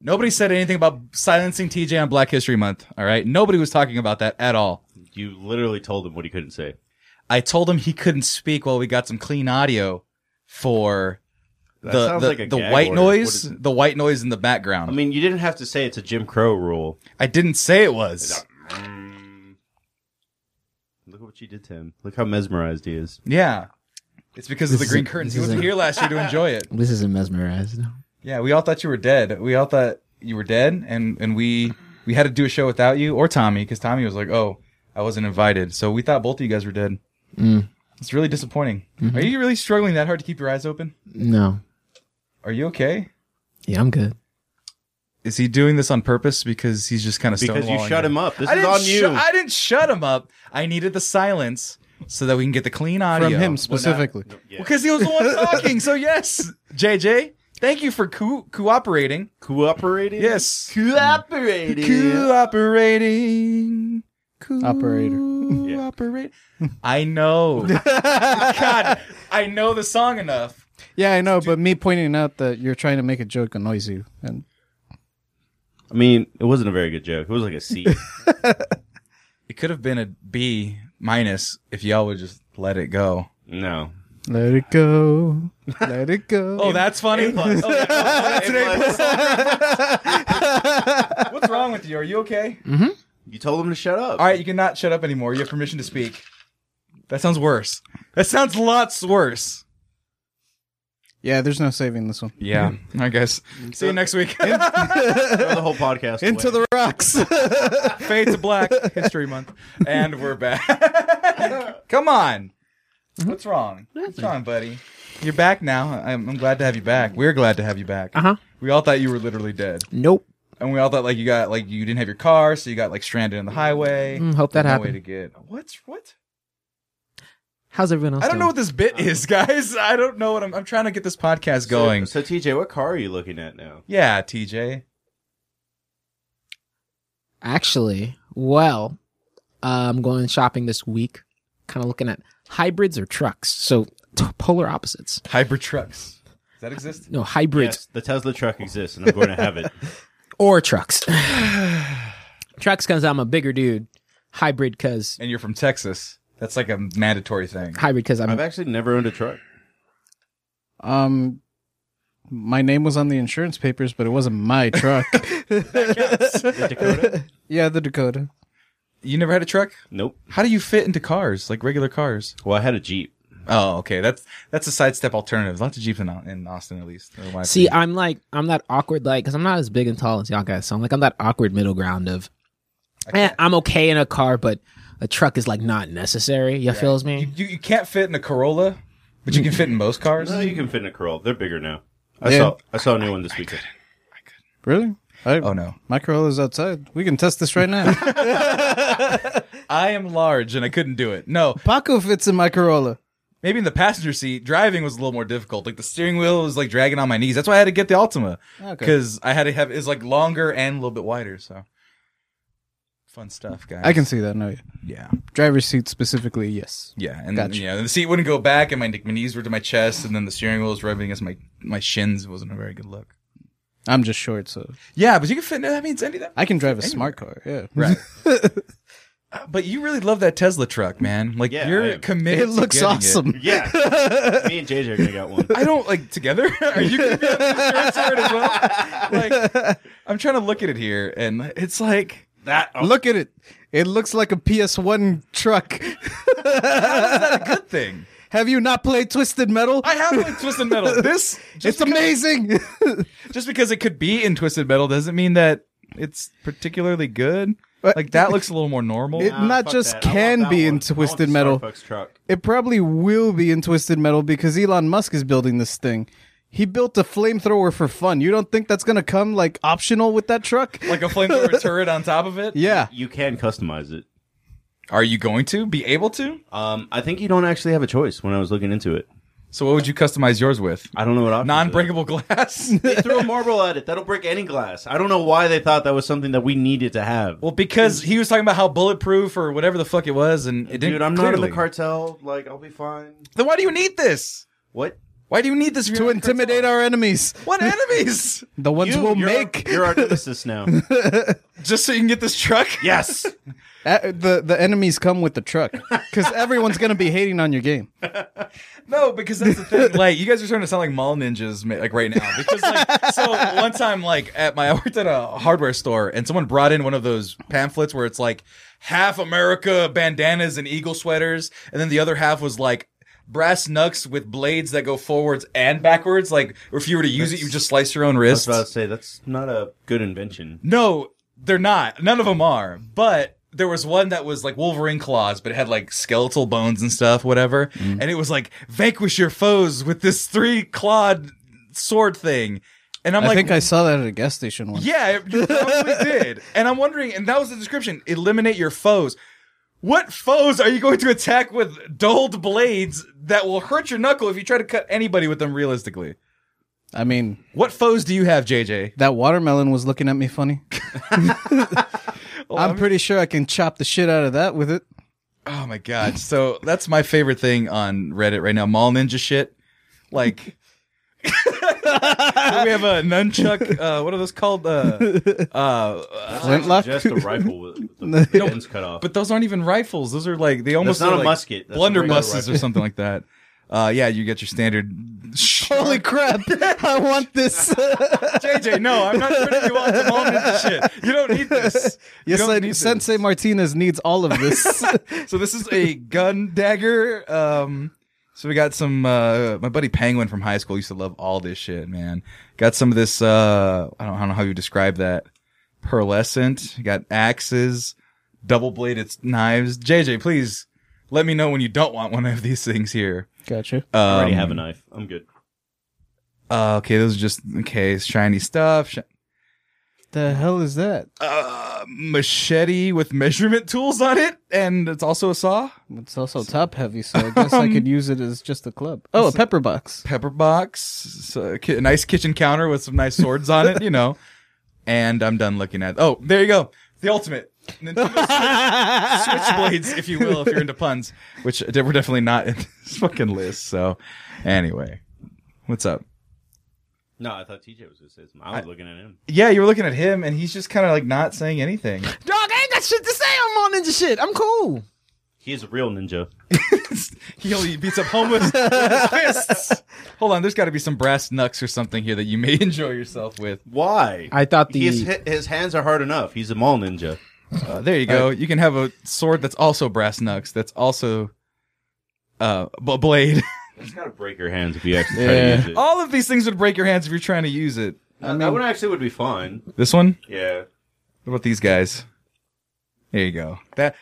Nobody said anything about silencing TJ on Black History Month. All right. Nobody was talking about that at all. You literally told him what he couldn't say. I told him he couldn't speak while we got some clean audio for That the sounds the, like a the gag white order. noise, What is- the white noise in the background. I mean, you didn't have to say it's a Jim Crow rule. I didn't say it was. Mm. Look at what you did to him. Look how mesmerized he is. Yeah. It's because of the This green is- curtains. this He wasn't is- here last year to enjoy it. This isn't mesmerized. No. Yeah, we all thought you were dead. We all thought you were dead, and and we we had to do a show without you or Tommy because Tommy was like, "Oh, I wasn't invited," so we thought both of you guys were dead. Mm. It's really disappointing. Mm-hmm. Are you really struggling that hard to keep your eyes open? No. Are you okay? Yeah, I'm good. Is he doing this on purpose because he's just kind of Because you shut him up. This I is didn't on you. shu- I didn't shut him up. I needed the silence so that we can get the clean audio From him specifically. Yeah. because he was the one talking. So yes, JJ, thank you for co- cooperating. Cooperating? Yes. Cooperating. Cooperating. Operator. Cooperate. I know. God, I know the song enough. Yeah, I know, but me pointing out that you're trying to make a joke annoys you. And I mean, it wasn't a very good joke. It was like a C. It could have been a B minus if y'all would just let it go. no. let it go. Let it go. Oh, that's funny. Oh, yeah. That's an A plus. Mm-hmm. What's wrong with you? Are you okay? You told him to shut up. All right, you cannot shut up anymore. You have permission to speak. That sounds worse. That sounds lots worse. Yeah, there's no saving this one. Yeah. I guess. See you next week. Throw the whole podcast Into away. the rocks. Fade to black, history month. And we're back. Come on. Mm-hmm. What's wrong? What's wrong, buddy? You're back now. I'm, I'm glad to have you back. We're glad to have you back. Uh-huh. We all thought you were literally dead. Nope. And we all thought like you got like you didn't have your car, so you got like stranded on the highway. Mm, hope that Eh, no Way happened. to get what's what? How's everyone else? I don't know doing? what this bit is, guys. I don't know what I'm. I'm trying to get this podcast going. So, so, TJ, what car are you looking at now? Yeah, TJ. Actually, well, uh, I'm going shopping this week. Kind of looking at hybrids or trucks. So t- polar opposites. Hybrid trucks. Does that exist? No, hybrids Yes, the Tesla truck exists, and I'm going to have it. or trucks. trucks because I'm a bigger dude. Hybrid because And you're from Texas. That's like a mandatory thing. hybrid because I'm I've actually never owned a truck. um, my name was on the insurance papers, but it wasn't my truck. The Dakota? yeah, the Dakota. You never had a truck? nope. How do you fit into cars, like regular cars? Well, I had a Jeep. Oh, okay. That's that's a sidestep alternative. Lots of Jeeps in, in Austin, at least. Or my See, opinion. I'm like I'm that awkward like because I'm not as big and tall as y'all guys, so I'm like I'm that awkward middle ground of eh, I'm okay in a car, but a truck is like not necessary. You feels me? you, you can't fit in a Corolla, but you can fit in most cars. No, you can fit in a Corolla. They're bigger now. I Yeah. saw I saw a new one this weekend. Really? I, Oh no, My Corolla's outside. We can test this right now. I am large and I couldn't do it. No, Paco fits in my Corolla. maybe in the passenger seat, driving was a little more difficult. Like the steering wheel was like dragging on my knees. That's why I had to get the Altima Okay. because I had to have it's like longer and a little bit wider. So fun stuff, guys. I can see that now. yeah. yeah. Driver's seat specifically, yes. Yeah, and Gotcha. yeah, the seat wouldn't go back, and my, my knees were to my chest, and then the steering wheel was rubbing against my my shins. It wasn't a very good look. I'm just short, so Yeah, but you can fit. That means any that. I can drive a smart car. Yeah. Right. but you really love that Tesla truck, man. Like Yeah, I you're am. committed. to It looks getting it. awesome. Yeah. Me and JJ are gonna get one. I don't like together. Are you gonna be on the insurance for it as well? Like I'm trying to look at it here, and it's like That oh, Look at it. It looks like a PS1 truck. good thing. Have you not played Twisted Metal? I have like twisted metal. This it's amazing. just because it could be in twisted metal doesn't mean that it's particularly good. What? Like that looks a little more normal. It- not fuck just that. I want can that be in one. I want Twisted the Metal. Starbucks truck. it probably will be in Twisted Metal because Elon Musk is building this thing. He built a flamethrower for fun. You don't think that's going to come like optional with that truck? like a flamethrower turret on top of it. yeah. You can customize it. Are you going to be able to? Um, I think you don't actually have a choice. When I was looking into it, So what would you customize yours with? I don't know what options are. Non-breakable glass. They threw a marble at it. That'll break any glass. I don't know why they thought that was something that we needed to have. well, because he was talking about how bulletproof or whatever the fuck it was, and it didn't. Dude, I'm not in clearly. the cartel. Like, I'll be fine. Then why do you need this? What? Why do you need this to intimidate our enemies, What enemies? the ones You- we'll you're- make. You're our nemesis now. Just so you can get this truck? yes. Uh, the the enemies come with the truck because everyone's gonna be hating on your game. No, because that's the thing. Like, you guys are starting to sound like mall ninjas, ma- like right now. Because like, so one time, like at my, I worked at a hardware store, and someone brought in one of those pamphlets where it's like half America bandanas and eagle sweaters, and then the other half was like brass knucks with blades that go forwards and backwards. Like, if you were to use it, you just slice your own I was wrist. about to say that's not a good invention. No, they're not. None of them are. But there was one that was like Wolverine claws, but it had like skeletal bones and stuff, whatever. Mm-hmm. And it was like vanquish your foes with this three clawed sword thing. And I'm I like, think I saw that at a gas station once. yeah, it- you probably did. And I'm wondering, and that was the description: eliminate your foes. What foes are you going to attack with dulled blades that will hurt your knuckle if you try to cut anybody with them realistically? I mean, What foes do you have, JJ? that watermelon was looking at me funny. I'm pretty sure I can chop the shit out of that with it. Oh my god! So that's my favorite thing on Reddit right now: mall ninja shit. Like, we have a nunchuck. Uh, what are those called? Uh, Uh, Flintlock. Just a rifle with, with the ends cut off. but those aren't even rifles. Those are like they almost not are a like musket. That's a regular blunderbusses or rifle. something like that. Uh, yeah, you get your standard. Holy crap! I want this. JJ, no, I'm not turning you on to mall ninja shit. You don't need this. You yes, don't I, need this. Sensei Martinez needs all of this. So this is a gun dagger. Um, so we got some. Uh, my buddy Penguin from high school used to love all this shit, man. Got some of this. Uh, I don't, I don't know how you describe that. Pearlescent. You got axes, double bladed knives. JJ, please let me know when you don't want one of these things here. gotcha. Um, I already have a knife. I'm good. uh, okay, those are just okay. Shiny stuff. Sh- The hell is that? uh, machete with measurement tools on it, and it's also a saw. It's also top heavy, so I guess I could use it as just a club. Oh, a pepper box. pepper box, so a, ki- a nice kitchen counter with some nice swords on it, you know. And I'm done looking at. Oh, there you go, the ultimate Nintendo Switch- switchblades, if you will, if you're into puns, which de- we're definitely not in this fucking list. So, anyway, what's up? No, I thought TJ was going to say something. I was looking at him. Yeah, you were looking at him, and he's just kind of like not saying anything. Dog, I ain't got shit to say on Mall Ninja shit. I'm cool. He's a real ninja. He only beats up homeless with his fists. Hold on, there's got to be some brass knucks or something here that you may enjoy yourself with. Why? I thought the- his, his hands are hard enough. He's a mall ninja. Uh, there you go. You can have a sword that's also brass knucks. That's also uh, a blade. It's got to break your hands if you actually try Yeah. to use it. All of these things would break your hands if you're trying to use it. Oh, that one actually would be fine. This one. Yeah. What about these guys? There you go. That.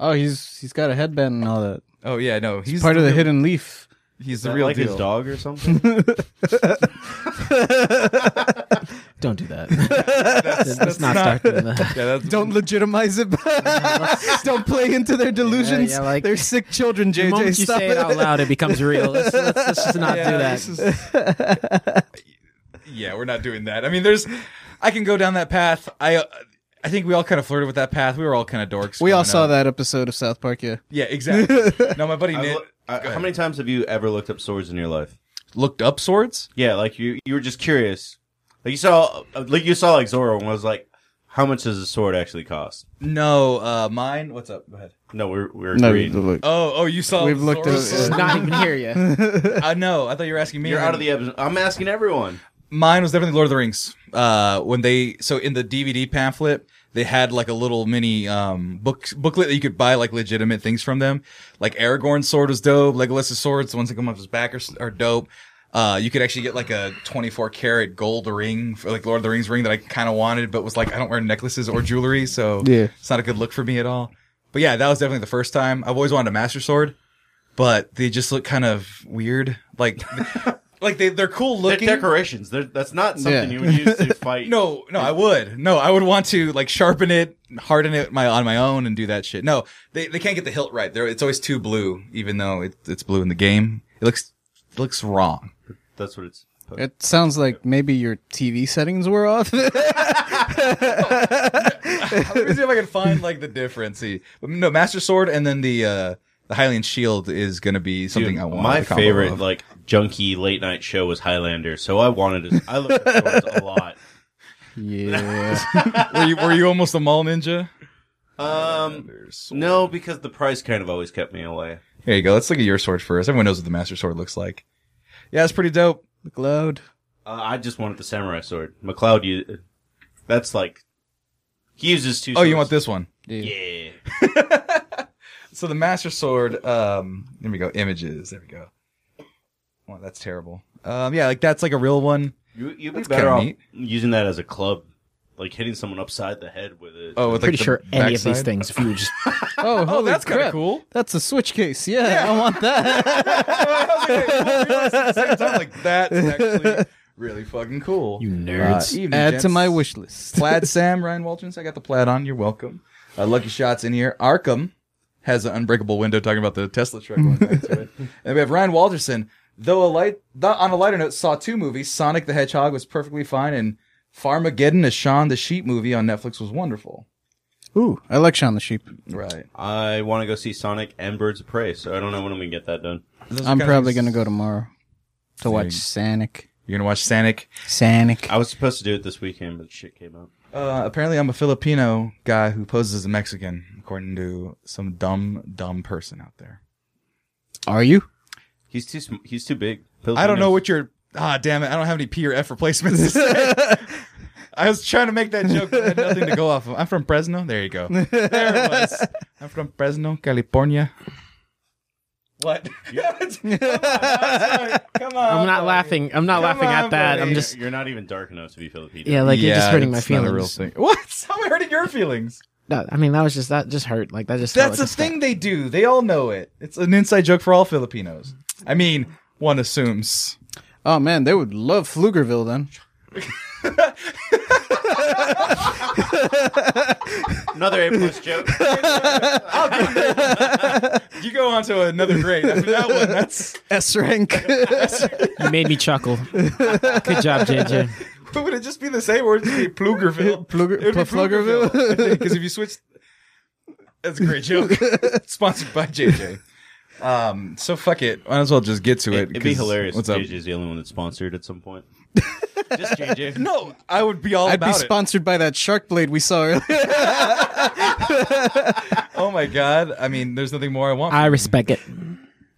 Oh, he's he's got a headband and all that. Oh yeah, no. He's Part of the real- hidden leaf. He's Is the that real like deal. his dog or something? Don't do that. let's not, start doing that. Yeah, that's, Don't legitimize it. Don't play into their delusions. Yeah, yeah, like- They're sick children, The JJ. moment you Stop say it it. out loud, it becomes real. Let's, let's- let's just not yeah, do that. this is- yeah, we're not doing that. I mean, there's. I can go down that path. I. Uh, I think we all kind of flirted with that path. We were all kind of dorks. We all growing saw up. that episode of South Park. Yeah, Yeah, exactly. no, my buddy I Nick lo- I- how many times have you ever looked up swords in your life? looked up swords. Yeah, like you you were just curious. Like you saw uh, like you saw like Zoro and was like, how much does a sword actually cost? No, uh, mine. What's up? Go ahead. No, we're we're no, agreeing. Oh, oh, you saw. We've the looked Zorros? at- not even here yet. I know. I thought you were asking me. You're out of the episode. I'm asking everyone. Mine was definitely Lord of the Rings. Uh, when they so in the DVD pamphlet they had like a little mini um book booklet that you could buy like legitimate things from them. Like Aragorn's sword was dope. Legolas's swords, the ones that come off his back, are, s- are dope. Uh, you could actually get like a 24 karat gold ring, for, like Lord of the Rings ring that I kind of wanted, but was like I don't wear necklaces or jewelry, so Yeah. it's not a good look for me at all. But yeah, that was definitely the first time. I've always wanted a master sword, but they just look kind of weird. Like, like they they're cool They're looking. decorations. They're, that's not something Yeah. you would use to fight. No, no, I would. No, I would want to like sharpen it, harden it my on my own, and do that shit. No, they they can't get the hilt right. They're, it's always too blue, even though it, it's blue in the game. It looks it looks wrong. that's what it's. It sounds like maybe your TV settings were off. Let me see if I can find like the difference. See, no, Master Sword, and then the uh the Hylian Shield is gonna be something Dude, I want. my the combo favorite of. like junky late night show was Highlander, so I wanted to. I looked at swords a lot. Yeah. were you were you almost a mall ninja? Um, no, because the price kind of always kept me away. Here you go. Let's look at your sword first. Everyone knows what the master sword looks like. Yeah, it's pretty dope. McLeod. Uh, I just wanted the samurai sword. McLeod, you, that's like he uses two. Oh, you swords. want this one? Yeah. So the master sword. Um, there we go. Images. There we go. Well, that's terrible. Um, yeah, like that's like a real one. You, you'd be That's better kinda off neat. using that as a club, like hitting someone upside the head with it. Oh, with like Pretty the sure any of these backside. things, if you just Oh, Oh, holy that's kind of crap. cool. That's a switch case. Yeah, I want that. Sometimes I'm like that's actually really fucking cool. You nerds. evening, Add to gents. my wish list. plaid Sam Ryan Waltons. I got the plaid on. You're welcome. Uh, Lucky shots in here. Arkham has an unbreakable window talking about the Tesla truck. Going back to it. And we have Ryan Walterson. Though a light th- on a lighter note, saw two movies. Sonic the Hedgehog was perfectly fine, and Farmageddon, a Shaun the Sheep movie on Netflix, was wonderful. Ooh, I like Shaun the Sheep. Right. I want to go see Sonic and Birds of Prey, so I don't know when I'm gonna get that done. I'm probably gonna go tomorrow to watch Sonic. You're gonna watch Sonic. Sonic. I was supposed to do it this weekend, but shit came up. Uh, apparently, I'm a Filipino guy who poses as a Mexican, according to some dumb, dumb person out there. Are you? He's too sm- he's too big. I don't know Filipinos- what your ah damn it. I don't have any P or F replacements. To say. I was trying to make that joke, but I had nothing to go off of. I'm from Fresno. There you go. There it was. I'm from Fresno, California. What? Come on. I'm not laughing. I'm not laughing Oh, on, at that. buddy. I'm just You're not even dark enough to be Filipino. yeah, like you're just hurting my feelings. What? How am I hurting your feelings? No, I mean that was just that just hurt. Like that just felt That's like a thing they do. They all know it. It's an inside joke for all Filipinos. I mean, one assumes. Oh man, they would love Pflugerville then. Another A plus joke. You go on to another grade after that one. That's S rank. You made me chuckle. Good job, JJ. But would it just be the same, or would it just be Pflugerville? Pfluger- Pflugerville? Because if you switch, that's a great joke. Sponsored by JJ. Um, so fuck it. Might as well just get to it. It'd be 'cause- hilarious. What's up? if JJ's the only one that's sponsored at some point. just JJ. No, I would be all I'd about be it. sponsored by that shark blade we saw earlier. Oh my god! I mean, there's nothing more I want. I respect it.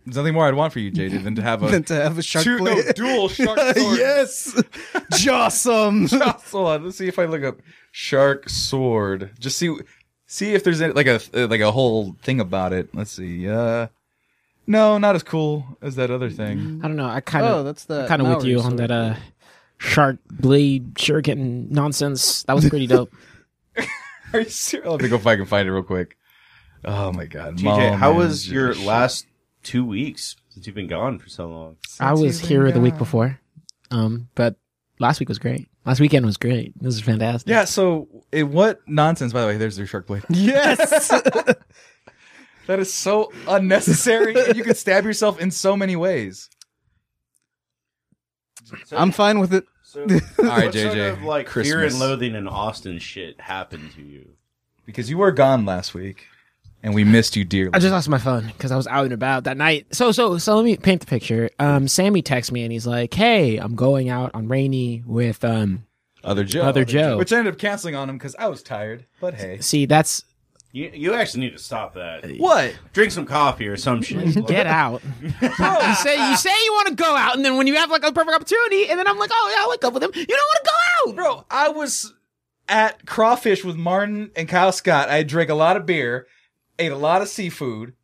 there's nothing more I'd want for you, JJ, than to have a than to have a shark two, no, blade. dual shark sword. yes, Jawsome. Hold on, let's see if I look up shark sword. Just see, see if there's any, like a like a whole thing about it. Let's see. Uh, no, not as cool as that other thing. I don't know. I kind Oh, of that's the kind of with Maori you on sword. that uh shark blade shuriken nonsense. That was pretty dope. Are you serious? Let me go if I can find it real quick. Oh my god, JJ, how Mom was and your Josh. last two weeks since you've been gone for so long? I was even here the week gone. before, um, but last week was great. Last weekend was great. This is fantastic. Yeah, so it, what nonsense? By the way, there's your shark blade. Yes. That is so unnecessary. and you could stab yourself in so many ways. So, I'm fine with it. so, all right, JJ, Sort of, like fear Christmas. and loathing in Austin shit happened to you. Because you were gone last week, and we missed you dearly. I just lost my phone because I was out and about that night. So, so, so let me paint the picture. Um, Sammy texts me and he's like, "Hey, I'm going out on rainy with um." other Joe, Other Joe. which I ended up canceling on him because I was tired. But hey, See, that's You you actually need to stop that. what? Drink some coffee or some shit. get out. Oh, you say you say you want to go out, and then when you have like a perfect opportunity, and then I'm like, "Oh yeah, I'll link up with him." You don't want to go out, Bro, I was at Crawfish with Martin and Kyle Scott. I drank a lot of beer, ate a lot of seafood,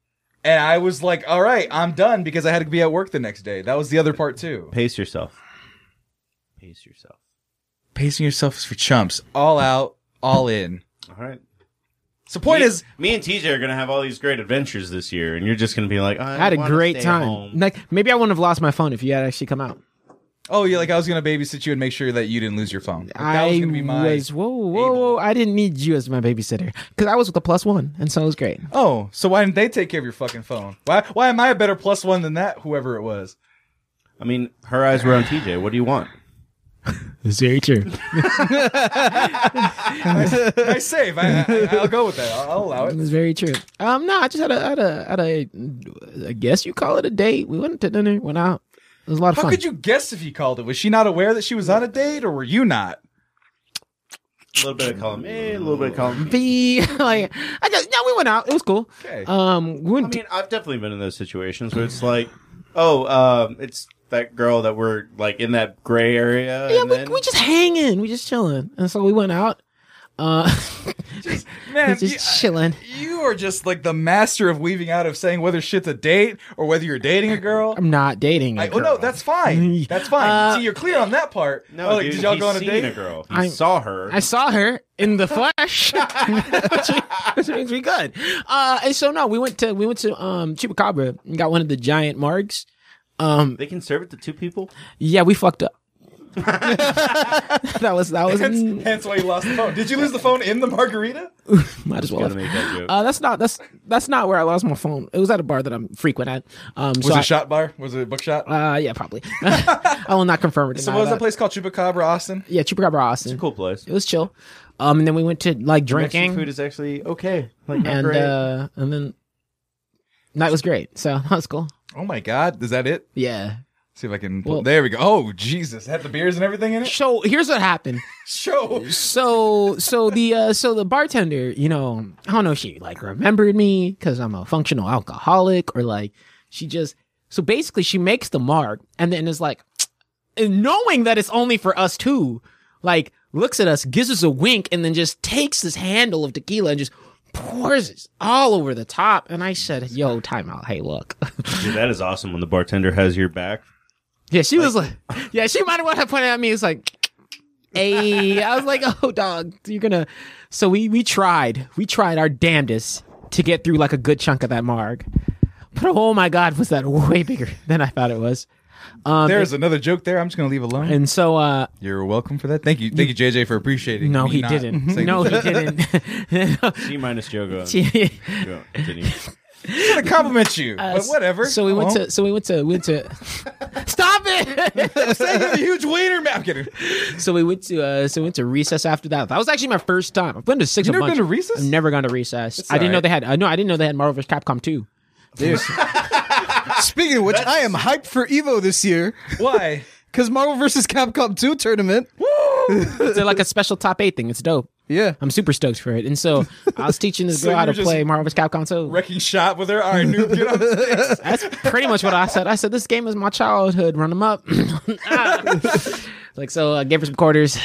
and I was like, all right, I'm done because I had to be at work the next day. That was the other part too. Pace yourself. Pace yourself. Pacing yourself is for chumps. All out, all in. All right. So point me, is me and TJ are gonna have all these great adventures this year, and you're just gonna be like, I, I had a wanna great stay time. home. Like maybe I wouldn't have lost my phone if you had actually come out. Oh yeah, like I was gonna babysit you and make sure that you didn't lose your phone. Like, that I was gonna be my was- whoa whoa whoa! I didn't need you as my babysitter because I was with the plus one, and so it was great. Oh, so why didn't they take care of your fucking phone? Why why am I a better plus one than that, whoever it was? I mean, her eyes were on TJ. What do you want? It's very true. I save. I, I, I'll go with that. I'll, I'll allow it. It's very true. Um, no, I just had a had a had a I guess you call it a date. We went to dinner, went out. It was a lot of How fun. could you guess if he called it? Was she not aware that she was on a date, or were you not? A little bit of column A, a little bit of column B. be like I just no, we went out. It was cool. Okay. Um, we I went. mean, I've definitely been in those situations where it's like, oh, um, it's that girl that we're like in that gray area. yeah, and we, then- we just hanging. We just chilling. And so we went out. Uh, Man, just chilling. you, you are just like the master of weaving out of saying whether shit's a date or whether you're dating a girl. I'm not dating. a I, oh no, girl. that's fine. That's fine. Uh, See, you're clear on that part. No, Oh, like, dude, did y'all he's go on a seen date? A girl. He I- saw her. I saw her in the flesh, which, which means we good. Uh, and so no, we went to we went to um Chupacabra and got one of the giant margs. Um, they can serve it to two people. yeah, we fucked up. that was that was Hence, hence why you lost the phone. Did you lose the phone in the margarita? might as well. Gotta make have- that joke. Uh, that's not that's that's not where I lost my phone. It was at a bar that I'm frequent at. Um, so Was it I- a shot bar? Was it a bookshot? Uh, yeah, probably. I will not confirm it. so what was that place called? Chupacabra, Auston. Yeah, Chupacabra Austin. cool place. It was chill. Um, and then we went to like Mexican food drinking, is actually okay. Like not and great. uh, and then night was great. So that was cool. Oh my God, is that it? Yeah. See if I can. Well- there we go. Oh Jesus, had the beers and everything in it. So here's what happened. Show. So so the uh, so the bartender, you know, I don't know if she like remembered me because I'm a functional alcoholic or like she just so basically she makes the mark and then is like and knowing that it's only for us two, like looks at us, gives us a wink, and then just takes this handle of tequila and just pours it all over the top. And I said, "Yo, timeout. Hey, look." Dude, that is awesome when the bartender has your back. yeah, she was like, "Yeah, she might have wanted to point at me." It's like. Hey, I was like, oh dog, you're gonna. So we we tried, we tried our damnedest to get through like a good chunk of that marg, but oh my god, was that way bigger than I thought it was. Um, There's another joke there. I'm just gonna leave alone. and so uh, You're welcome for that. Thank you, thank you, JJ, for appreciating. no, me he not didn't. saying No, this. he didn't. C minus Jogo. Go, continue. I'm gonna compliment you, but whatever. Uh, So we Come went on. to. So we went to. We went to. Stop it. Say you're a huge wiener. man. I'm kidding. so we went to. Uh, so we went to recess after that. That was actually my first time. I've been to six. You a never bunch. been to recess? I've never gone to recess. I didn't know alright. they had. Uh, no, I didn't know they had Marvel vs. Capcom two. Dude. Speaking of which, I am hyped for Evo this year Why? because Marvel vs. Capcom 2 tournament. It's like a special top eight thing. It's dope. Yeah. I'm super stoked for it. And so I was teaching this So girl how you're to just play Marvel vs. Capcom two. Wrecking shot with her. All right, noob, get up. That's pretty much what I said. I said this game is my childhood. Run them up. like so, I gave her some quarters,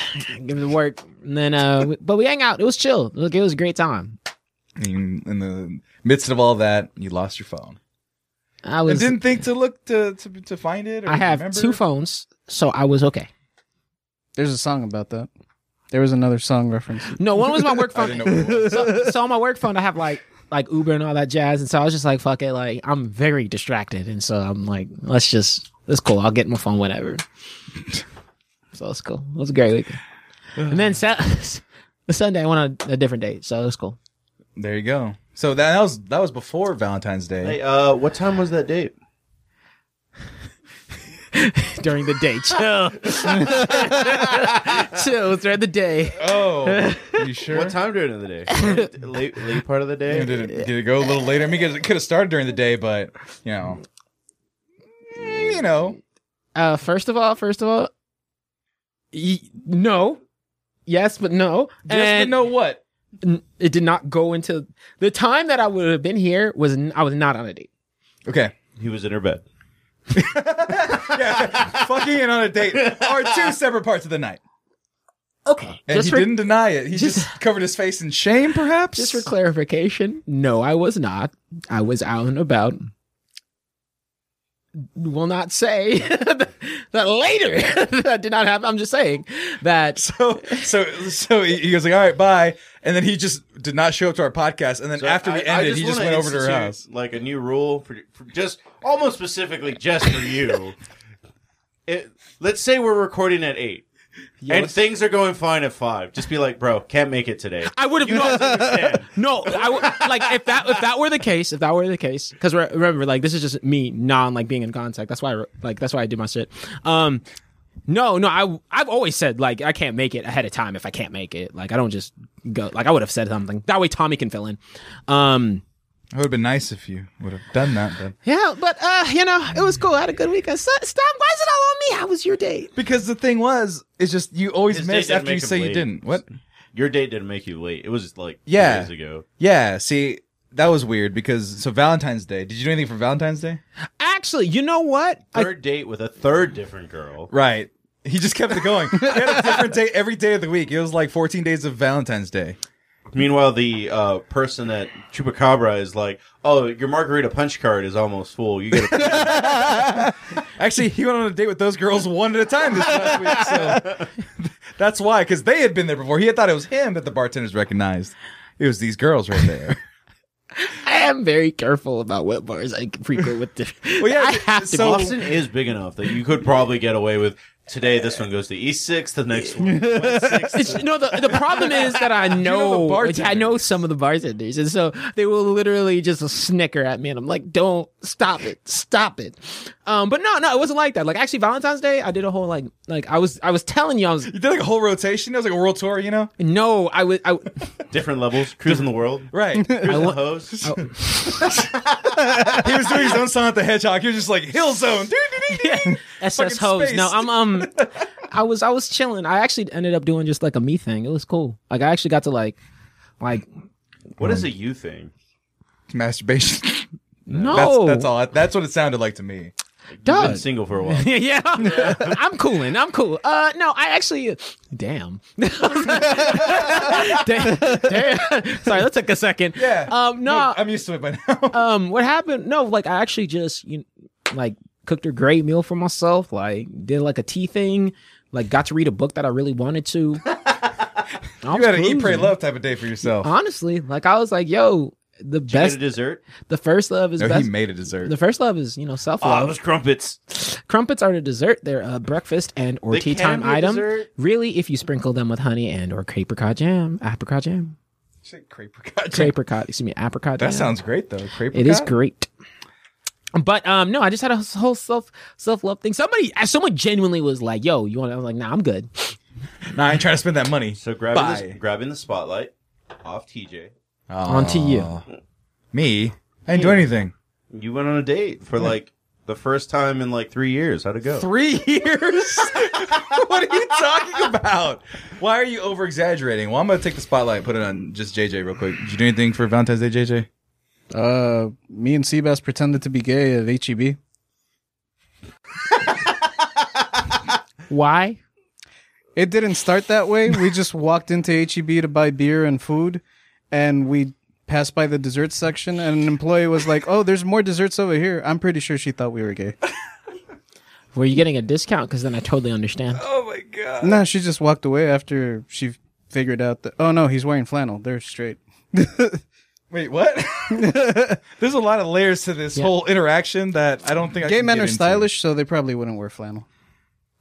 give her the work, and then. Uh, we- but we hang out. It was chill. Look, it was a great time. in, in the midst of all that, you lost your phone. I And was. didn't think to look to to, to find it. Or I have remember. two phones, so I was okay. There's a song about that. There was another song reference. No, one was my work I phone. didn't know what it was. so, so on my work phone, I have like like Uber and all that jazz, and so I was just like, "Fuck it!" Like I'm very distracted, and so I'm like, "Let's just, it's cool. I'll get my phone whenever." so it's cool. It was a great week. And then Sa- Sunday, I went on a different date, so it was cool. There you go. So that, that was that was before Valentine's Day. Hey, uh, what time was that date? During the day, chill, chill. It was during the day. Oh, you sure? What time during the day? late, late part of the You know, day. Did it, did it go a little later? I mean, 'cause it could have started during the day, but you know, Mm, you know, Uh, first of all, first of all, y- no, yes, but no, just to And- know what. n- it did not go into the time that I would have been here was n- I was not on a date. Okay, He was in her bed. fucking and on a date are two separate parts of the night, Okay. and just he for didn't deny it. He just, covered his face in shame, perhaps. just for clarification, no, I was not. I was out and about. Will not say that later that did not happen. I'm just saying that so so so he he was like, "All right, bye," and then he just did not show up to our podcast. And then after we I- I ended, he just wanna went over to her institute, house. Like a new rule for, for just almost specifically just for you. It- let's say we're recording at eight. and things are going fine at five. Just be like, bro, can't make it today. I would have You don't understand. No, I w- like if that if that were the case, if that were the case, because remember, like this is just me non like being in contact. That's why I, re- like that's why I do my shit. Um, no, no, I I've always said like I can't make it ahead of time if I can't make it. Like I don't just go. Like I would have said something that way. Tommy can fill in. Um, It would have been nice if you would have done that, but Yeah, but uh, you know, it was cool. I had a good weekend. So, stop. Why is it all on me? How was your date? because the thing was, it's just you always His miss date didn't after you make him say you late. didn't. What? Your date didn't make you late. It was like two Yeah. days ago. Yeah, see, that was weird because so Valentine's Day. Did you do anything for Valentine's Day? Actually, you know what? I- Third date with a third different girl. Right. He just kept it going. he had a different day every day of the week. It was like 14 days of Valentine's Day. Meanwhile, the uh, person at Chupacabra is like, "Oh, your margarita punch card is almost full. You got to Actually, he went on a date with those girls one at a time this last week. So that's why, because they had been there before. He had thought it was him that the bartenders recognized. It was these girls right there. I am very careful about what bars I frequent with. Diff- Well, yeah, I have to. so- be. Austin is big enough that you could probably get away with today. This one goes to East Six. The next one, Six. It's, no, the, the problem is that I know, the bartenders. I know some of the bartenders, and so they will literally just snicker at me, and I'm like, "Don't stop it, stop it." Um, but no, no, it wasn't like that. Like actually, Valentine's Day, I did a whole like, like I was, I was telling you, I was You did like a whole rotation. It was like a world tour, you know? no, I was, I, different levels. Cruising the world. Right. he Cruising the host. was doing his own song at the Hedgehog. He was just like, Hill Zone. Doo, doo, doo, doo. SS Fucking hoes. No, spaced. I'm um, I was I was chilling. I actually ended up doing just like a me thing. It was cool. Like I actually got to like, like What is a you thing? Masturbation. no, That's, that's all. That's what it sounded like to me. You've Doug. been single for a while. yeah, I'm cooling. I'm cool. Uh, no, I actually, damn, damn, damn. Sorry, that took a second. Yeah. Um, no, I'm used to it by now. um, what happened? No, like I actually just you like cooked a great meal for myself. Like did like a tea thing. Like got to read a book that I really wanted to. I You was had an eat, pray, cruising. love type of day for yourself. Uh, Honestly, like I was like, yo, the Get a best, dessert. the first love is No, he best. made a dessert. The first love is you know self Ah, love. it was crumpets. Crumpets are the dessert. They're a breakfast and or They tea can time be a item. dessert? Really, if you sprinkle them with honey and or apricot jam, apricot jam, Say crepe ricotta. apricot, excuse me, apricot. That jam. sounds great though. Crepe It is ricotta? great. But um, no, I just had a whole self self love thing. Somebody, uh, someone genuinely was like, "Yo, you want?" I was like, "Nah, I'm good." Nah, I ain't trying to spend that money. So grabbing Bye. this, grabbing the spotlight off TJ. On to you. Me? I didn't do anything. You went on a date for like the first time in like three years. How'd it go? Three years? what are you talking about? Why are you over exaggerating? Well, I'm gonna take the spotlight and put it on just JJ real quick. Did you do anything for Valentine's Day, JJ? Uh, me and Seabass pretended to be gay at E HEB. Why? It didn't start that way. We just walked into HEB to buy beer and food, and we passed by the dessert section, and an employee was like, "Oh, there's more desserts over here." I'm pretty sure she thought we were gay. Were you getting a discount? Because then I totally understand. Oh my god. no, she just walked away after she figured out that. Oh no, he's wearing flannel. They're straight. Wait, what? There's a lot of layers to this whole interaction that I don't think I Gay can men get are into. stylish, so they probably wouldn't wear flannel.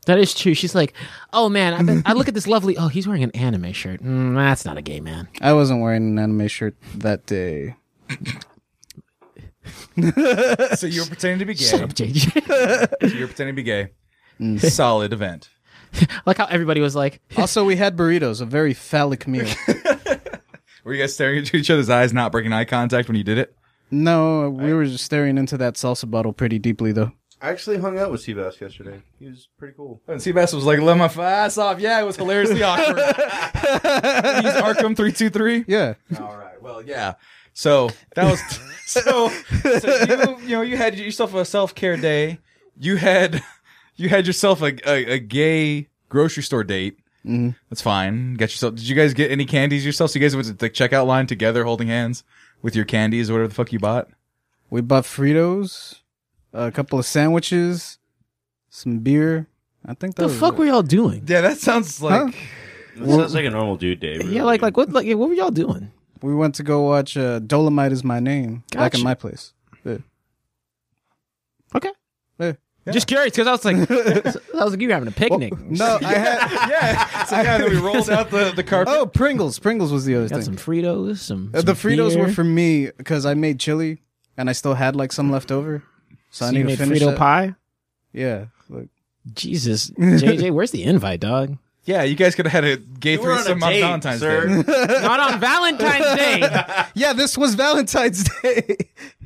That is true. She's like, "Oh man, I, bet, I look at this lovely. Oh, he's wearing an anime shirt. Mm, that's not a gay man." I wasn't wearing an anime shirt that day. So you're pretending to be gay. Shut up, JJ. So you're pretending to be gay. Mm. Solid event. like how everybody was like, Also, we had burritos, a very phallic meal. Were you guys staring into each other's eyes, not breaking eye contact when you did it? No, we were just staring into that salsa bottle pretty deeply, though. I actually hung out with Seabass yesterday. He was pretty cool. And Seabass was like, let my f- ass off. Yeah, it was hilariously awkward. He's Arkham323. Yeah. All right. Well, yeah. So that was so. So you, you know, you had yourself a self care day. You had you had yourself a a, a gay grocery store date. Mm-hmm. That's fine. Got yourself. Did you guys get any candies yourself? So you guys went to the checkout line together, holding hands with your candies or whatever the fuck you bought. We bought Fritos, a couple of sandwiches, some beer. I think that Oh, "The was fuck it. were y'all doing?" Yeah, that sounds like That sounds like a normal dude day. really. Yeah, like like what like yeah, what were y'all doing? we went to go watch uh, Dolomite is My Name back Gotcha. in my place. Yeah. Okay. Yeah. Just curious because I was like, I was like, you were having a picnic. No, I had. yeah. So yeah, then we rolled out the the carpet. Oh, Pringles. Pringles was the other Got some thing. Fritos, some, Uh, some the Fritos beer. were for me because I made chili and I still had like some left over. So, I So need you to made finish Frito that. pie. Yeah. Like, Jesus, JJ, where's the invite, dog? Yeah, you guys could have had a gay You were on a threesome on date, Valentine's Day. sir. Not on Valentine's Day. Yeah, this was Valentine's Day.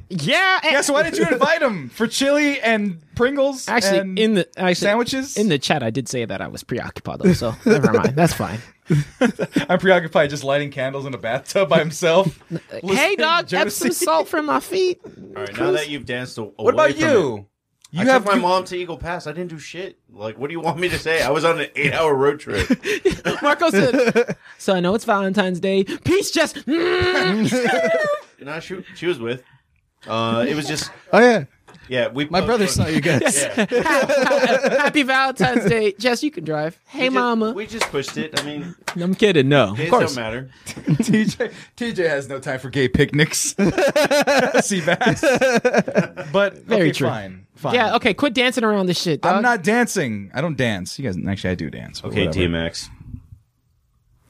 Yeah. and- Yeah, so why didn't you invite him for chili and Pringles? Actually, and in the actually, sandwiches. in the chat, I did say that I was preoccupied, though, so never mind. That's fine. I'm preoccupied just lighting candles in a bathtub by himself. hey, Listen, dog, Jodeci. Epsom salt from my feet. All right, now that you've danced a- away What about from it, you? You I have took my you- mom to Eagle Pass. I didn't do shit. Like, what do you want me to say? I was on an eight-hour road trip. Marco said, "So I know it's Valentine's Day. Peace, just Oh, and I she, she was with. Uh, it was just Oh yeah, yeah. We my brother saw you guys. Yeah. happy Valentine's Day, Jess. You can drive. Hey, We just- mama. we just pushed it. I mean, I'm kidding. No, it don't of course. matter. TJ TJ has no time for gay picnics. See bass. But Very okay, true. fine. Fine. Yeah. Okay. Quit dancing around this shit. Dog. I'm not dancing. I don't dance. You guys actually I do dance. but Okay, whatever. DMX.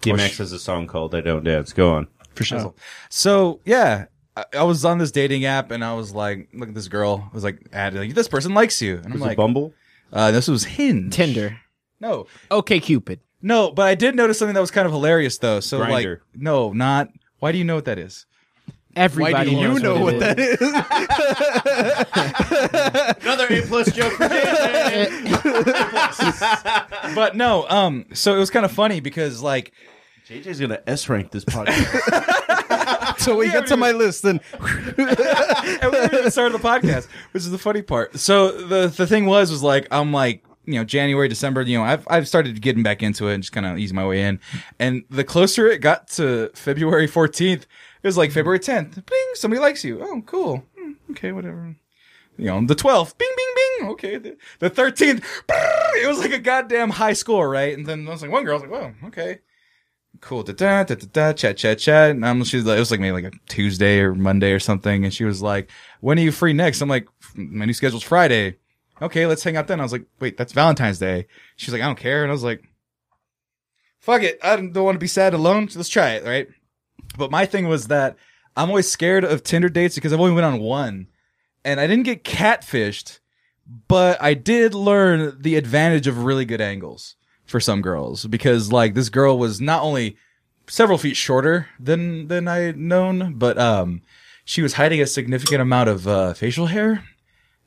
DMX has a song called "I Don't Dance." Go on. for shizzle. So yeah, I, I was on this dating app and I was like, look at this girl. I was like, added, like this person likes you, and I'm Was it like, Bumble? uh, this was Hinge. Tinder. No, Okay, Cupid. no, but I did notice something that was kind of hilarious though. So Grindr. like, no, not. Why do you know what that is? Everybody. Why do you knows know it what that is? Another A plus joke for David. But no, um, so it was kind of funny because like, JJ's gonna S rank this podcast. So we get to my list, and and we haven't even started the podcast, which is the funny part. So the the thing was was like I'm like you know January December you know I've I've started getting back into it and just kind of easing my way in, and the closer it got to February 14th, it was like February 10th. Bing, somebody likes you. Oh, cool. Hmm, okay, whatever. You know the 12th. Bing, bing, bing. Okay, the, the 13th. brrr, it was like a goddamn high score, right? And then I was like, one girl was like, whoa, okay cool da da da da da chat chat chat and I'm she's like it was like maybe like a Tuesday or Monday or something and she was like when are you free next I'm like my new schedule's Friday okay let's hang out then I was like wait that's Valentine's Day she's like I don't care and I was like fuck it I don't want to be sad alone so let's try it right but my thing was that I'm always scared of Tinder dates because I've only went on one and I didn't get catfished but I did learn the advantage of really good angles for some girls because like this girl was not only several feet shorter than than I had known, but um she was hiding a significant amount of uh, facial hair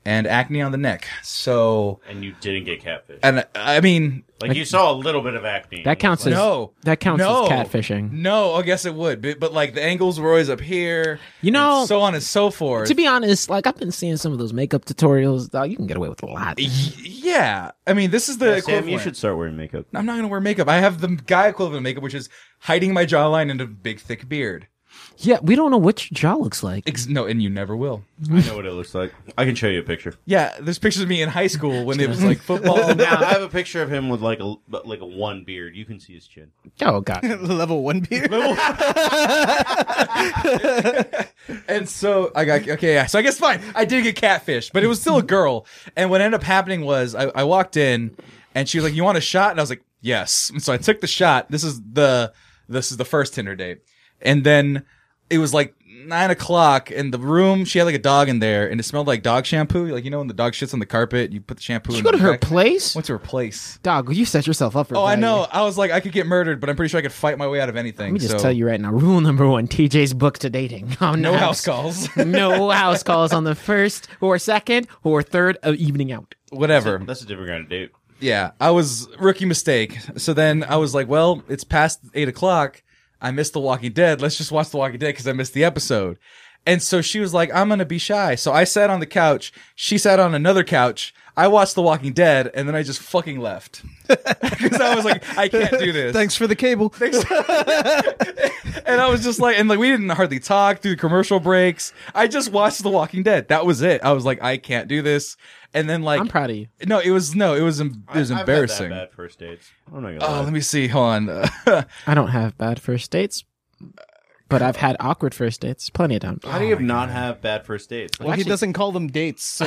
and acne on the neck. So and you didn't get catfish. and I mean Like you saw a little bit of acne. That counts as no. that counts no, as catfishing. No, I guess it would, but, but like the angles were always up here. You know- and so on and so forth. To be honest, like I've been seeing some of those makeup tutorials. Dog, you can get away with a lot. Y- yeah, I mean this is the Yeah, Sam, you equivalent. should start wearing makeup. I'm not gonna wear makeup. I have the guy equivalent of makeup, which is hiding my jawline and a big thick beard. Yeah, we don't know what your jaw looks like. Ex- no, and you never will. I know what it looks like. I can show you a picture. Yeah, there's pictures of me in high school when it was like football. Now I have a picture of him with like a but like a one beard. You can see his chin. Oh god. level one beer. and so I got okay. Yeah, so I guess fine. I did get catfish, but it was still a girl. And what ended up happening was I, I walked in, and she was like, "You want a shot?" And I was like, "Yes." And so I took the shot. This is the this is the first Tinder date, and then it was like nine o'clock in the room. She had like a dog in there, and it smelled like dog shampoo. Like you know when the dog shits on the carpet, you put the shampoo. Did in you go to the her back. place? Went to her place. Dog, you set yourself up for Oh, I failure. know. I was like, I could get murdered, but I'm pretty sure I could fight my way out of anything. Let me just so. tell you right now. Rule number one: TJ's book to dating. Oh, no house calls. no house calls on the first or second or third of evening out. Whatever. That's a different kind of date. Yeah, I was rookie mistake. So then I was like, well, it's past eight o'clock. I missed The Walking Dead. Let's just watch The Walking Dead because I missed the episode. And so she was like, I'm gonna be shy. So I sat on the couch. She sat on another couch. I watched The Walking Dead, and then I just fucking left because I was like, I can't do this. Thanks for the cable. And I was just like, and like we didn't hardly talk through the commercial breaks. I just watched The Walking Dead. That was it. I was like, I can't do this. And then like, I'm proud of you. no, it was no, it was em- it was I- I've had that embarrassing. bad first dates. Um, I'm not gonna Oh, lie. let me see. Hold on. I don't have bad first dates, but I've had awkward first dates plenty of times. Oh How do you not have bad first dates? Well, he doesn't call them dates, so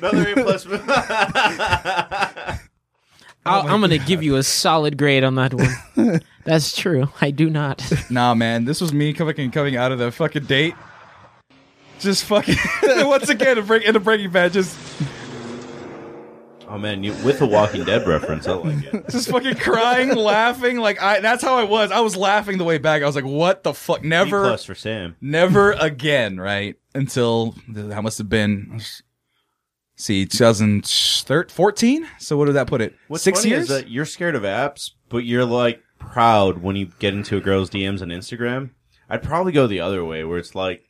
Another A plus. I'll, I'm going to give you a solid grade on that one. That's true. I do not. nah, man, this was me fucking coming out of the fucking date. Just fucking once again, a break into Breaking Bad. Just Oh man, you with the Walking Dead reference, I like it. Just fucking crying, laughing. Like I, that's how I was. I was laughing the way back. I was like, "What the fuck? B Never, plus for Sam. never again." Right until that must have been. let's See, 2014. So what did that put it? What's Six funny years. is that you're scared of apps, but you're like proud when you get into a girl's DMs on Instagram. I'd probably go the other way, where it's like,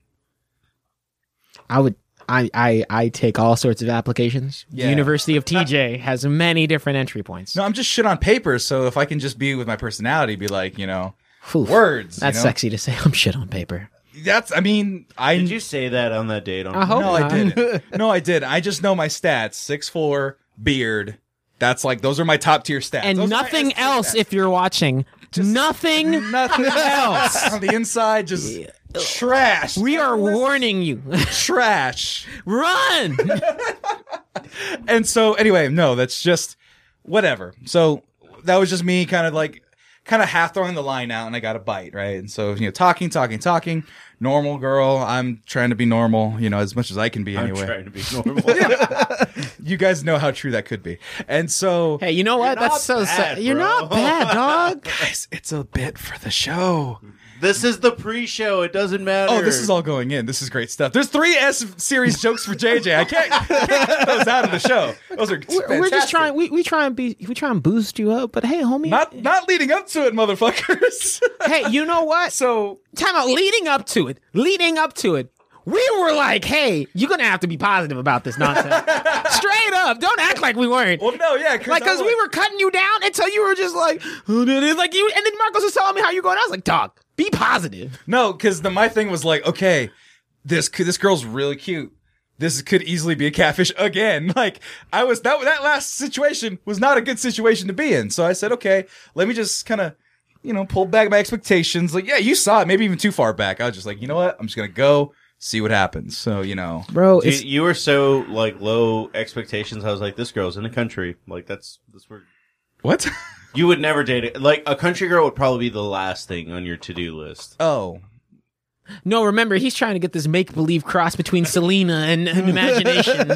I would. I, I, I take all sorts of applications. Yeah. The University of TJ has many different entry points. no, I'm just shit on paper. So if I can just be with my personality, be like, you know, Oof. words. you That's know? sexy to say. I'm shit on paper. That's. I mean, I did you say that on that date? On I hope- No, I not. didn't. No, I did. I just know my stats: six four, beard. That's like those are my top tier stats. And Those are my nothing S-tier else if you're watching. nothing. stats. nothing else on the inside, just trash. We are warning you. trash. Run. And so, anyway, no, that's just whatever. So that was just me, kind of like, kind of half throwing the line out, and I got a bite right. And so, you know, talking, talking, talking. Normal girl. I'm trying to be normal, you know, as much as I can be. I'm Anyway, trying to be normal. you guys know how true that could be. And so, Hey, you know what? You're That's not so bad, sad. You're bro. not bad, dog. guys, it's a bit for the show. this is the pre-show. It doesn't matter. Oh, this is all going in. This is great stuff. There's three S series jokes for JJ. I can't get those out of the show. Those are We're, we're fantastic. just trying. We, we try and be. We try and boost you up. But hey, homie. Not not leading up to it, motherfuckers. hey, you know what? so Time out. Leading up to it. Leading up to it. We were like, hey, you're gonna have to be positive about this nonsense. Straight up. Don't act like we weren't. well, no, yeah, Like, cause we were cutting you down until you were just like, "Oh, that is like you. And then Marcos was telling me how you're going. I was like, dog, be positive. no, because the my thing was like, okay, this c- this girl's really cute. This could easily be a catfish again. Like I was that that last situation was not a good situation to be in. So I said, okay, let me just kind of. You know, pull back my expectations. Like, yeah, you saw it, maybe even too far back. I was just like, you know what? I'm just gonna go see what happens. So, you know, Bro, Dude, you were so like low expectations. I was like, this girl's in a country. Like that's that's where What? you would never date it. Like a country girl would probably be the last thing on your to do list. Oh. No, remember, he's trying to get this make believe cross between Selena and, and imagination.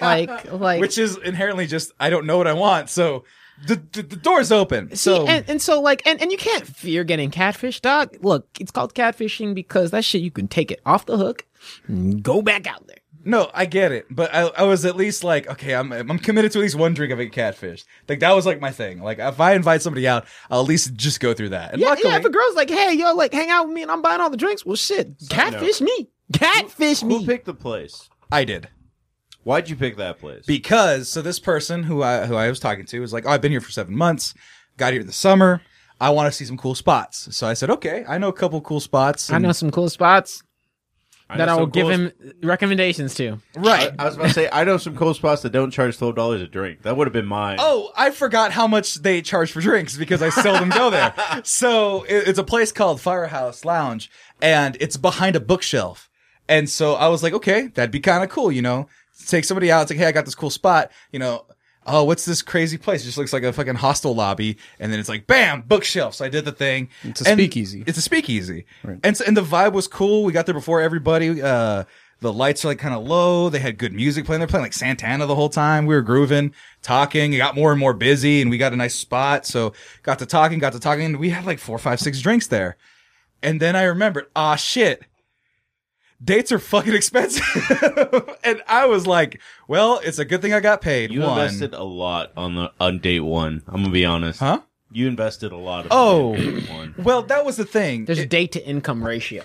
like, like. Which is inherently just I don't know what I want, so the the, the door's open. See, So and, and so like and, and you can't fear getting catfish dog look it's called catfishing because that shit you can take it off the hook and go back out there no, I get it, but I, I was at least like, okay, I'm I'm committed to at least one drink of a catfish. Like that was like my thing. Like if I invite somebody out, I'll at least just go through that. And yeah, luckily, yeah if a girl's like hey yo like hang out with me and i'm buying all the drinks well shit catfish me catfish Who me picked the place? I did. Why'd you pick that place? because so this person who I who I was talking to was like, "Oh, I've been here for seven months, got here in the summer. I want to see some cool spots." So I said, "Okay, I know a couple cool spots." i know and- some cool spots know that i some will cool give sp- him recommendations to right. I was about to say, I know some cold spots that don't charge twelve dollars a drink. That would have been mine. Oh, I forgot how much they charge for drinks because I seldom go there. So it, it's a place called Firehouse Lounge and it's behind a bookshelf. And so I was like, okay, that'd be kind of cool, you know, take somebody out. It's like, hey, I got this cool spot, you know. Oh, what's this crazy place? It just looks like a fucking hostel lobby. And then it's like, bam, bookshelf. So I did the thing. It's a And speakeasy. It's a speakeasy. And so, and the vibe was cool. We got there before everybody. Uh, the lights are like kind of low. They had good music playing. They're playing like Santana the whole time. We were grooving, talking. It got more and more busy, and we got a nice spot. So got to talking, got to talking. And we had like four, five, six drinks there. And then I remembered, ah, shit. Dates are fucking expensive. and I was like, well, it's a good thing I got paid. you One. invested a lot on the on date one. I'm gonna be honest. Huh? You invested a lot. Of Oh. date one. Well, that was the thing. there's a date to income ratio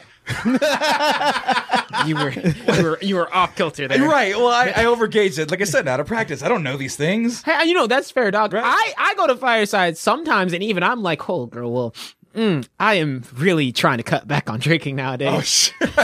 you were you were you were off kilter there You're right. Well, I, I overgauged it. Like I said, out of practice. I don't know these things. Hey, you know that's fair, dog. Right. I I go to fireside sometimes, and even I'm like, oh, girl, well, mm, I am really trying to cut back on drinking nowadays.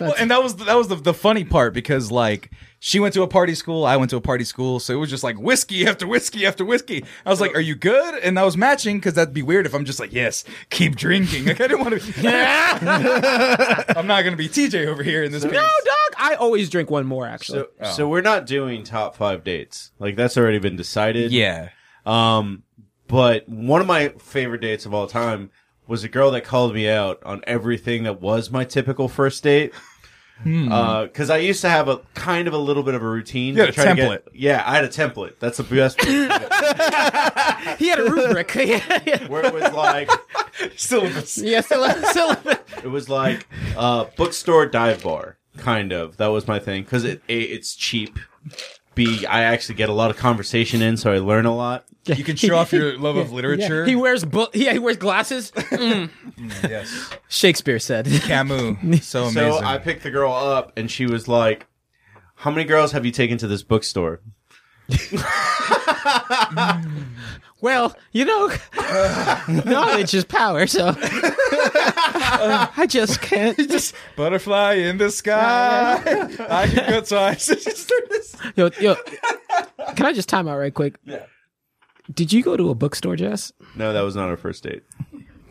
well, and that was that was the, the funny part because like she went to a party school, I went to a party school, so it was just like whiskey after whiskey after whiskey. I was like, "Are you good?" And I was matching because that'd be weird if I'm just like, "Yes, keep drinking." Like I didn't want to. I'm not gonna be TJ over here in this. no, piece. dog, I always drink one more actually. So, Oh. so we're not doing top five dates. Like that's already been decided. Yeah. Um, but one of my favorite dates of all time was a girl that called me out on everything that was my typical first date. Because I used to have a kind of a little bit of a routine. Hmm. You had to a try to get- template. yeah, I had a template. That's the best. Word. He had a rubric. yeah, yeah. Where it was like, Syllabus. yeah so, uh, so- it was like uh, bookstore dive bar. Kind of. That was my thing. Because it a, it's cheap. B, I actually get a lot of conversation in, so I learn a lot. You can show off your love of literature. he wears bu- yeah he wears glasses. Mm. yes. Shakespeare said. Camus. So amazing. So I picked the girl up, and she was like, "How many girls have you taken to this bookstore?" Well, you know, knowledge is power. So I just can't. Just Butterfly in the sky. I can cut twice. yo yo. Can I just time out right quick? Yeah. Did you go to a bookstore, Jess? No, that was not our first date.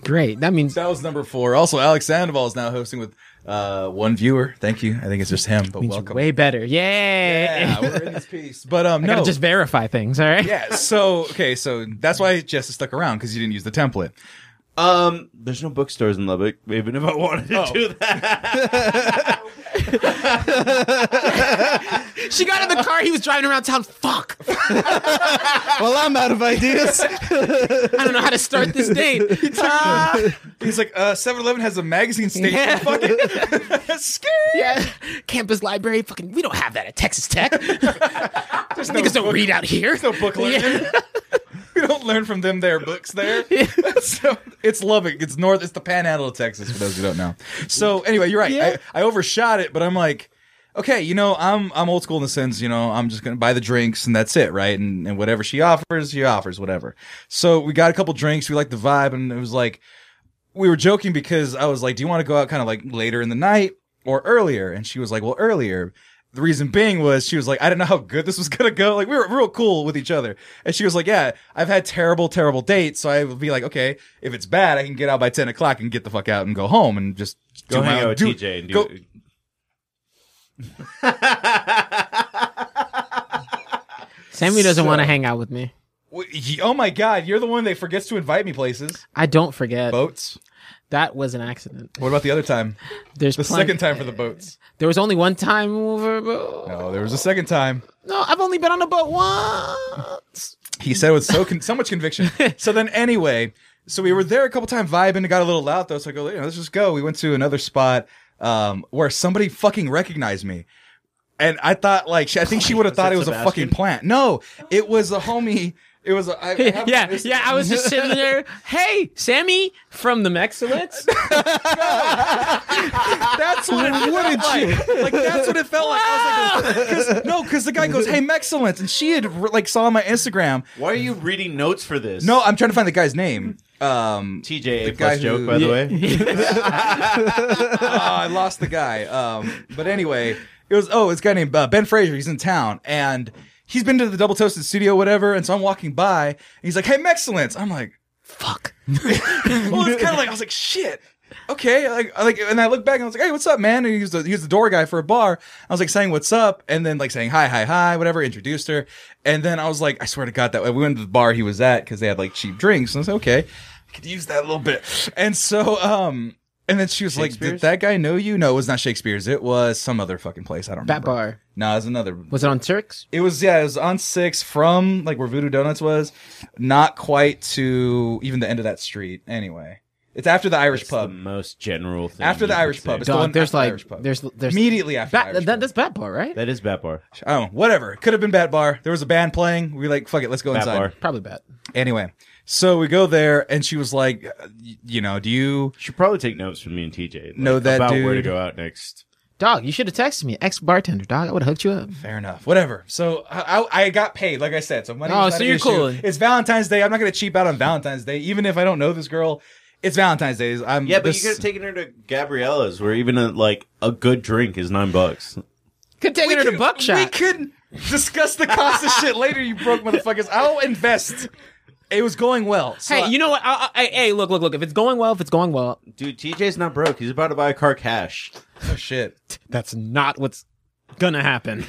Great. That means that was number four. Also, Alex Sandoval is now hosting with uh, one viewer. Thank you. I think it's just him, but means welcome. way better. Yay! yeah, we're in this piece. But um, I gotta no, just verify things. All right. yeah. So okay, so that's why Jess stuck around because you didn't use the template. Um, there's no bookstores in Lubbock. Even if I wanted Oh, to do that, She got in the car. He was driving around town. Fuck. well, I'm out of ideas. I don't know how to start this date. Ah. He's like, uh, 7-Eleven has a magazine station. Yeah. Fucking scary. yeah. Campus library. Fucking. We don't have that at Texas Tech. There's niggas don't read out here. There's no book learning. Yeah. we don't learn from them their books there. so it's Lubbock. It's north. It's the Panhandle of Texas. For those who don't know. So anyway, you're right. Yeah. I, I overshot it, but I'm like, okay, you know, I'm I'm old school in the sense, you know, I'm just gonna buy the drinks and that's it, right? And and whatever she offers, she offers whatever. So we got a couple drinks. We liked the vibe, and it was like we were joking because I was like, "Do you want to go out kind of like later in the night or earlier?" And she was like, "Well, earlier." The reason being was she was like, "I didn't know how good this was gonna go." Like we were real cool with each other, and she was like, "Yeah, I've had terrible, terrible dates, so I would be like, okay, if it's bad, I can get out by ten o'clock and get the fuck out and go home and just go go my hang own- out with do- TJ and do. go- Sammy doesn't So- want to hang out with me. Wait, ye- Oh my god, you're the one that forgets to invite me places. I don't forget. Boats. That was an accident. What about the other time? There's The plenty- second time for the boats. There was only one time over. No. No, there was a second time. no, I've only been on a boat once. He said it with so con- so much conviction. So then anyway, so we were there a couple times vibing. It got a little loud though, so I go, you know, let's just go. We went to another spot um, where somebody fucking recognized me. And I thought like she, I think she would have thought Oh, that it was a Sebastian? fucking plant. No, it was a homie. It was a I, I have yeah, this- yeah. I was just sitting there. Hey, Sammy from the Mexilits. That's what it wouldn't you? Like that's what it felt like. I was like, 'cause- no, because the guy goes, "Hey, Mexcellence," and she had like saw my Instagram. Why are you reading notes for this? No, I'm trying to find the guy's name. Um, TJ, a guy plus who- joke by the way. oh, I lost the guy. Um, but anyway, it was oh, it's a guy named uh, Ben Fraser. He's in town and he's been to the Double Toasted Studio, whatever. And so I'm walking by, and he's like, "Hey, Mexcellence." I'm like, Fuck. well, it's kind of like I was like, shit. Okay, like, I like, and I look back and I was like, "Hey, what's up, man?" And he was the, he was the door guy for a bar. I was like saying, "What's up?" and then like saying, "Hi, hi, hi," whatever. Introduced her, and then I was like, "I swear to God, that way we went to the bar he was at because they had like cheap drinks." And I was like, "Okay, I could use that a little bit." And so, um, and then she was like, "Did Shakespeare's? that guy know you?" No, it was not Shakespeare's. It was some other fucking place. I don't Bat remember. bar. No, it was another Was it on Turks? it was yeah, it was on six from like where Voodoo Donuts was, not quite to even the end of that street. Anyway, it's after the Irish It's the pub. most general thing. After the you could Irish say. pub. It's the Dog, one there's after like, Irish pub. there's there's Immediately after the Bat, Irish that, pub. that's Bat Bar, right? That is Bat Bar. I don't know, whatever. Could have been Bat Bar. There was a band playing. We were like fuck it, let's go Bat inside. Bar. Probably Bat. Anyway, so we go there, and she was like, uh, y- you know, do you? Should probably take notes from me and TJ. like, Know that about where to dude. go out next. Dog, you should have texted me. Ex bartender, dog. I would have hooked you up. Fair enough. Whatever. So I, I, I got paid, like I said. So money. Oh, was not so an you're issue. cool. It's Valentine's Day. I'm not gonna cheap out on Valentine's Day, even if I don't know this girl. It's Valentine's Day. I'm Yeah, but this- you could have taken her to Gabriella's, where even a, like a good drink is nine bucks. Could take her to could- Buckshot. We could discuss the cost of shit later, you broke motherfuckers. I'll invest. It was going well. So Hey, you know what? I, I, I- hey, look, look, look. If it's going well, if it's going well, Dude, TJ's not broke. He's about to buy a car cash. oh, shit. that's not what's gonna happen.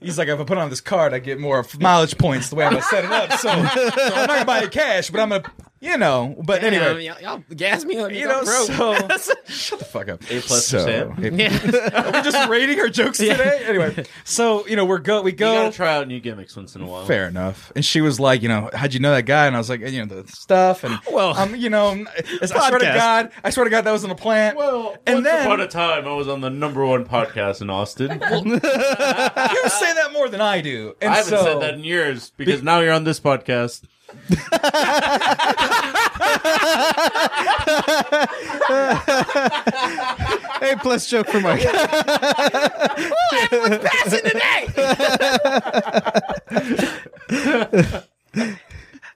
He's like, if I put on this card, I get more mileage points the way I'm gonna set it up. So, so I'm not gonna buy it cash, but I'm gonna you know. But Damn, anyway, y'all, y'all gas me up. you know, bro. so shut the fuck up. A plus so, for Sam? A- yeah. Are we just rating our jokes today? Anyway, so you know, we're go, we You go. gotta try out new gimmicks once in a while. Oh. Fair enough. And she was like, you know, how'd you know that guy? And I was like, you know, the stuff. And Well, um, you know, I swear to podcast. God, I swear to God, that was in the plant. Well, And once then- upon a time, I was on the number one podcast in Austin. you say that more than I do. And I haven't so, said that in years because now you're on this podcast. Hey, plus joke for Mike.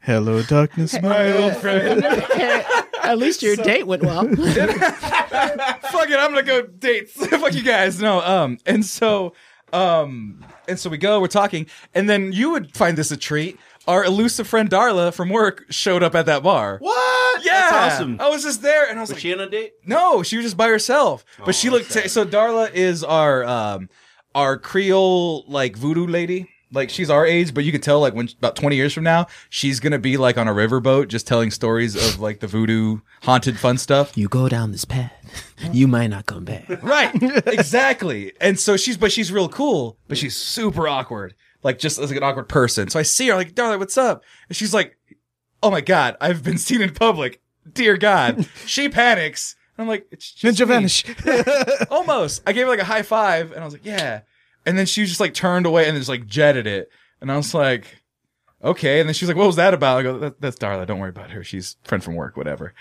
Hello, darkness, my old friend. At least your date went well. fuck it, I'm gonna go date. fuck you guys. No, um, and so, um, and so we go, we're talking, and then you would find this a treat. Our elusive friend Darla from work showed up at that bar. What? Yeah, Oh. That's awesome. I was just there, and I was Was like, she on a date? No, she was just by herself. But she looked okay. so Darla is our um our Creole like voodoo lady. Like she's our age, but you could tell like when about 20 years from now, she's going to be like on a riverboat just telling stories of like the voodoo haunted fun stuff. you go down this path, you might not come back. Right. exactly. And so she's, but she's real cool, but she's super awkward. Like just as like an awkward person. So I see her like, Darla, what's up? And she's like, Oh my God, I've been seen in public. Dear God. she panics. And I'm like, it's just Ninja me." vanish. Almost. I gave her like a high five and I was like, yeah. And then she was just like turned away and just like jetted it. And I was like, okay. And then she's like, what was that about? I go, that, that's Darla. Don't worry about her. She's a friend from work, whatever.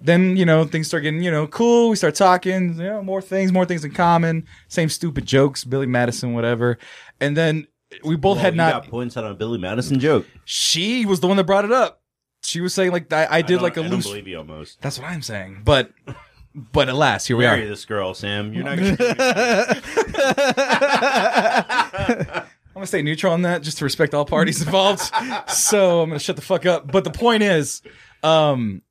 Then, you know, things start getting, you know, cool. We start talking, you know, more things, more things in common, same stupid jokes, Billy Madison, whatever. And then we both had you not, got points out on a Billy Madison joke. she was the one that brought it up. She was saying like, I, I did don't- like a I loose, Don't believe you almost. that's what I'm saying. But, but alas, here we Marry are. this girl, Sam. You're not gonna. I'm gonna stay neutral on that just to respect all parties involved. so I'm gonna shut the fuck up. But the point is, um,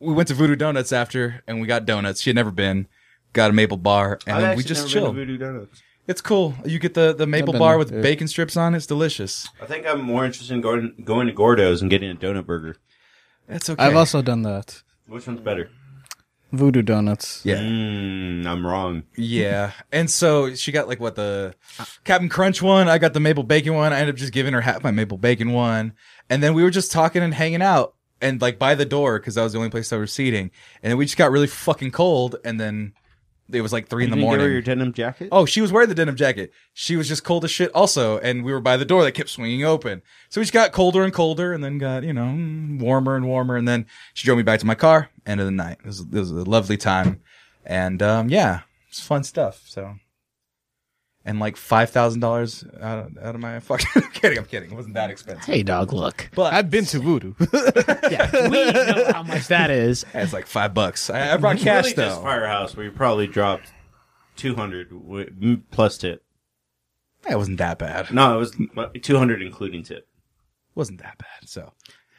we went to Voodoo Donuts after, and we got donuts. She had never been. Got a maple bar, and I've then we actually just never been to chilled. Voodoo Donuts. It's cool. You get the the maple been bar there, with yeah. bacon strips on. it. It's delicious. I think I'm more interested in going, going to Gordo's and getting a donut burger. That's okay. I've also done that. Which one's better? Voodoo donuts. yeah Mm, I'm wrong. yeah. And so she got like what the Captain Crunch one. I got the maple bacon one. I ended up just giving her half my maple bacon one, and then we were just talking and hanging out. And like by the door, because that was the only place I was seating. And then we just got really fucking cold. And then it was like three in the morning. your denim jacket? Oh, she was wearing the denim jacket. She was just cold as shit also, and we were by the door that kept swinging open. So we just got colder and colder and then got, you know, mm, warmer and warmer. And then she drove me back to my car, end of the night. It was, it was a lovely time. And, um, yeah, it's fun stuff. So, and like $5,000 out of, out of my fucking, I'm kidding, I'm kidding. It wasn't that expensive. Hey, dog, look. But I've been to voodoo. Yeah, we know how much that is. it's like five bucks. I, I brought cash really just though. Firehouse, where you probably dropped 200 wi- m- plus tip. That wasn't that bad. It No, it was m- 200 including tip. wasn't that bad. So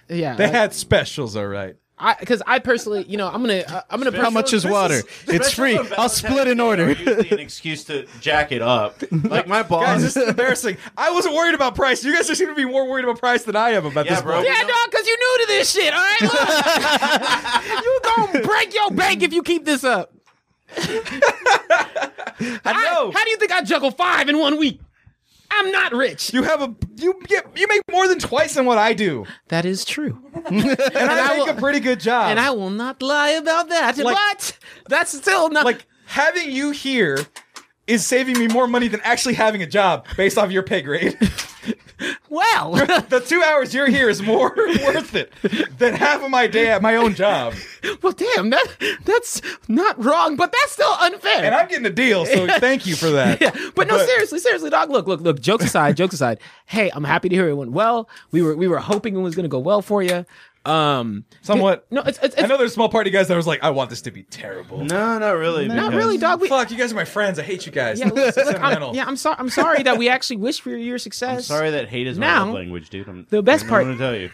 Yeah, they had specials. All right. I because I, personally, you know, I'm gonna uh, I'm gonna How much is water? it's free. I'll split an order. usually an excuse to jack it up. Like my boss. Guys, this is embarrassing. I wasn't worried about price. You guys just seem to be more worried about price than I am about Yeah, this. bro. point. Yeah, dog, because you new to this shit. All right, look, you gonna break your bank if you keep this up. I know. how do you think I juggle five in one week? I'm not rich. you have a you get you make more than twice than what I do, That is true, and, I, I make will- a pretty good job. and I will not lie about that. Like- but that's still not like having you here is saving me more money than actually having a job based off your pay grade. well. the two hours you're here is more worth it than half of my day at my own job, Well, damn, that that's not wrong, but that's still unfair. and I'm getting a deal. So thank you for that. yeah, but no, seriously, seriously, dog. Look, look, look. Jokes aside, jokes aside. Hey, I'm happy to hear it went well. We were we were hoping it was gonna go well for you. Um, Somewhat. no, it's it's, I it's know there's small party guys that was like, I want this to be terrible. no, not really. not because- really, dog. We, Fuck, you guys are my friends. I hate you guys. yeah, look, look, I'm, Sentimental. yeah. I'm sorry. I'm sorry that we actually wish for your success. I'm sorry that hate is my Now, love language, dude. I'm, the best I'm part- I'm tell you.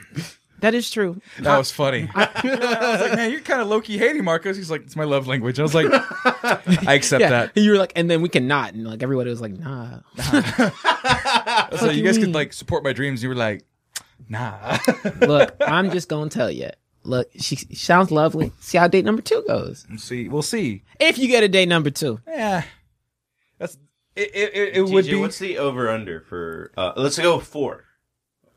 That is true. That was funny. I, was like, man, you're kind of low key hating Marcos. He's like, it's my love language. I was like, I accept Yeah, that. and you were like, and then we cannot, and like everybody was like, nah. I was like, you you guys mean? could like support my dreams. You were like, nah. Look, I'm just gonna tell you, Look, she she sounds lovely. See how date number two goes. We'll see, we'll see. If you get a date number two, Yeah, that's it. It, it, it would TJ, be. What's the over under for? Uh, let's go four.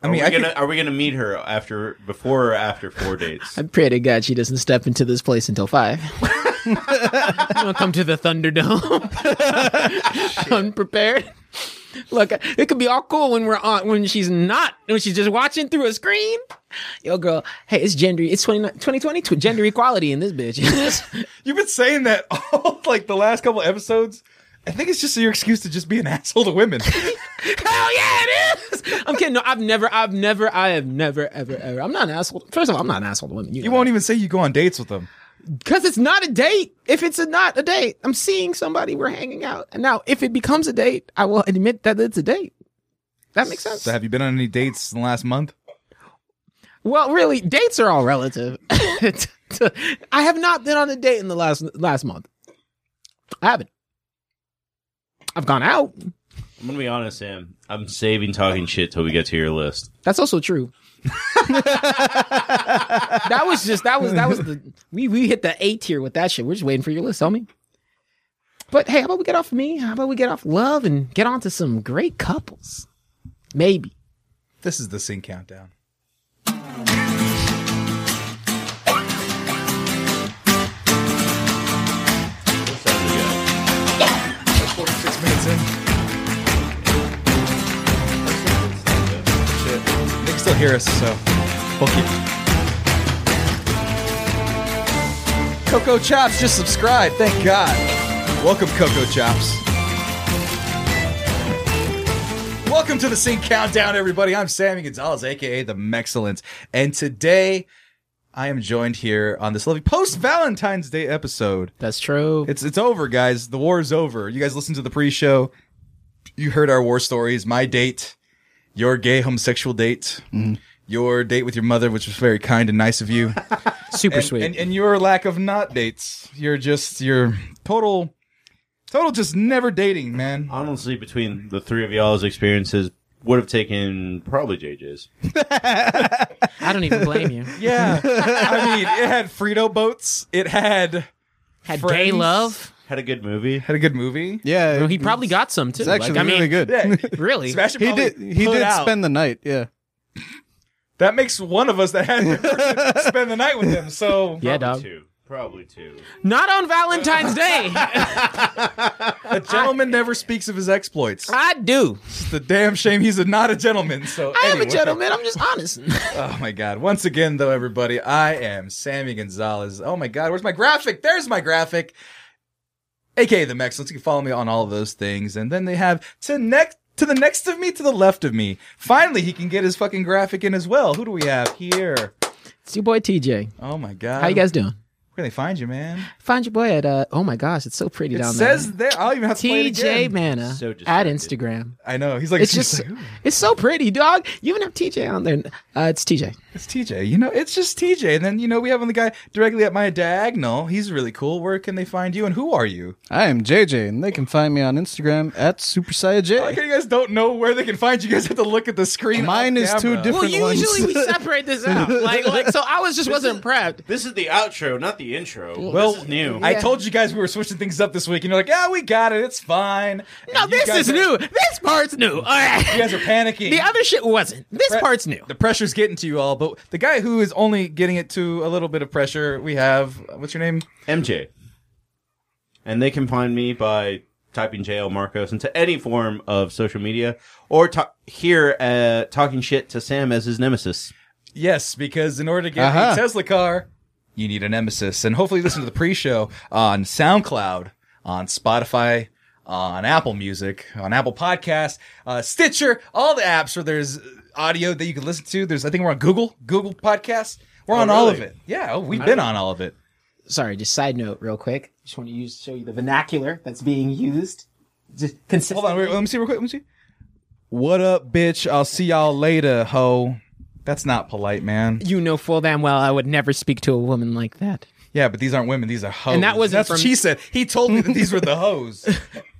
I mean, are I we, could- gonna, are we gonna meet her after before or after four dates? I pray to God she doesn't step into this place until five. you want to come to the Thunderdome unprepared? Look, it could be all cool when we're on when she's not when she's just watching through a screen. Yo, girl, hey, it's gender. It's 20, 2020 tw- gender equality in this bitch. You've been saying that all like the last couple episodes. I think it's just your excuse to just be an asshole to women. Hell yeah, it is. I'm kidding. No, I've never, I've never, I have never, ever, ever. I'm not an asshole. First of all, I'm not an asshole to women. You won't even say you go on dates with them. because it's not a date. If it's a, not a date, I'm seeing somebody. We're hanging out. And now, if it becomes a date, I will admit that it's a date. That makes sense. So have you been on any dates in the last month? well, really, dates are all relative. I have not been on a date in the last last month. I haven't. I've gone out. I'm gonna be honest, Sam. I'm saving talking shit till we get to your list. That's also true. that was just that was that was the we we hit the A tier with that shit. We're just waiting for your list, homie. But hey, how about we get off of me? How about we get off love and get on to some great couples? Maybe. This is the sync countdown. What's that Forty-six minutes in. Shit. They can still hear us, so we'll keep. Coco Chops just subscribe. Thank God. Welcome, Coco Chops. Welcome to the Sync Countdown, everybody. I'm Sammy Gonzalez, aka the Mexcellence, and today I am joined here on this lovely post Valentine's Day episode That's true. it's it's over, guys. The war is over. You guys listened to the pre-show. You heard our war stories. My date, your gay homosexual date, your date with your mother, which was very kind and nice of you, Super and, sweet. and and your lack of not dates. You're just you're total, total just never dating, man. Honestly, between the three of y'all's experiences, would have taken probably JJ's. I don't even blame you. Yeah, I mean, it had Frito boats. It had Had gay Friends. love. Had a good movie. had a good movie. Yeah, Well, he probably got some too. it's actually like, I mean, really good. Yeah, Really? Sebastian he probably did. He put did out. spend the night. Yeah. That makes one of us that had spend the night with him. So Probably Yeah, dog. Two. Probably two. Not on Valentine's Day. A gentleman never speaks of his exploits. I do. It's the damn shame he's a, not a gentleman. So I am a anyway. gentleman. I'm just honest. Oh my god! Once again, though, everybody, I am Sammy Gonzalez. Oh my god, where's my graphic? There's my graphic. AKA the Mexicans. You can follow me on all of those things, and then they have to next to the next of me, to the left of me. Finally, he can get his fucking graphic in as well. Who do we have here? it's your boy TJ. Oh my god! How you guys doing? Where can they find you, man? Find your boy at uh oh my gosh, it's so pretty It down there. says there. I'll even have to play it TJ again. Mana So at distracted. Instagram. I know. He's like, It's he's just like, "Ooh, it's so pretty, dog. You even have TJ on there. Uh, it's TJ. It's TJ. You know, it's just TJ. And then, you know, we have on the guy directly at my diagonal. He's really cool. Where can they find you and who are you? I am JJ, and they can find me on Instagram at Super Saiyan J. I like how you guys don't know where they can find you. You guys have to look at the screen. Mine off is too camera. different. Well, ones. usually we separate this out. Like, like so I was just wasn't prepped. This is the outro, not the intro. Well, this is new. I told you guys we were switching things up this week, and you're like, ah, we got it. It's fine. No, And you this guys is are- new. This part's new. All right. You guys are panicking. the other shit wasn't. This Pre- part's new. The pressure's getting to you all, but the guy who is only getting it to a little bit of pressure, we have, what's your name? MJ. And they can find me by typing JL Marcos into any form of social media or ta- here uh, talking shit to Sam as his nemesis. Yes, because in order to get Uh-huh. a Tesla car, you need a nemesis. And hopefully, listen to the pre-show on SoundCloud, on Spotify, on Apple Music, on Apple Podcasts, uh, Stitcher, all the apps where there's audio that you can listen to. There's, I think we're on Google, Google Podcasts. We're on all of really? it. Yeah, oh, we've been on all of it. Sorry, just side note, real quick. Just want to use show you the vernacular that's being used. Just consistent. Hold on, wait, let me see real quick. Let me see. What up, bitch? I'll see y'all later, ho. That's not polite, man. You know full damn well I would never speak to a woman like that. Yeah, but these aren't women; these are hoes. that wasn't Oh, that's what from- she said. He told me that these were the hoes.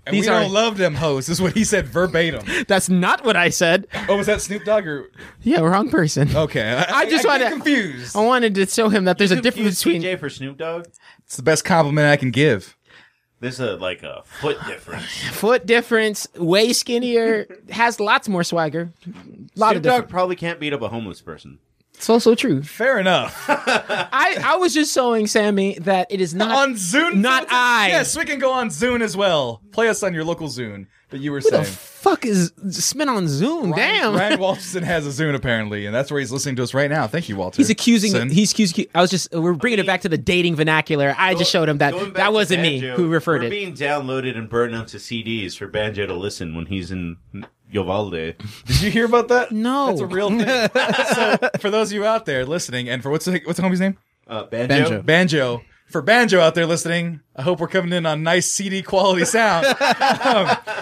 And These we are don't love them hoes is what he said verbatim. that's not what I said. Oh, was that Snoop Dogg or Yeah, wrong person. Oh. okay? I, I just I get wanna- confused. I wanted to show him that there's a You difference confuse between PJ for Snoop Dogg. It's the best compliment I can give. There's a like a foot difference. foot difference, way skinnier, has lots more swagger. Lot Snoop of Dogg difference. probably can't beat up a homeless person. So so true. Fair enough. I, I was just showing Sammy that it is not on Zune, Not I. Yes, we can go on Zune as well. Play us on your local Zune that you were the saying. fuck is Smith on Zoom. Damn. Ryan Walterson has a Zune apparently, and that's where he's listening to us right now. Thank you, Walter. He's accusing. Son. He's accusing. I was just. We're bringing it back to the dating vernacular. I just showed him Going that back that to wasn't me Banjo, who referred we're it. being downloaded and burned onto CDs for Banjo to listen when he's in Yovalde. Did you hear about that? No. That's a real thing. so, for those of you out there listening, and for what's the, what's the homie's name? Uh, Banjo. Banjo. Banjo. For Banjo out there listening, I hope we're coming in on nice CD quality sound. um,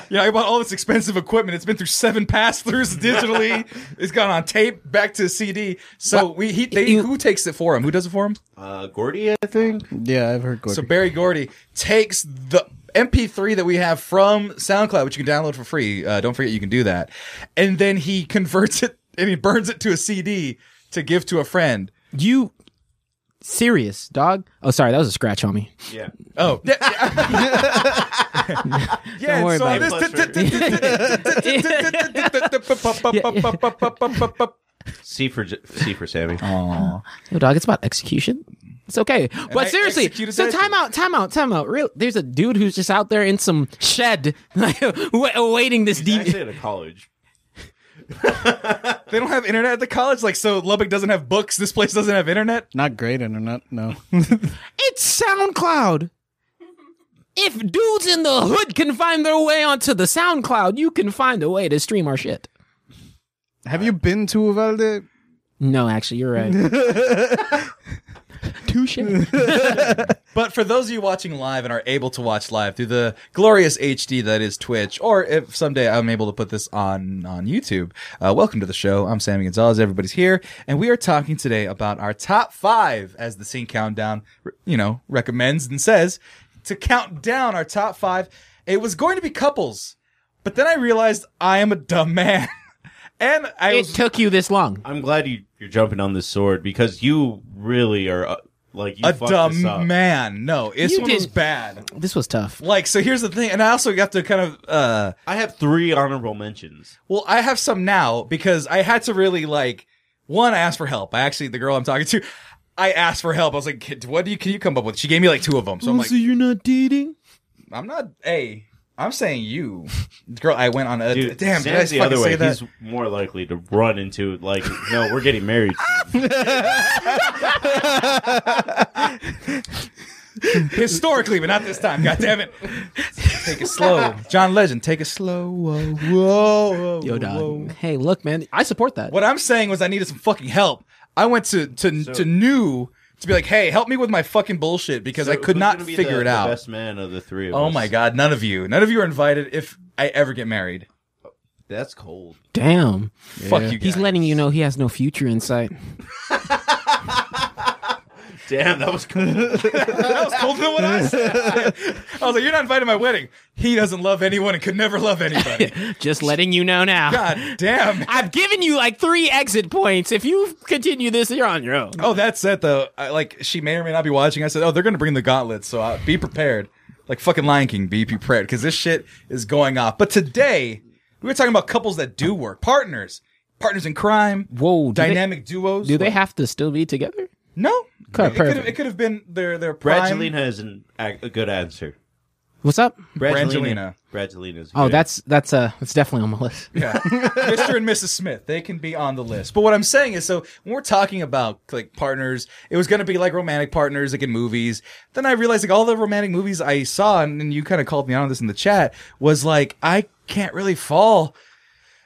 you know, I bought all this expensive equipment. It's been through seven pass throughs digitally. It's gone on tape, back to CD. So we he, they, you- who takes it for him? Who does it for him? Uh, Gordy, I think. Yeah, I've heard. Gordy. So Barry Gordy takes the MP3 that we have from SoundCloud, which you can download for free. Uh, don't forget you can do that. And then he converts it and he burns it to a CD to give to a friend. You serious dog? Oh, sorry, that was a scratch on me. Yeah. Oh. Yeah. yeah Don't worry so about this- C for J- C for Sammy. Yo, dog, it's about execution. It's okay, I but seriously, executed so that time shit. out, time out, time out. Real, there's a dude who's just out there in some shed, like, wa- awaiting this He's DV. actually at a college. They don't have internet at the college, like so. Lubbock doesn't have books. This place doesn't have internet. Not great internet. No. It's SoundCloud. If dudes in the hood can find their way onto the SoundCloud, you can find a way to stream our shit. Have you been to Uvalde? No, actually, you're right. Touche. But for those of you watching live and are able to watch live through the glorious HD that is Twitch, or if someday I'm able to put this on on YouTube, uh, welcome to the show. I'm Sammy Gonzalez. Everybody's here, and we are talking today about our top five, as the Scene Countdown, you know, recommends and says to count down our top five. It was going to be couples, but then I realized I am a dumb man, and I It was took you this long. I'm glad you, you're jumping on this sword because you really are uh, like you a fucked dumb this up. man. No, this You one was didn't- bad. This was tough. Like, so here's the thing, and I also got to kind of. uh I have three honorable mentions. Well, I have some now because I had to really like one. I asked for help. I actually the girl I'm talking to, I asked for help. I was like, "Kid, "What do you can you come up with?" She gave me like two of them. So I'm like, you're not dating? "I'm not a." I'm saying you, girl. I went on a Dude, damn. Did I Sam's the other fucking way. say that? He's more likely to run into like, no, we're getting married. soon. Historically, but not this time. God damn it. take it slow, John Legend. Take it slow. Whoa, whoa, whoa, Yo, dog. whoa. Hey, look, man, I support that. What I'm saying was I needed some fucking help. I went to to to new to be like, hey, help me with my fucking bullshit because I So could who's not gonna be figure the- it out. The best man of the three. Of Oh us? my god, none of you. None of you are invited if I ever get married. that's cold. Damn. Fuck you guys. He's letting you know he has no future in sight. Damn, that was cold. that was colder than what I said. I was like, you're not invited to my wedding. He doesn't love anyone and could never love anybody. Just letting you know now. god damn. I've given you like three exit points. If you continue this, you're on your own. Oh, that's it though. I, like she may or may not be watching. I said, oh, they're gonna bring the gauntlet, so uh be prepared. Like fucking Lion King, be prepared because this shit is going off. But today we were talking about couples that do work, partners, partners in crime, Whoa, do they- dynamic duos. Do they What? have to still be together? no? Okay, it, could have, perfect. it could have been their their prime. Brangelina is an, a, a good answer. What's up? Brangelina. Brangelina's. Oh, good. that's that's uh that's definitely on my list. Yeah. Mr. and Mrs. Smith, they can be on the list. But what I'm saying is, so when we're talking about like partners, it was going to be like romantic partners, like in movies. Then I realized like all the romantic movies I saw, and, and you kind of called me out on this in the chat, was like, I can't really fall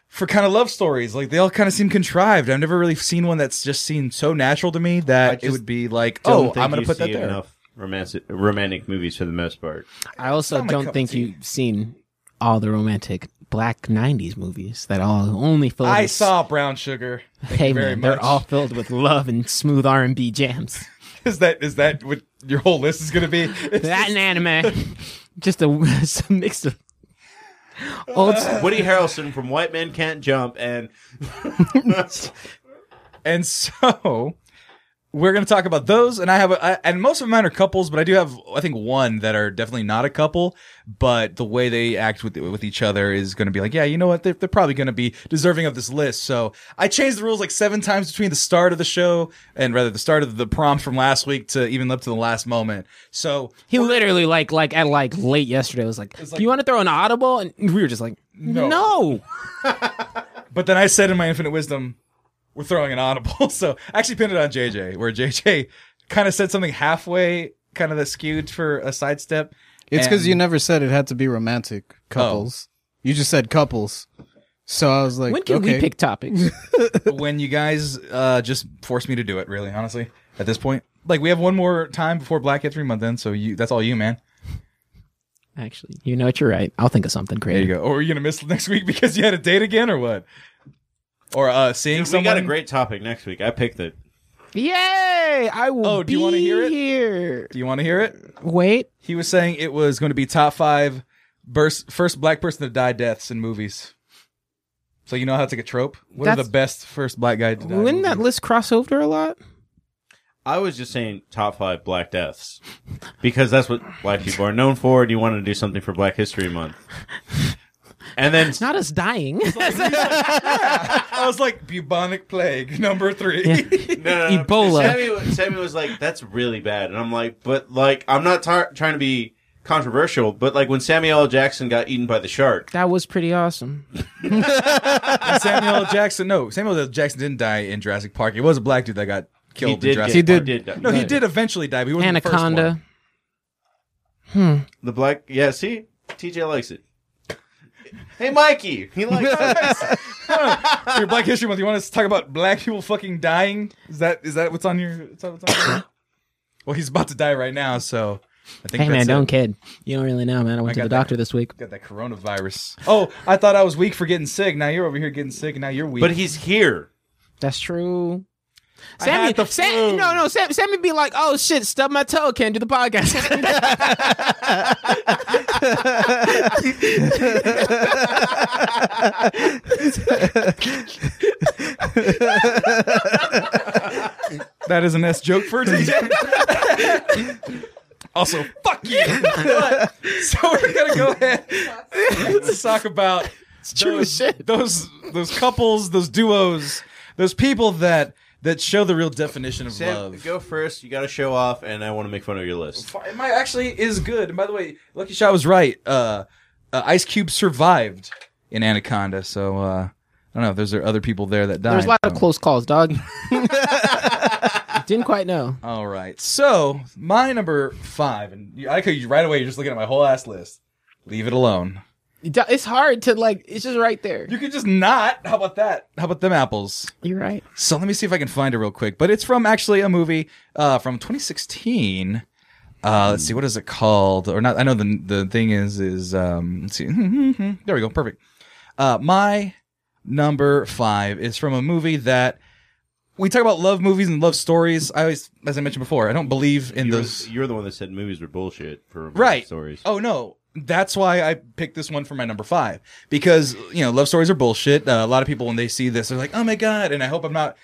for kind of love stories. Like they all kind of seem contrived. I've never really seen one that's just seemed so natural to me that it just would be like, Don't oh, think I'm going you to put that see there. Enough romantic romantic movies for the most part. I also not my cup don't of think tea. you've seen all the romantic black '90s movies that all only filled. I with- saw Brown Sugar. Thank Hey you very man, much. they're all filled with love and smooth R and B jams. Is that is that what your whole list is going to be? That and anime, just a, it's a mix of Old s- Woody Harrelson from White Man Can't Jump, and And so we're going to talk about those. And I have, a, I, and most of mine are couples, but I do have, I think, one that are definitely not a couple. But the way they act with with each other is going to be like, yeah, you know what? They're, they're probably going to be deserving of this list. So I changed the rules like seven times between the start of the show and rather the start of the prompt from last week to even up to the last moment. So he literally like like at like late yesterday was like, "Do you want to throw an audible?" And we were just like, "No." But then I said in my infinite wisdom, we're throwing an audible. So I actually pinned it on JJ, where JJ kind of said something halfway, kind of that skewed for a sidestep. It's because And- you never said it had to be romantic couples. You just said couples. So I was like, When can okay. we pick topics? when you guys uh, just forced me to do it, really, honestly, at this point. Like, we have one more time before Black Hat 3 month then, so you that's all you, man. Actually, you know what? You're right. I'll think of something There you creative. go. Or are you going to miss next week because you had a date again or what? Or uh, seeing Dude, we someone. got a great topic next week. I picked it. Yay! I will. Oh, do you be wanna hear it? Here. do you want to hear it? Wait. He was saying it was going to be top five burst, first black person to die deaths in movies. So you know how it's like a trope. What are That's- the best first black guy to die? Wouldn't movies? that list cross over a lot? I was just saying top five black deaths because that's what black people are known for, and you want to do something for Black History Month. And then It's not us dying. I was like bubonic plague number three. no, no, no. Ebola. Sammy, wa- Sammy was like, "That's really bad," and I'm like, "But like, I'm not tar- trying to be controversial, but like when Samuel L. Jackson got eaten by the shark, that was pretty awesome. And Samuel L. Jackson. No, Samuel L. Jackson didn't die in Jurassic Park. It was a black dude that got killed. he in did. Get, Jurassic He did. or die. No, he did eventually die. But he wasn't The first Anaconda. one. The black, yeah. See, TJ likes it. Hey, Mikey, he likes it. For your Black History Month, you want us to talk about black people fucking dying? Is that is that what's on your? Is that what's on your well, he's about to die right now, so I think. Hey man, that's it. don't kid. You don't really know, man. I went got to the that. doctor this week. Got that coronavirus. Oh, I thought I was weak for getting sick. Now you're over here getting sick, and now you're weak. but he's here. That's true. I Sammy, had the Sam- flu. no, no, Sam, Sammy be like, oh shit, stubbed my toe, can't do the podcast. that is an S joke for DJ. also, fuck you. But- so we're gonna go ahead. Let's talk about true those, as shit. those those couples, those duos, those people that that show the real definition of Sam, love. go first. You got to show off, and I want to make fun of your list. It might actually is good. And by the way, Lucky Shot was right. Uh, uh, Ice Cube survived in Anaconda, so uh, I don't know if there's other people there that died. There's a lot of but- close calls, dog. Didn't quite know. All right. So my number five, and you- I could right away. You're just looking at my whole ass list. Leave it alone. It's hard to like. It's just right there. You could just not. How about that? How about them apples? You're right. So let me see if I can find it real quick. But it's from actually a movie uh, from 2016. Uh, let's see, what is it called? Or not? I know the the thing is is um, let's see. there we go. Perfect. Uh, my number five is from a movie that we talk about love movies and love stories. I always, as I mentioned before, I don't believe in You were, those. you were the one that said movies were bullshit for romantic right stories. Oh no, that's why I picked this one for my number five because you know love stories are bullshit. Uh, a lot of people when they see this, they're like, "Oh my god!" And I hope I'm not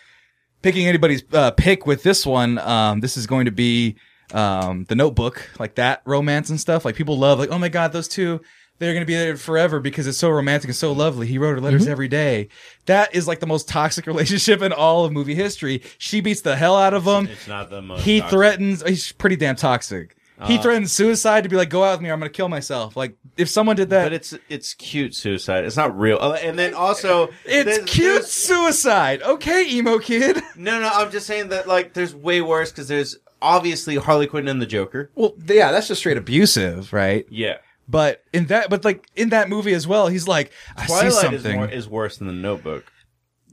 picking anybody's uh, pick with this one. Um, this is going to be um, the Notebook, like that romance and stuff. Like people love, like, "Oh my god, those two. They're gonna be there forever because it's so romantic and so lovely. He wrote her letters every day. That is like the most toxic relationship in all of movie history. She beats the hell out of him It's not the most. he toxic. Uh-huh. threatens he's pretty damn toxic he threatens suicide to be like go out with me or i'm gonna kill myself like if someone did that but it's it's cute suicide. It's not real. Oh, And then also, it's there's- cute there's- suicide okay emo kid No, no, I'm just saying that like there's way worse because there's obviously Harley Quinn and the Joker. well yeah that's just straight abusive right Yeah, but in that but like in that movie as well he's like i Twilight see is something more is worse than the Notebook.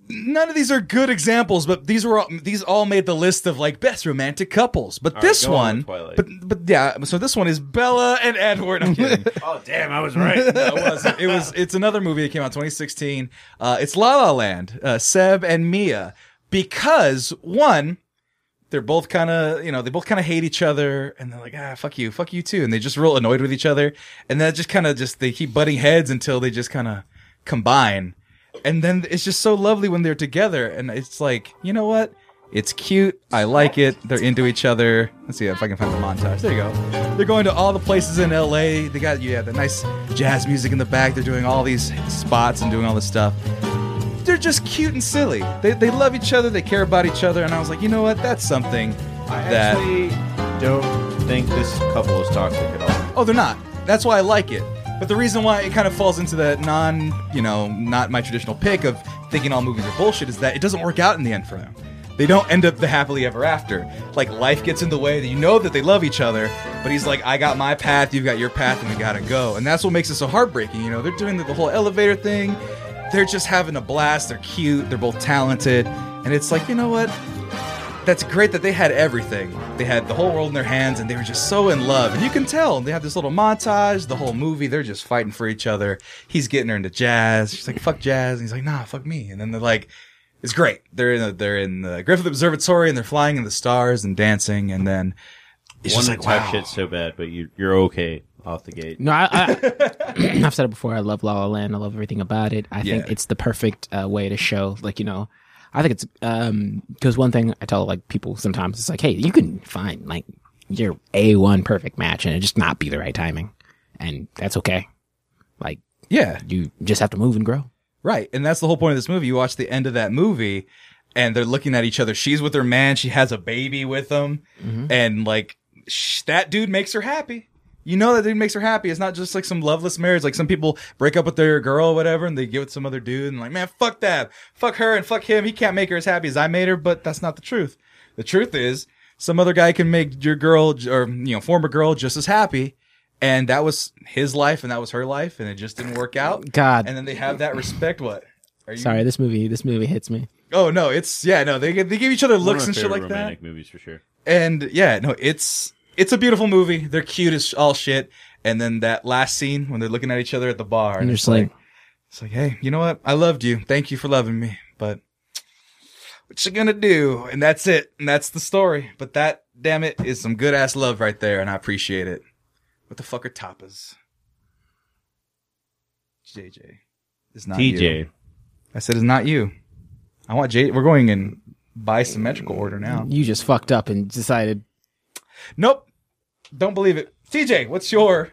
none of these are good examples but these were all, these all made the list of like best romantic couples but this go on one with Twilight. but but yeah so this one is bella and edward i'm kidding Oh damn, I was right. No, it wasn't. It was. It's another movie that came out in 2016. Uh, it's La La Land. Uh, Seb and Mia. Because one, they're both kind of you know they both kind of hate each other and they're like ah fuck you fuck you too and they just real annoyed with each other and that just kind of just they keep butting heads until they just kind of combine and then it's just so lovely when they're together and it's like you know what it's cute i like it they're into each other let's see if i can find the montage there you go they're going to all the places in la they got yeah the nice jazz music in the back they're doing all these spots and doing all this stuff they're just cute and silly. They, they love each other, they care about each other, and I was like, you know what? That's something I that. actually don't think this couple is toxic at all. oh, they're not. That's why I like it. But the reason why it kind of falls into that non, you know, not my traditional pick of thinking all movies are bullshit is that it doesn't work out in the end for them. They don't end up the happily ever after. Like life gets in the way that you know that they love each other, but he's like, I got my path, you've got your path, and we gotta go. And that's what makes it so heartbreaking. You know, they're doing the, the whole elevator thing. They're just having a blast. They're cute. They're both talented. And it's like, you know what? that's great that they had everything. They had the whole world in their hands and they were just so in love. And you can tell. They have this little montage, the whole movie, they're just fighting for each other. He's getting her into jazz. She's like, fuck jazz. And he's like, nah, fuck me. And then they're like, it's great. They're in the, they're in the Griffith Observatory and they're flying in the stars and dancing. And then it's One just like, like, type wow. shit's so bad, but you, you're okay off the gate. No, I, I, I've said it before. I love La La Land. I love everything about it. I think Yeah. it's the perfect uh, way to show, like you know, I think it's because one thing I tell like people sometimes it's like, hey, you can find like your a one perfect match and it just not be the right timing, and that's okay. Like Yeah. you just have to move and grow. Right. And that's the whole point of this movie. You watch the end of that movie and they're looking at each other. She's with her man. She has a baby with him. And like, sh- that dude makes her happy. You know, that dude makes her happy. It's not just like some loveless marriage. Like some people break up with their girl or whatever and they get with some other dude and like, man, fuck that. Fuck her and fuck him. He can't make her as happy as I made her, but that's not the truth. The truth is some other guy can make your girl j- or, you know, former girl just as happy. And that was his life and that was her life and it just didn't work out God, and then they have that respect. What? Are you, sorry, this movie, this movie hits me. Oh no, it's yeah, no. They give- they give each other One of looks my and shit favorite like romantic movies for sure. that. And yeah, no, it's it's a beautiful movie. They're cute as all shit. And then that last scene when they're looking at each other at the bar, And and you're it's just like, like it's like, hey, you know what? I loved you. Thank you for loving me, but what you gonna do? And that's it. And that's the story. But that, damn it, is some good ass love right there, and I appreciate it. What the fuck are tapas? JJ, it's not you. TJ. I said, "It's not you. I want J. We're going in bisymmetrical order now." you just fucked up and decided Nope, don't believe it. TJ, what's your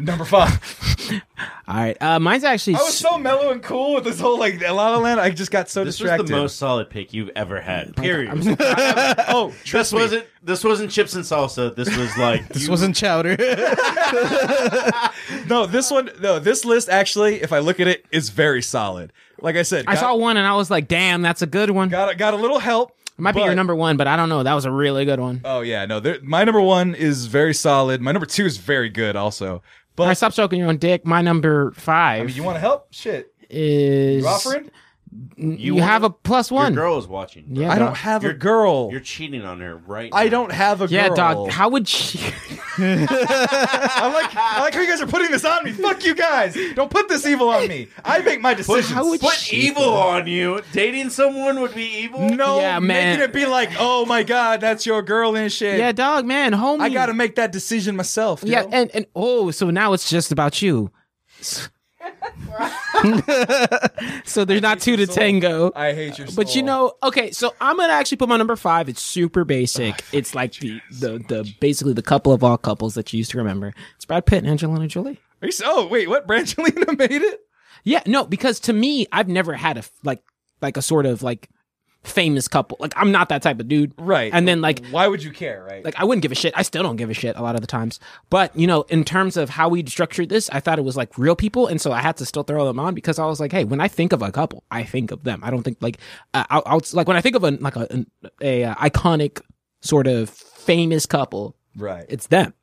number five? All right. Uh, mine's actually. I was so mellow and cool with this whole like La La Land. I just got so This was distracted. the most solid pick you've ever had. Period. oh, this wasn't this wasn't chips and salsa. This was like This wasn't chowder. no, this one, no, this list actually, if I look at it, is very solid. Like I said, I got, saw one and I was like, "Damn, that's a good one." It got a, got a little help. Might be but- your number one, but I don't know. That was a really good one. Oh yeah, no, there- my number one is very solid. My number two is very good also. But All right, stop stroking your own dick. My number five I mean, you want to help? Shit, is you offering? you, want- have a plus one. Your girl is watching. bro. Yeah, I dog. don't have a You're- girl. You're cheating on her right now. I don't have a girl. Yeah, dog. How would she? I like I like how you guys are putting this on me. Fuck you guys. Don't put this evil on me. I make my decisions. how would Put She- evil on you. Dating someone would be evil. no, Yeah, man. making it be like, oh my god, that's your girl and shit. yeah, dog, man, homie. I gotta make that decision myself. Yeah, yo. and and oh, so now it's just about you. so there's not two to tango. I hate your. But you soul. know, okay, so I'm gonna actually put my number five. It's super basic. it's like the, the the basically the couple of all couples that you used to remember. It's Brad Pitt and Angelina Jolie. Are you s- oh wait, what? Brangelina made it. Yeah, no, because to me, I've never had a f- like like a sort of like famous couple. Like I'm not that type of dude. Right. And then like Why would you care? Right. like I wouldn't give a shit. I still don't give a shit a lot of the times. But you know, in terms of how we structured this, I thought it was like real people, and so I had to still throw them on because I was like, hey, when I think of a couple, I think of them. I don't think like uh, out, out, like when I think of a like a an, a uh, iconic sort of famous couple, right. it's them.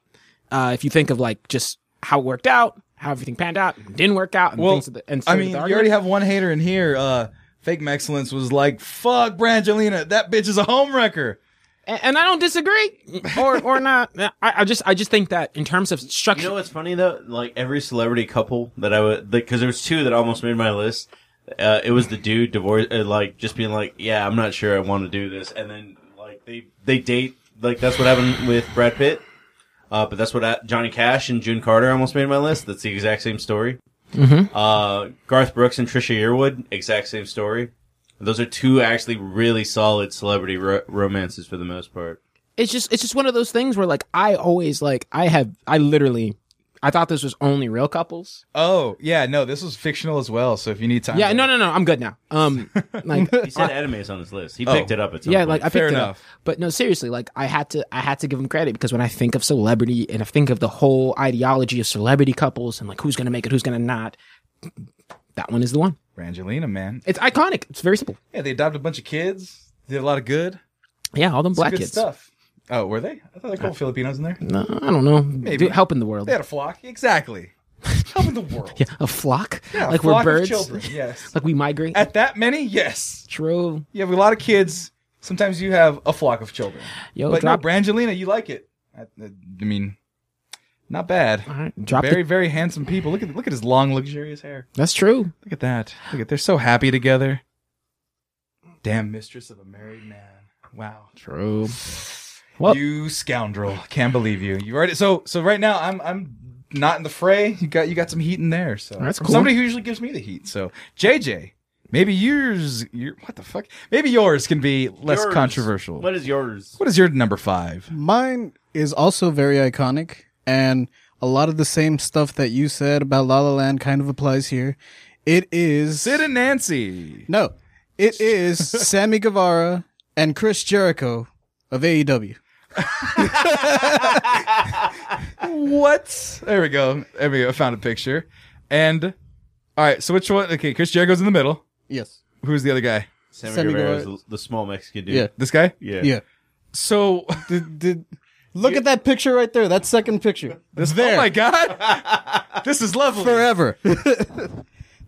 Uh, if you think of like just how it worked out, how everything panned out, didn't work out, and Well, things. That, and so I did mean, you the already argument. have one hater in here. Uh, fake excellence was like, fuck Brangelina. That bitch is a homewrecker. and, and I don't disagree, or or not. I, I just I just think that in terms of structure, You know what's funny though? Like every celebrity couple that I would, because there was two that almost made my list. Uh, it was the dude divorce, uh, like just being like, "Yeah, I'm not sure I want to do this," and then like they they date like that's what happened with Brad Pitt. Uh, but that's what uh, Johnny Cash and June Carter almost made my list. That's the exact same story. Mm-hmm. Uh, Garth Brooks and Trisha Yearwood, exact same story. Those are two actually really solid celebrity ro- romances for the most part. it's just it's just one of those things where like I always like I have I literally I thought this was only real couples. Oh yeah, no, this was fictional as well. So if you need time, Yeah, to- no, no, no. I'm good now. Um, like He said anime is on his list. He picked it up at some oh. yeah, point. like I Fair picked it up. enough. But no, seriously, like I had to I had to give him credit because when I think of celebrity and I think of the whole ideology of celebrity couples and like who's gonna make it, who's gonna not, that one is the one. Brangelina, man. It's iconic. It's very simple. Yeah, they adopted a bunch of kids. Did a lot of good. It's Yeah, all them black good kids. Uh, mm. stuff. Oh, were they? I thought they called Filipinos in there. No, I don't know. Do- helping the world. They had a flock. Exactly. Helping the world. Yeah, a flock. Yeah, a like flock we're of birds. children. Yes. Like we migrate. At that many, yes. True. You have a lot of kids. Sometimes you have a flock of children. Yo, but drop- no, Brangelina, you like it. I, I mean, not bad. All right, Uh-huh. drop Very, it. very handsome people. Look at look at his long, luxurious hair. That's true. Look at that. Look at they're so happy together. Damn mistress of a married man. Wow. True. Well- You scoundrel. Can't believe you. You already so so right now I'm I'm not in the fray. You got you got some heat in there. So That's From cool. Somebody who usually gives me the heat. So JJ, maybe yours your what the fuck? Maybe yours can be less Yours. controversial. What is yours? what is your number five? Mine is also very iconic, and a lot of the same stuff that you said about La La Land kind of applies here. It is Sid and Nancy. no, it is Sammy Guevara and Chris Jericho of E AEW. What? There we go. There we go. I found a picture. And all right, so which one? Okay, Chris Jericho's in the middle. Yes, Who's the other guy? Sammy, Sammy Guevara Guevara. is the, the small Mexican dude. Yeah. This guy? Yeah. yeah. So Did, did look at that picture right there? That second picture. this there. Oh my god. this is lovely. forever.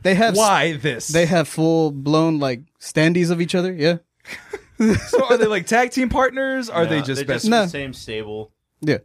they have Why this? They have full blown like standees of each other. Yeah, so are they like tag team partners? Are they No, just they're best? from No. the same stable. yeah.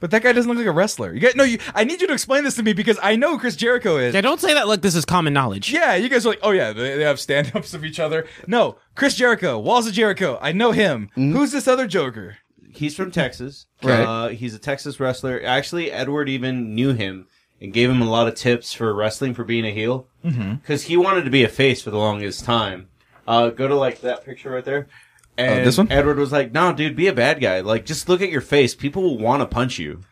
But that guy doesn't look like a wrestler. You guys, no, you. I need you to explain this to me because I know who Chris Jericho is. Yeah, don't say that like this is common knowledge. Yeah, you guys are like, oh yeah, they, they have stand ups of each other. No, Chris Jericho, Walls of Jericho. I know him. Who's this other Joker? He's from Texas. Right. Uh, he's a Texas wrestler. Actually, Edward even knew him and gave him a lot of tips for wrestling for being a heel Mm-hmm. because he wanted to be a face for the longest time. Uh, go to like that picture right there. And this one? Edward was like, "No, dude, be a bad guy. Like, just look at your face. People will want to punch you."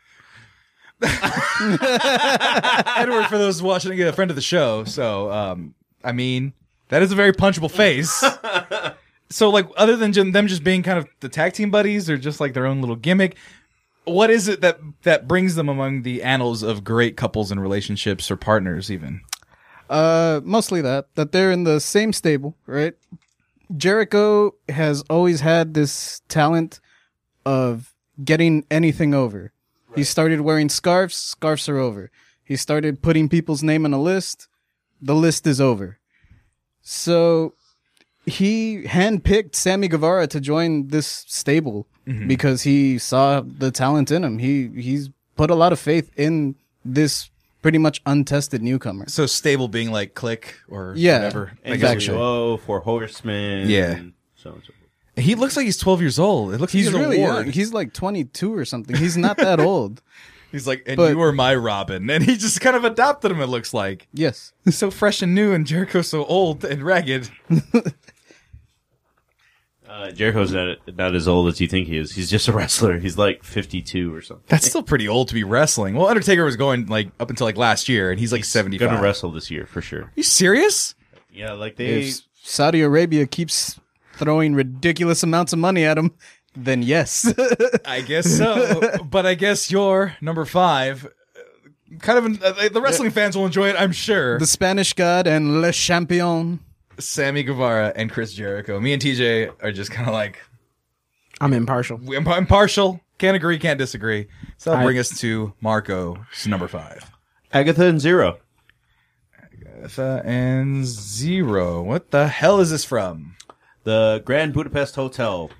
Edward, for those watching, a friend of the show. So, um, I mean, that is a very punchable face. so, like, other than ju- them just being kind of the tag team buddies or just like their own little gimmick, what is it that that brings them among the annals of great couples and relationships or partners, even? Uh, mostly that that they're in the same stable, right? Jericho has always had this talent of getting anything over. He started wearing scarves; scarves are over. He started putting people's name on a list; the list is over. So he handpicked Sammy Guevara to join this stable because he saw the talent in him. He he's put a lot of faith in this pretty much untested newcomer. So, stable being like click or Yeah, whatever. I And guess. exactly. Oh, for horsemen. Yeah. and so on and so forth. He looks like he's twelve years old. It looks He's like really a ward. young. He's like 22 or something. He's not that old. He's like, and But- you were my Robin, and he just kind of adopted him. It looks like Yes. so fresh and new, and Jericho so old and ragged. Uh, Jericho's not, not as old as you think he is. He's just a wrestler. He's like 52 or something. That's still pretty old to be wrestling. Well, Undertaker was going like up until like last year, and he's like seventy Gonna five. wrestle this year for sure. you serious? Yeah, like they. If Saudi Arabia keeps throwing ridiculous amounts of money at him, then yes. I guess so. but I guess your number five, uh, kind of an, uh, the wrestling fans will enjoy it, I'm sure. the Spanish God and Le Champion. Sammy Guevara and Chris Jericho. Me and TJ are just kind of like I'm impartial. we- I'm, I'm partial. Can't agree, can't disagree. So that'll I- bring us to Marco's number five. Agatha and Zero. Agatha and Zero. What the hell is this from? The Grand Budapest Hotel.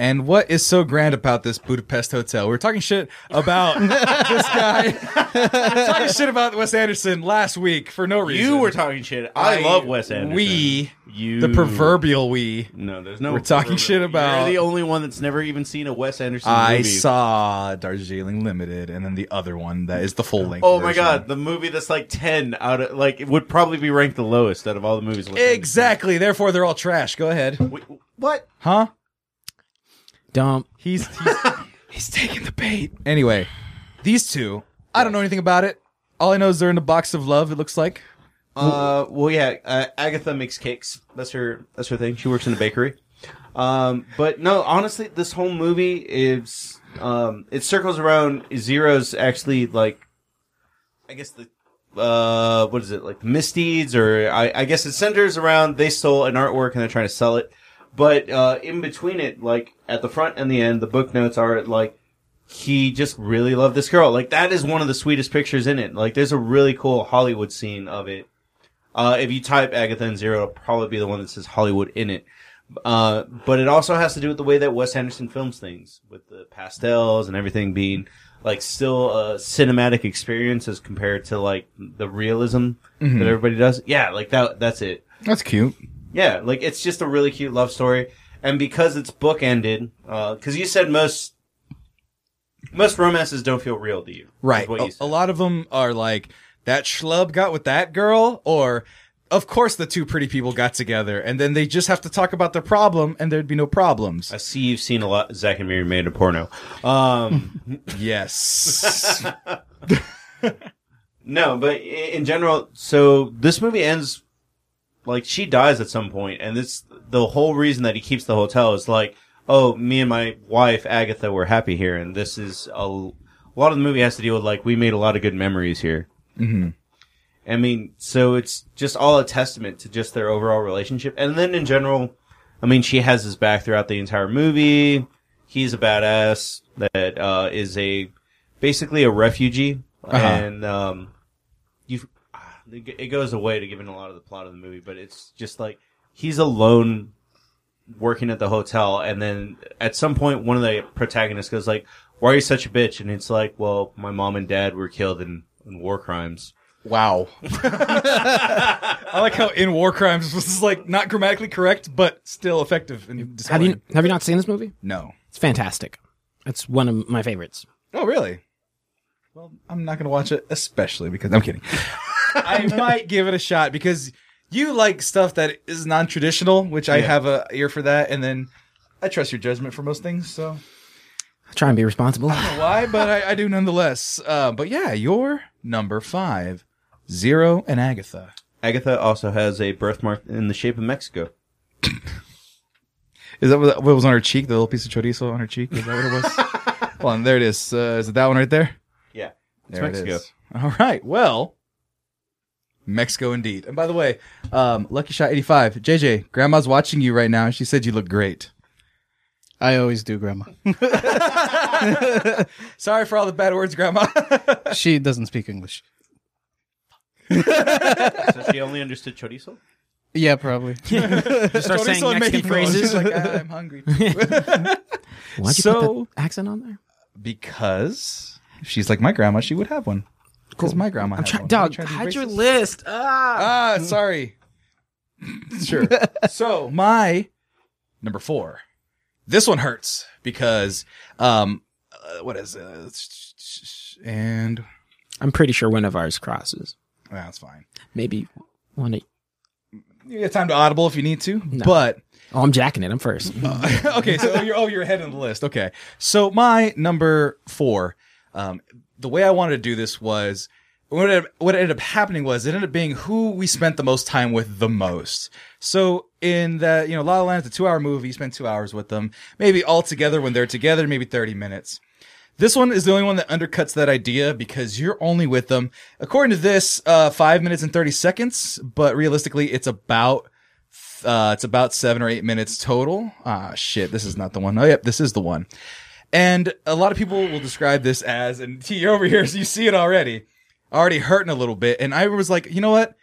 And what is so grand about this Budapest hotel? We We're talking shit about this guy. We We're talking shit about Wes Anderson last week for no reason. You were talking shit. I, love Wes Anderson. We, you, the proverbial we. No, there's no. We're talking proverbial. shit about- You're the only one that's never even seen a Wes Anderson I movie. saw Darjeeling Limited, and then the other one that is the full length. Oh my god, the movie that's like ten out of like it would probably be ranked the lowest out of all the movies. Wes Anderson. Exactly. Therefore, they're all trash. Go ahead. Wait, what? Huh? Dump. He's he's, he's taking the bait. Anyway, these two, I don't know anything about it. All I know is they're in the box of love. It looks like. Uh, well, yeah, uh, Agatha makes cakes. That's her. That's her thing. She works in a bakery. Um, but no, honestly, this whole movie is um, it circles around Zero's actually like, I guess the uh, what is it like misdeeds or I, I guess it centers around they stole an artwork and they're trying to sell it. But uh, in between it, like at the front and the end, the book notes are like he just really loved this girl. Like that is one of the sweetest pictures in it. Like there's a really cool Hollywood scene of it. Uh, if you type Agatha and Zero, it'll probably be the one that says Hollywood in it. Uh, but it also has to do with the way that Wes Anderson films things, with the pastels and everything being like still a cinematic experience as compared to like the realism that everybody does. Yeah, like that. That's it. That's cute. Yeah, like it's just a really cute love story, and because it's bookended, because you said most most romances don't feel real to you, is Right. Oh, What you A, said. a lot of them are like that schlub got with that girl, or of course the two pretty people got together, and then they just have to talk about their problem, and there'd be no problems. I see you've seen a lot. Zach and Miri made a porno. Um, yes. No, but i- in general, so this movie ends like she dies at some point, and this the whole reason that he keeps the hotel is like, oh, me and my wife Agatha were happy here, and this is a, l- a lot of the movie has to deal with like we made a lot of good memories here. Mm-hmm. I mean, so it's just all a testament to just their overall relationship, and then in general, I mean, she has his back throughout the entire movie. He's a badass that uh, is a basically a refugee, and um, you Ah, it goes away to giving a lot of the plot of the movie, but it's just like he's alone working at the hotel, and then at some point, one of the protagonists goes like, "Why are you such a bitch?" And it's like, "Well, my mom and dad were killed in, in war crimes." Wow. I like how in war crimes this is like not grammatically correct, but still effective. And Have you have you not seen this movie? No. It's fantastic. It's one of my favorites. Oh, really? Well, I'm not gonna watch it, especially because I'm kidding. I might give it a shot because you like stuff that is non-traditional, which I have a ear for that, and then I trust your judgment for most things. So I try and be responsible. I don't know why, but I, I do nonetheless. Uh, but yeah, your number five, Zero and Agatha. Agatha also has a birthmark in the shape of Mexico. Is that what what was on her cheek? The little piece of chorizo on her cheek? Is that what it was? Hold on, there it is. Uh, is it that one right there? Yeah, it's There it Mexico. is. All right. Well, Mexico indeed. And by the way, um, Lucky Shot 85, JJ, Grandma's watching you right now. and She said you look great. I always do, Grandma. Sorry for all the bad words, Grandma. she doesn't speak English. so she only understood chorizo. Yeah, probably. Just start saying Chorizo and Mexico. Mexican phrases. She's like, "Ah, I'm hungry. Why'd you So- put the accent on there? because if she's like my grandma, she would have one. Because my grandma I'm had trying, one. dog. I'm trying to be Hide your racist. list. Ah. Ah, sorry. sure. So my number four. This one hurts because um, uh, what is uh, and I'm pretty sure one of ours crosses. well, that's fine. Maybe one. Of, You got time to audible if you need to, but oh, I'm jacking it. I'm first. okay. So you're oh you're ahead in the list. Okay. So my number four. Um, the way I wanted to do this was what it, what ended up happening was it ended up being who we spent the most time with the most. So in the you know La La Land, it's a two hour movie. You spend two hours with them, maybe all together when they're together, maybe thirty minutes. This one is the only one that undercuts that idea because you're only with them, according to this, uh, five minutes and thirty seconds. But realistically, it's about uh, it's about seven or eight minutes total. Ah, shit, this is not the one. Oh, yep, this is the one. And a lot of people will describe this as, and T, you're over here, so you see it already, already hurting a little bit. And I was like, you know what?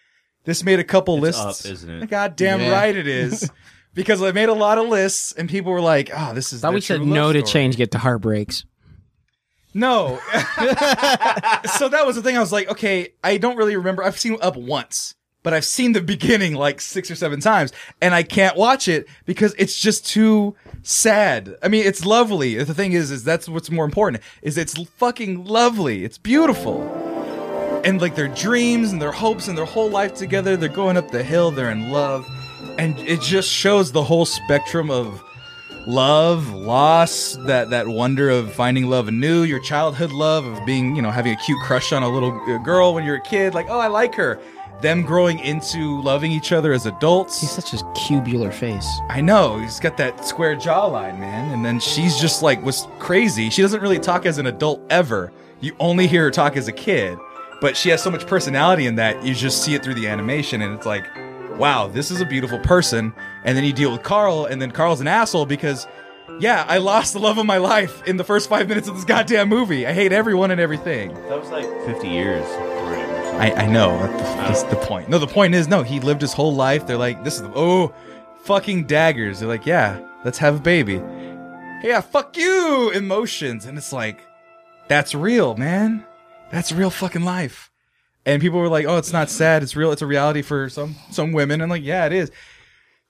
This made a couple It's lists. up, isn't it? God damn Yeah. right it is. because I made a lot of lists and people were like, "Ah, this is." Thought the we said true love no to story." change get to heartbreaks. No. so that was the thing. I was like, okay, I don't really remember. I've seen Up once, but I've seen the beginning like six or seven times, and I can't watch it because it's just too sad. I mean, it's lovely. The thing is, is that's what's more important. Is it's fucking lovely. It's beautiful. And like their dreams and their hopes and their whole life together, they're going up the hill. They're in love, and it just shows the whole spectrum of love, loss, that that wonder of finding love anew, your childhood love of being, you know, having a cute crush on a little uh, girl when you're a kid, like, oh, I like her. Them growing into loving each other as He's adults. such a cubular face. I know he's got that square jawline, man. And then she's just like was crazy. She doesn't really talk as an adult ever. You only hear her talk as a kid, but she has so much personality in that you just see it through the animation, and it's like, wow, this is a beautiful person. And then you deal with Carl, and then Carl's an asshole because yeah, I lost the love of my life in the first five minutes of this goddamn movie. I hate everyone and everything. That was like 50 years. Right? I, I know. that- That's the point. No, the point is, no, he lived his whole life. They're like, this is the, oh, fucking daggers. They're like, yeah, let's have a baby. Yeah, fuck you, emotions. And it's like, that's real, man. That's real fucking life. And people were like, oh, it's not sad. It's real. It's a reality for some, some women. And like, yeah, it is.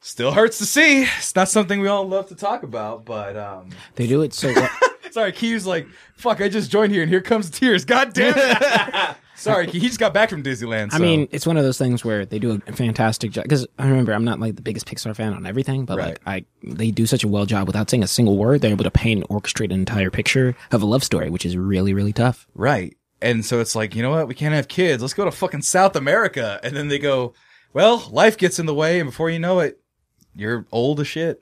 Still hurts to see. It's not something we all love to talk about, but, um, They do it so well. Sorry, Key's like, fuck, I just joined here and here comes tears. God damn it. Sorry, Key, he just got back from Disneyland. I so- mean, it's one of those things where they do a fantastic job. Because I remember, I'm not like the biggest Pixar fan on everything, but like I, they do such a well job without saying a single word. They're able to paint and orchestrate an entire picture of a love story, which is really, really tough. right. And so it's like, you know what? We can't have kids. Let's go to fucking South America. And then they go, well, life gets in the way. And before you know it, you're old as shit.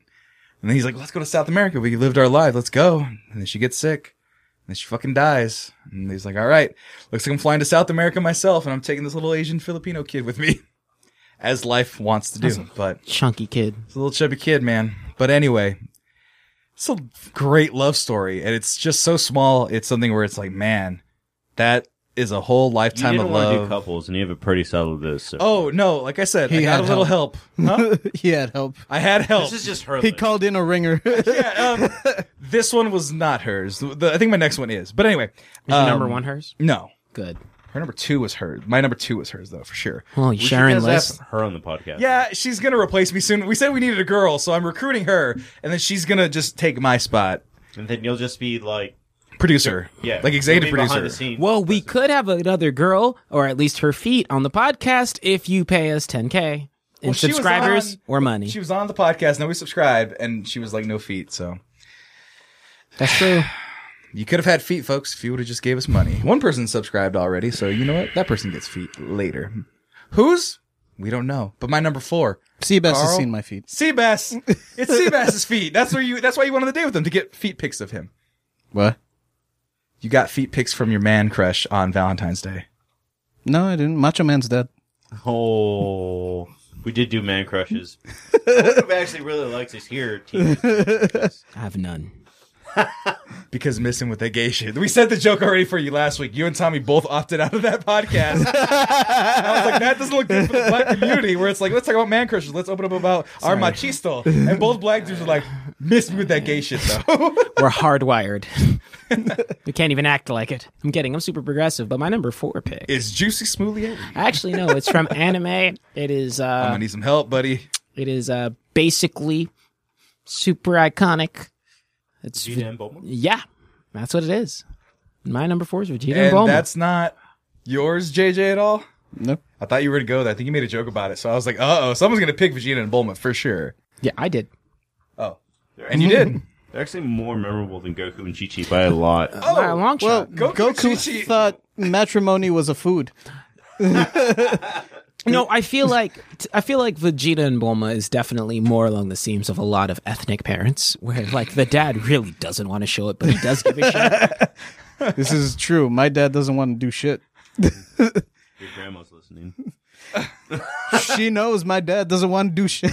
And then he's like, let's go to South America. We lived our life. Let's go. And then she gets sick. And then she fucking dies. And he's like, all right, looks like I'm flying to South America myself. And I'm taking this little Asian Filipino kid with me. As life wants to do, but Chunky kid. It's a little chubby kid, man. But anyway, it's a great love story, and it's just so small. It's something where it's like, man, that is a whole You lifetime didn't of want to do love. couples, and you have a pretty solid list. So. oh no! Like I said, I He got had a little help. Huh? he had help. I had help. this is just her. He called in a ringer. Yeah, um, this one was not hers. The- I think my next one is. But anyway, Is your um, number one hers? No, Good. her number two was hers. My number two was hers though, for sure. Oh, Sharon Less. list. Her on the podcast. Yeah, she's gonna replace me soon. We said we needed a girl, so I'm recruiting her, and then she's gonna just take my spot. and then you'll just be like, producer. yeah, like executive you'll be behind producer. the scenes. Well, we could have another girl, or at least her feet, on the podcast if you pay us 10K in Well, she was subscribers on- or money. She was on the podcast, and we subscribed, and she was like, "No feet." So That's true. you could have had feet, folks, if you would have just gave us money. One person subscribed already, so you know what? That person gets feet later. Who's? We don't know. But my number four, Seabass has Carl? seen my feet. Seabass. It's Seabass's feet. That's where you. That's why you went on the date with him to get feet pics of him. What? You got feet pics from your man crush on Valentine's Day. No, I didn't. Macho Man's dead. Oh, we did do man crushes. Who actually really likes us here? team. I have none. Because missing with that gay shit. We said the joke already for you last week. You and Tommy both opted out of that podcast. I was like, that doesn't look good for the black community. Where it's like, let's talk about man crushes. Let's open up about our machisto. And both black dudes are like, miss me with that gay shit though. We're hardwired. we can't even act like it. I'm kidding. I'm super progressive, but my number four pick. it's juicy smoothie. I'm Actually, no, it's from anime. It is uh, gonna need some help, buddy. it is uh, basically super iconic. It's Gina Bowman? yeah, that's what it is. My number four is Vegeta and And Bulma. that's not yours, JJ, at all. Nope. I thought you were gonna go there. I think you made a joke about it. So I was like, uh oh, someone's gonna pick Vegeta and Bulma for sure. yeah, I did. Oh. And you did. They're actually more memorable than Goku and Chi Chi by a lot. Oh, By a long Well, shot. Goku Goku, Chi-Chi- thought matrimony was a food. No, I feel like t- I feel like Vegeta and Bulma is definitely more along the seams of a lot of ethnic parents, where like the dad really doesn't want to show it, but he does give a shit. This is true. My dad doesn't want to do shit. Your grandma's listening. She knows my dad doesn't want to do shit.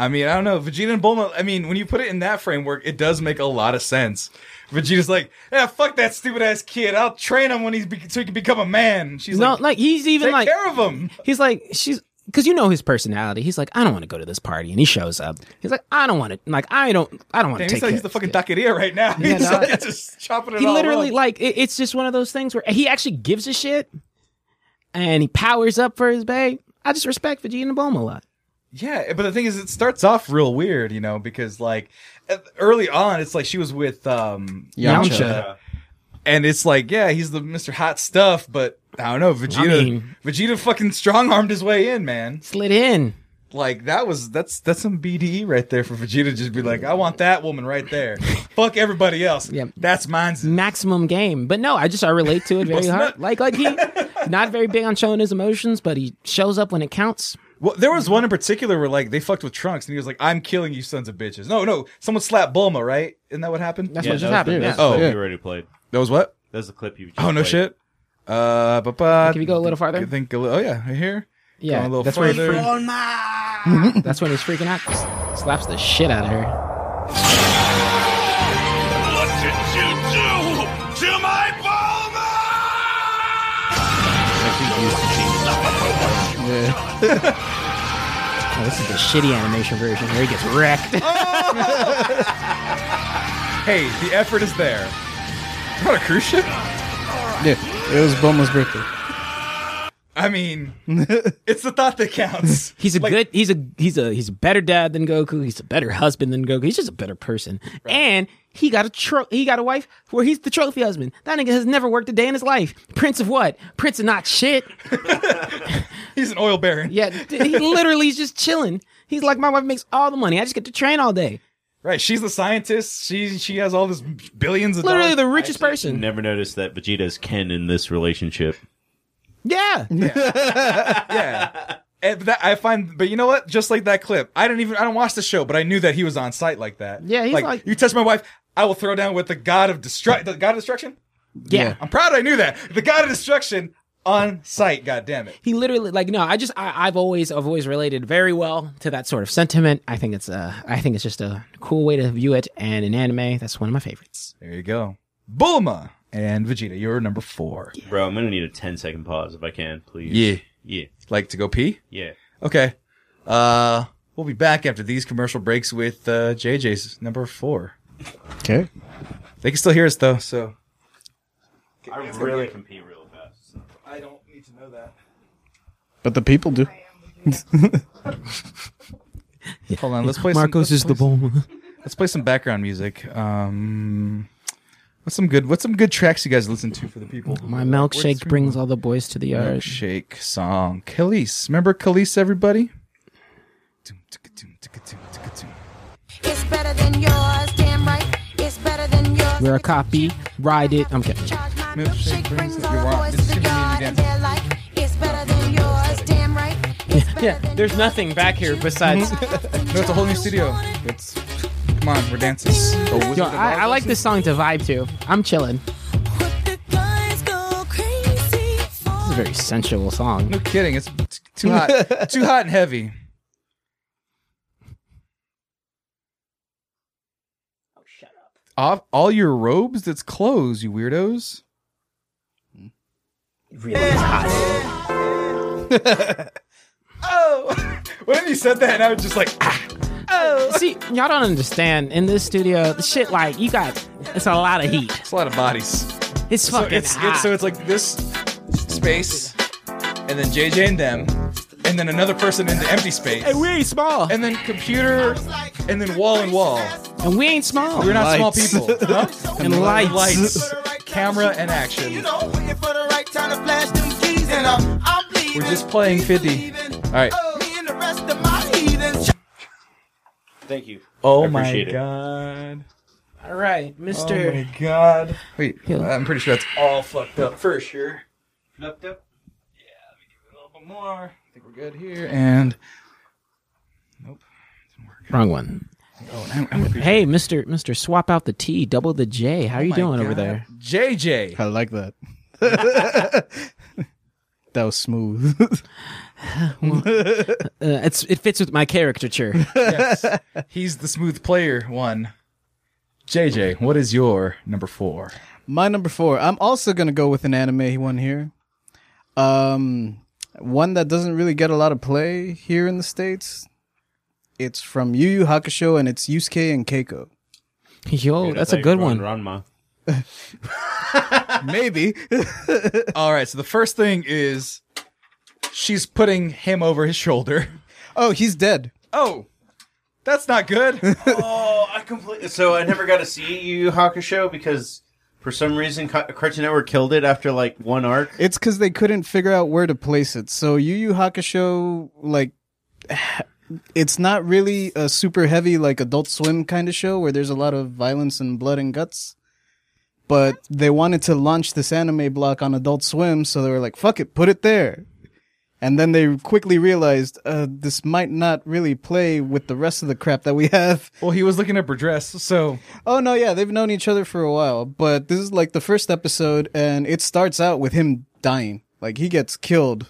I mean, I don't know. Vegeta and Bulma, I mean, when you put it in that framework, it does make a lot of sense. Vegeta's like, yeah, fuck that stupid ass kid. I'll train him when he's be- so he can become a man. And She's No, like, like he's even take like care of him. He's like, she's because you know his personality. He's like, I don't want to go to this party, and he shows up. He's like, I don't want to. Like, I don't. I don't want to Damn, take. he's, like, he's the hits." fucking taqueria right now. he's no. like, just chopping it he all literally up. like it, it's just one of those things where he actually gives a shit, and he powers up for his bae. I just respect Vegeta Bulma a lot. Yeah, but the thing is, it starts off real weird, you know, because like at- early on, it's like she was with um Yamcha. Yamcha. and it's like yeah, he's the Mister Hot Stuff, but I don't know, Vegeta. mean- Vegeta fucking strong armed his way in, man. slid in. Like that was that's that's some BDE right there for Vegeta. to Just be like, I want that woman right there. Fuck everybody else. Yeah. that's mine's. maximum game. But no, I just I relate to it very Busting hard. up. Like like he not very big on showing his emotions, but he shows up when it counts. Well, there was one in particular where like they fucked with Trunks, and he was like, "I'm killing you, sons of bitches." No, no, someone slapped Bulma, right? Isn't that what happened? That's Yeah, what that was just happened. The, Yeah. that's the clip Yeah. you already played. That was what? That's the clip you. Just Oh no played. shit. Uh, but but Can we go a little farther? I think a little. Oh yeah, right here. Yeah, Going a little that's where he further. That's when he's freaking out. Slaps the shit out of her. What did you do to my Bulma? Oh, this is the shitty animation version where he gets wrecked. hey, the effort is there. It's Not a cruise ship. Yeah, it was Bulma's birthday. I mean, it's the thought that counts. He's a Like, good. He's a he's a he's a better dad than Goku. He's a better husband than Goku. He's just a better person. And he got a tro- he got a wife where he's the trophy husband. That nigga has never worked a day in his life. Prince of what? Prince of not shit. He's an oil baron. Yeah, d- he literally is just chilling. He's like, my wife makes all the money. I just get to train all day. Right. She's the scientist. She she has all this billions of Literally dollars. the richest person. Never noticed that Vegeta is Ken in this relationship. Yeah. yeah. And that I find, but you know what? Just like that clip, I didn't even I don't watch the show, but I knew that he was on site like that. Yeah, he's like- you touch my wife, I will throw down with the god of destruct, the god of destruction. Yeah. I'm proud I knew that. The god of destruction on site. God damn it. He literally like no, I just I, I've always I've always related very well to that sort of sentiment. I think it's uh I think it's just a cool way to view it and in anime, that's one of my favorites. There you go. Bulma and Vegeta, you're number four. Bro, I'm gonna need a 10 second pause if I can, please. Yeah. Yeah. Like to go pee? Yeah. Okay. Uh, we'll be back after these commercial breaks with uh, JJ's number four. Okay. They can still hear us though, so I really can pee real fast. I don't need to know that. But the people do. Hold on, let's play. Marcos some, is let's the play some- bomb. Let's play some background music. Um, what's some good? What's some good tracks you guys listen to for the people? My Where's milkshake the brings all the boys to the yard. milkshake song. Khalees, remember Khalees? Everybody. Doom, ticka, doom, ticka, doom, ticka, doom. It's better than yours, damn right. It's better than yours. We're a copy, ride it. I'm kidding. Charge my Milkshake brings milkshake brings the- all you're the wrong. boys This to should be the me yard again. and they're like, it's better than yours, damn right. It's better Yeah, than there's yours. nothing back here besides. No, it's a whole new studio. It's come on, we're dancing. The Wizard Yo, of I, I Oz. like this song to vibe to. I'm chilling. What the guys go crazy It's a for. very sensual song. No kidding. It's t- too hot. too hot and heavy. Oh, Off all your robes. That's clothes, you weirdos. Really hot. oh, what if you said that and I was just like, ah. See, y'all don't understand. In this studio, the shit like you got, it's a lot of heat. it's a lot of bodies. It's So fucking it's, hot. it's so it's like this space, and then JJ and them, and then another person in the empty space, and we ain't small, and, and then computer, and then wall and wall. we ain't small. We're not Lights. small people. Huh? and lights. Lights, camera, and action. You know, waiting for the right time to flash them keys, and I'm, I'm bleeding. We're just playing 50. All right. Oh, me and the rest of my heathens. Thank you. Oh I appreciate it. god. All right, Mister. Oh god. Wait, uh, Yeah. I'm pretty sure that's all fucked up for sure. Fucked up? Yeah, let me give it a little bit more. I think we're good here. And Wrong one. oh, I'm, I'm appreciating- Hey, Mister, Mister, swap out the T, double the J. How are you Oh my doing over God. there? JJ. I like that. that was smooth. Uh, it's it fits with my caricature. He's the smooth player one. JJ, what is your number four? My number four. I'm also gonna go with an anime one here. Um, One that doesn't really get a lot of play here in the States. It's from Yu Yu Hakusho and it's Yusuke and Keiko. Oh, Yo, that's a good one. Ranma. Maybe. All right, so the first thing is she's putting him over his shoulder. oh, he's dead. Oh, that's not good. Oh, I completely. So I never got to see Yu Yu Hakusho because for some reason Ca- Cartoon Network killed it after like one arc. It's because they couldn't figure out where to place it. So Yu Yu Hakusho, like, it's not really a super heavy, like, Adult Swim kind of show where there's a lot of violence and blood and guts. But they wanted to launch this anime block on Adult Swim, so they were like, fuck it, put it there. And then they quickly realized uh, this might not really play with the rest of the crap that we have. well, he was looking up her dress, so Oh no, yeah, they've known each other for a while, but this is like the first episode, and it starts out with him dying. Like he gets killed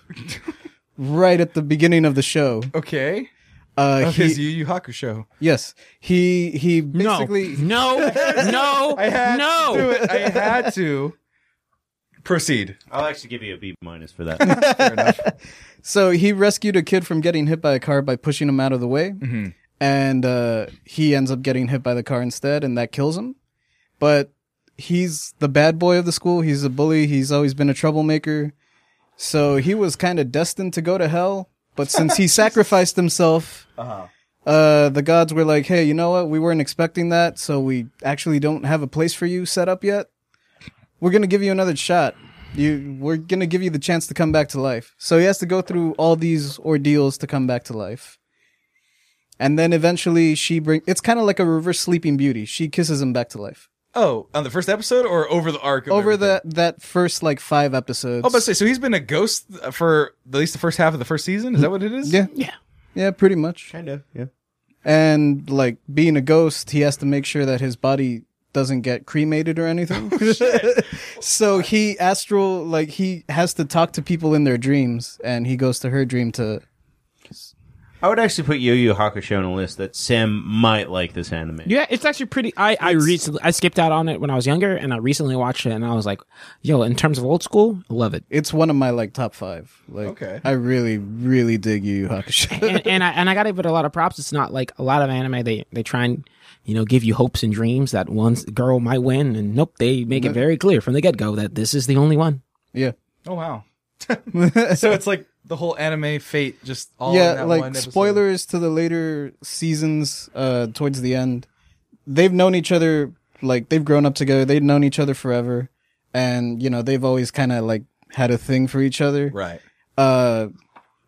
right at the beginning of the show. okay. Uh, Of his he, Yu Yu Hakusho. yes, he he No, basically no, no, I had to do no. it. I had to proceed. I'll actually give you a B minus for that. so he rescued a kid from getting hit by a car by pushing him out of the way, and uh, he ends up getting hit by the car instead, and that kills him. But he's the bad boy of the school. He's a bully. He's always been a troublemaker. So he was kind of destined to go to hell. But since he sacrificed himself, uh, the gods were like, "Hey, you know what? We weren't expecting that, so we actually don't have a place for you set up yet. We're gonna give you another shot. You, we're gonna give you the chance to come back to life." So he has to go through all these ordeals to come back to life, and then eventually she bring. It's kind of like a reverse Sleeping Beauty. She kisses him back to life Oh, on the first episode or over the arc? Of over everything? that that first like five episodes. I was about to say, so he's been a ghost for at least the first half of the first season. Is that what it is? yeah, yeah, yeah, pretty much. kind of, yeah. and like being a ghost, he has to make sure that his body doesn't get cremated or anything. so he astral like he has to talk to people in their dreams, and he goes to her dream to. I would actually put Yu Yu Hakusho on a list that Sam might like this anime. Yeah, it's actually pretty. I I recently I skipped out on it when I was younger, and I recently watched it, and I was like, yo, in terms of old school, I love it. It's one of my like top five. Like, Okay. I really, really dig Yu Yu Hakusho. and, and I and I gotta give it a lot of props. It's not like a lot of anime they they try and you know give you hopes and dreams that one girl might win, and nope, they make it very clear from the get go that this is the only one. yeah, Oh wow. so it's like the whole anime fate just all in yeah. that one Like episode. spoilers to the later seasons. Uh, towards the end, they've known each other. Like they've grown up together. They've known each other forever, and you know they've always kind of like had a thing for each other. Right. uh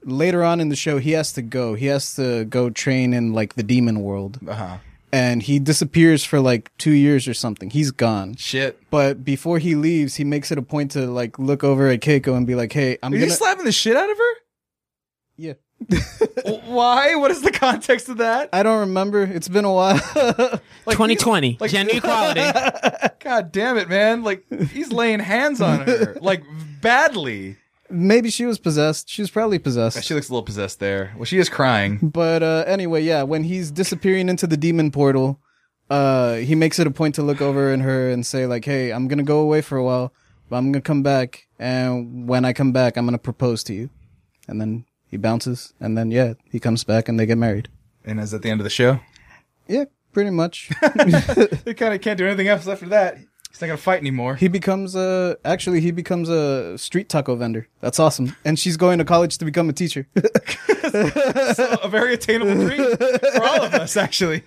later on in the show he has to go he has to go train in like the demon world Uh huh. and he disappears for like two years or something he's gone Shit. but before he leaves he makes it a point to like look over at keiko and be like hey i'm Are you gonna slapping the shit out of her? yeah Uh, Why? What is the context of that? i don't remember it's been a while Twenty twenty like- gender equality. God damn it, man! Like he's laying hands on her, like badly. maybe she was possessed she was probably possessed She looks a little possessed there. Well, she is crying. But uh, anyway, yeah, when he's disappearing into the demon portal, uh, he makes it a point to look over at her and say like, "Hey, I'm gonna go away for a while, but I'm gonna come back, and when I come back, I'm gonna propose to you." And then he bounces, and then yeah, he comes back, and they get married. And is at the end of the show. Yeah, pretty much. They kind of can't do anything else after that. He's not gonna fight anymore. he becomes a actually he becomes a street taco vendor. That's awesome. And she's going to college to become a teacher. a very attainable dream for all of us, actually.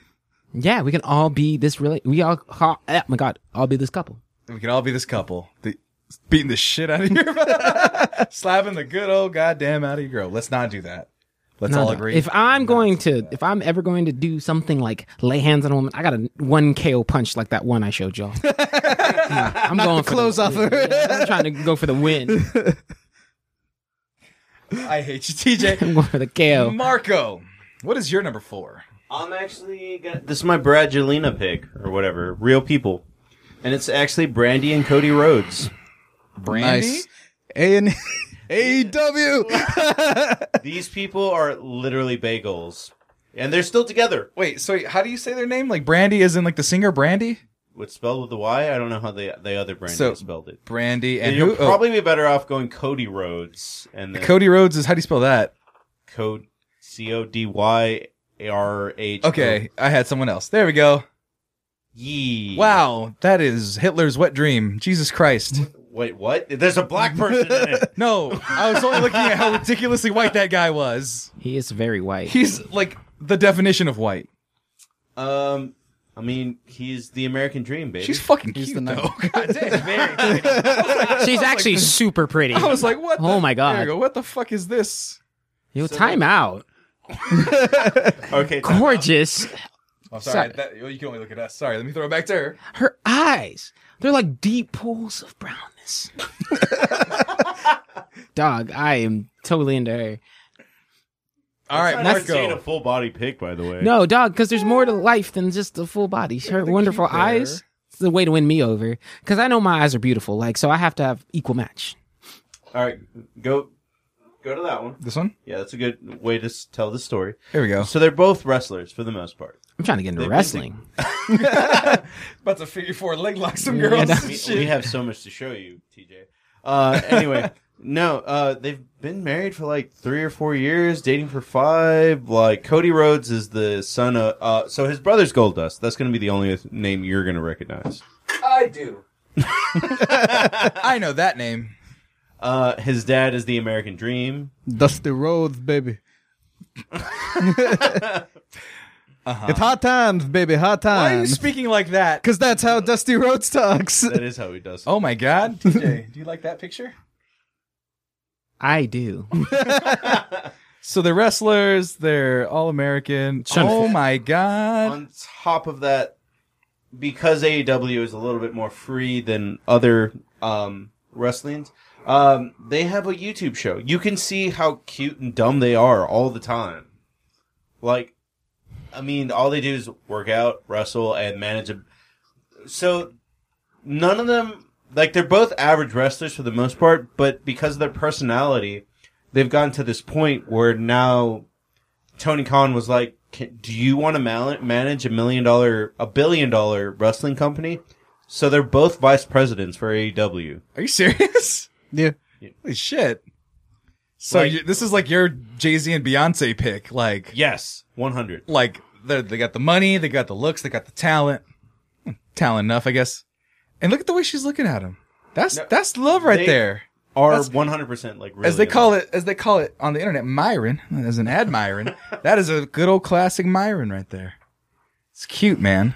yeah, we can all be this really. We all. Oh my god, all be this couple. We can all be this couple. The, beating the shit out of your slapping the good old goddamn out of your girl. Let's not do that. Let's all No, no. agree. If I'm going to, if I'm ever going to do something like lay hands on a woman, I got a one KO punch like that one I showed y'all. No, I'm going for clothes the, off her. yeah, I'm trying to go for the win. I hate you, TJ. I'm going for the KO. Marco, what is your number four? I'm actually gonna, this is my Bradgelina pick or whatever, real people, and it's actually Brandy and Cody Rhodes. Brandy? Nice. A and E. AEW. These people are literally bagels, and they're still together. Wait, so how do you say their name? Like Brandy is in like the singer Brandy? It's spelled with the Y. I don't know how the the other brand So- spelled it. Brandy and And you'll who? oh, probably be better off going Cody Rhodes and then Cody Rhodes is how do you spell that? Code C O D Y R H. Okay, I had someone else. There we go. Yee. Wow, that is Hitler's wet dream. Jesus Christ. Wait, what? There's a black person in it. No, I was only looking at how ridiculously white that guy was. He is very white. He's like the definition of white. Um, I mean, he's the American dream, baby. She's fucking He's cute the though. God damn. very pretty. She's actually super pretty. I was like, what? The, Oh my God. There you go. What the fuck is this? Yo, time out. okay. time out. Gorgeous. Oh, sorry. sorry. That, you can only look at us. Sorry. Let me throw it back to her. Her eyes, they're like deep pools of brownness. Dog, I am totally into her. All right, I've never seen a Marco. full body pic, by the way. No, dog, because there's more to life than just the full body. Her the wonderful cute there. eyes. It's the way to win me over. Because I know my eyes are beautiful. Like, so I have to have equal match. All right, go go to that one. This one? Yeah, that's a good way to s- tell the story. Here we go. So they're both wrestlers for the most part. I'm trying to get into They've been wrestling. About to figure four leg lock some Yeah, girls. no. and We, shit. we have so much to show you, TJ. Uh, anyway, no, uh, they've been married for like three or four years, dating for five. Like Cody Rhodes is the son of, uh, so his brother's Goldust. That's going to be the only name you're going to recognize. I do. I know that name. Uh, his dad is the American Dream. Dusty roads, baby. Uh-huh. It's hot times, baby. Hot Why are you times. speaking like that? Because that's how Dusty Rhodes talks. That is how he does. Oh my god. TJ, do you like that picture? I do. So they're wrestlers, they're all American. Son of a- Oh my god. on top of that, because AEW is a little bit more free than other um, wrestlings, um, they have a YouTube show. You can see how cute and dumb they are all the time. Like, I mean, all they do is work out, wrestle, and manage a. So, none of them like they're both average wrestlers for the most part, but because of their personality, they've gotten to this point where now Tony Khan was like, "Can- "Do you want to mal- manage a million dollar, a billion dollar wrestling company?" So they're both vice presidents for E AEW. Are you serious? yeah. Holy shit. So Like- you, this is like your Jay Z and Beyonce pick. Like, Yes, one hundred. like they they got the money, they got the looks, they got the talent. Hmm, Talent enough, I guess. And look at the way she's looking at him. That's No, that's love right they- there. Are That's- one hundred percent like really As they call it, as they call it on the internet, Myron, as an ad Myron. that is a good old classic Myron right there. It's cute, man.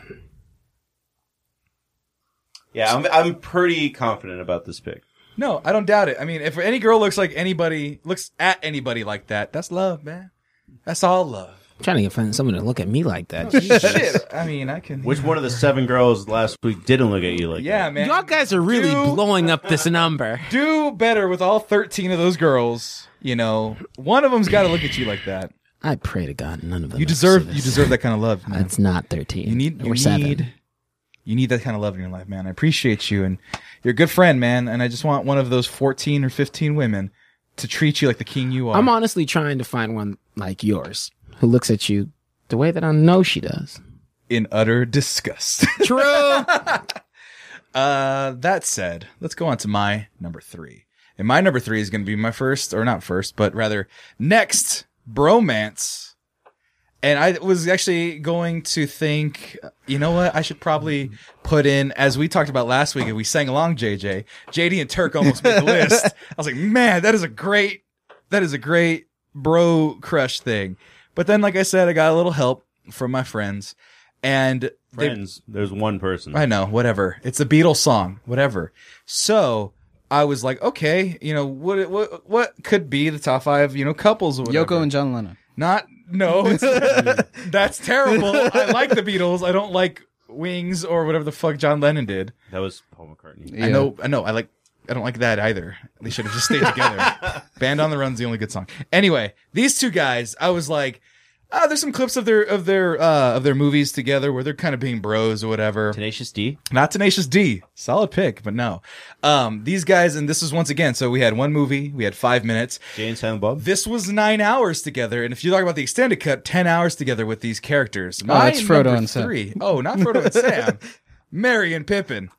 Yeah, I'm, I'm pretty confident about this pick. No, I don't doubt it. I mean, if any girl looks like anybody, looks at anybody like that, that's love, man. That's all love. I'm trying to get find someone to look at me like that. Jesus. Oh, Shit. I mean, I can. Which one of the seven girls last week didn't look at you like Yeah, that? man. Y'all guys are really You- blowing up this number. do better with all 13 of those girls. You know, one of them's got to look at you like that. I pray to God none of them. You ever see deserve this. you deserve that kind of love, man. That's not thirteen. You need you We're seven. need you need that kind of love in your life, man. I appreciate you and you're a good friend, man, and I just want one of those 14 or 15 women to treat you like the king you are. I'm honestly trying to find one like yours who looks at you the way that I know she does. in utter disgust. True. Uh, that said, let's go on to my number three. And my number three is going to be my first, or not first, but rather next bromance. And I was actually going to think, you know what? I should probably put in, as we talked about last week, and we sang along, JJ. JD and Turk almost made the list. I was like, man, that is a great, that is a great bro crush thing. But then, like I said, I got a little help from my friends, and they Friends, there's one person. I know, whatever. It's a Beatles song, whatever. So I was like, okay, you know, what what what could be the top five, you know, couples? Or whatever. Yoko and John Lennon. not no, it's, that's terrible. I like the Beatles. I don't like Wings or whatever the fuck John Lennon did. That was Paul McCartney. I Yeah. know, I know. I like. I don't like that either. They should have just stayed together. Band on the Run's the only good song. Anyway, these two guys, I was like, ah, there's some clips of their of their uh, of their movies together where they're kind of being bros or whatever Tenacious D. not tenacious d solid pick but no um these guys and this is once again so we had one movie we had five minutes Jay and Silent Bob. this was nine hours together and if you talk about the extended cut ten hours together with these characters My Oh, that's Frodo number and Sam. three. oh not frodo and sam Mary and Pippin.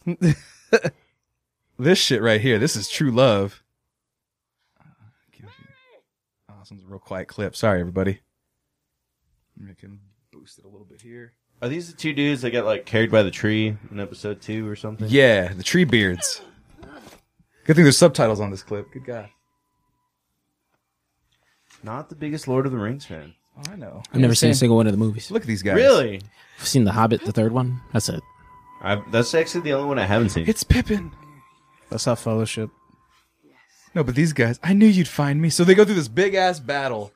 this shit right here. This is true love. Oh, this one's a real quiet clip. Sorry, everybody. I can boost it a little bit here. Are these the two dudes that got like carried by the tree in episode two or something? Yeah, the tree beards. Good thing there's subtitles on this clip. Good God. Not the biggest Lord of the Rings fan. Oh, I know. I've never seen a single one of the movies. Look at these guys. Really? I've seen The Hobbit, the third one. That's it. I've, that's actually the only one I haven't seen. It's Pippin. That's not fellowship. No, but these guys, I knew you'd find me. So they go through this big ass battle.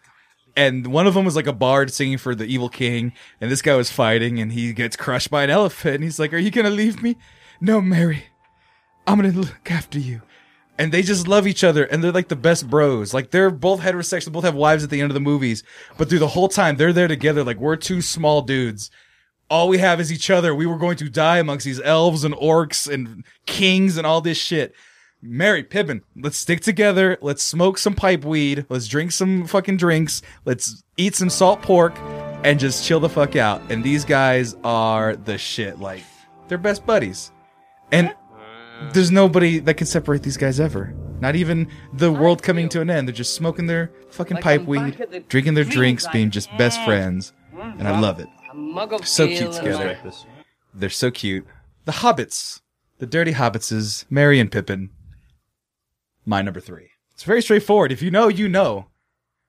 And one of them was like a bard singing for the evil king. And this guy was fighting and he gets crushed by an elephant. And he's like, Are you going to leave me? No, Mary. I'm going to look after you. And they just love each other and they're like the best bros. Like they're both heterosexual, both have wives at the end of the movies. But through the whole time, they're there together. Like we're two small dudes. All we have is each other. We were going to die amongst these elves and orcs and kings and all this shit. Mary Pippin, let's stick together. Let's smoke some pipe weed. Let's drink some fucking drinks. Let's eat some salt pork and just chill the fuck out. And these guys are the shit. Like, they're best buddies. And there's nobody that can separate these guys ever. Not even the world coming to an end. They're just smoking their fucking Like, pipe I'm weed, back at the drinking their trees, drinks, I being just best am. friends. And I love it. A mug of So ale cute and together. like- Respect this. They're so cute. The Hobbits, the Dirty Hobbitses, Mary and Pippin. My number three. It's very straightforward. If you know, you know.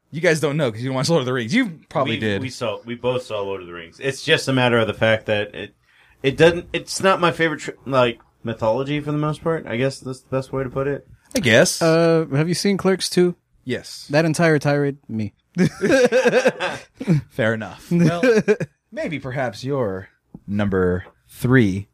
You guys don't know because you didn't watch Lord of the Rings. You probably we, did. We saw. We both saw Lord of the Rings. It's just a matter of the fact that it it doesn't. It's not my favorite tr- like mythology for the most part. I guess that's the best way to put it. I guess. Uh, have you seen Clerks 2? yes. That entire tirade, me. Fair enough. Well, maybe perhaps your number three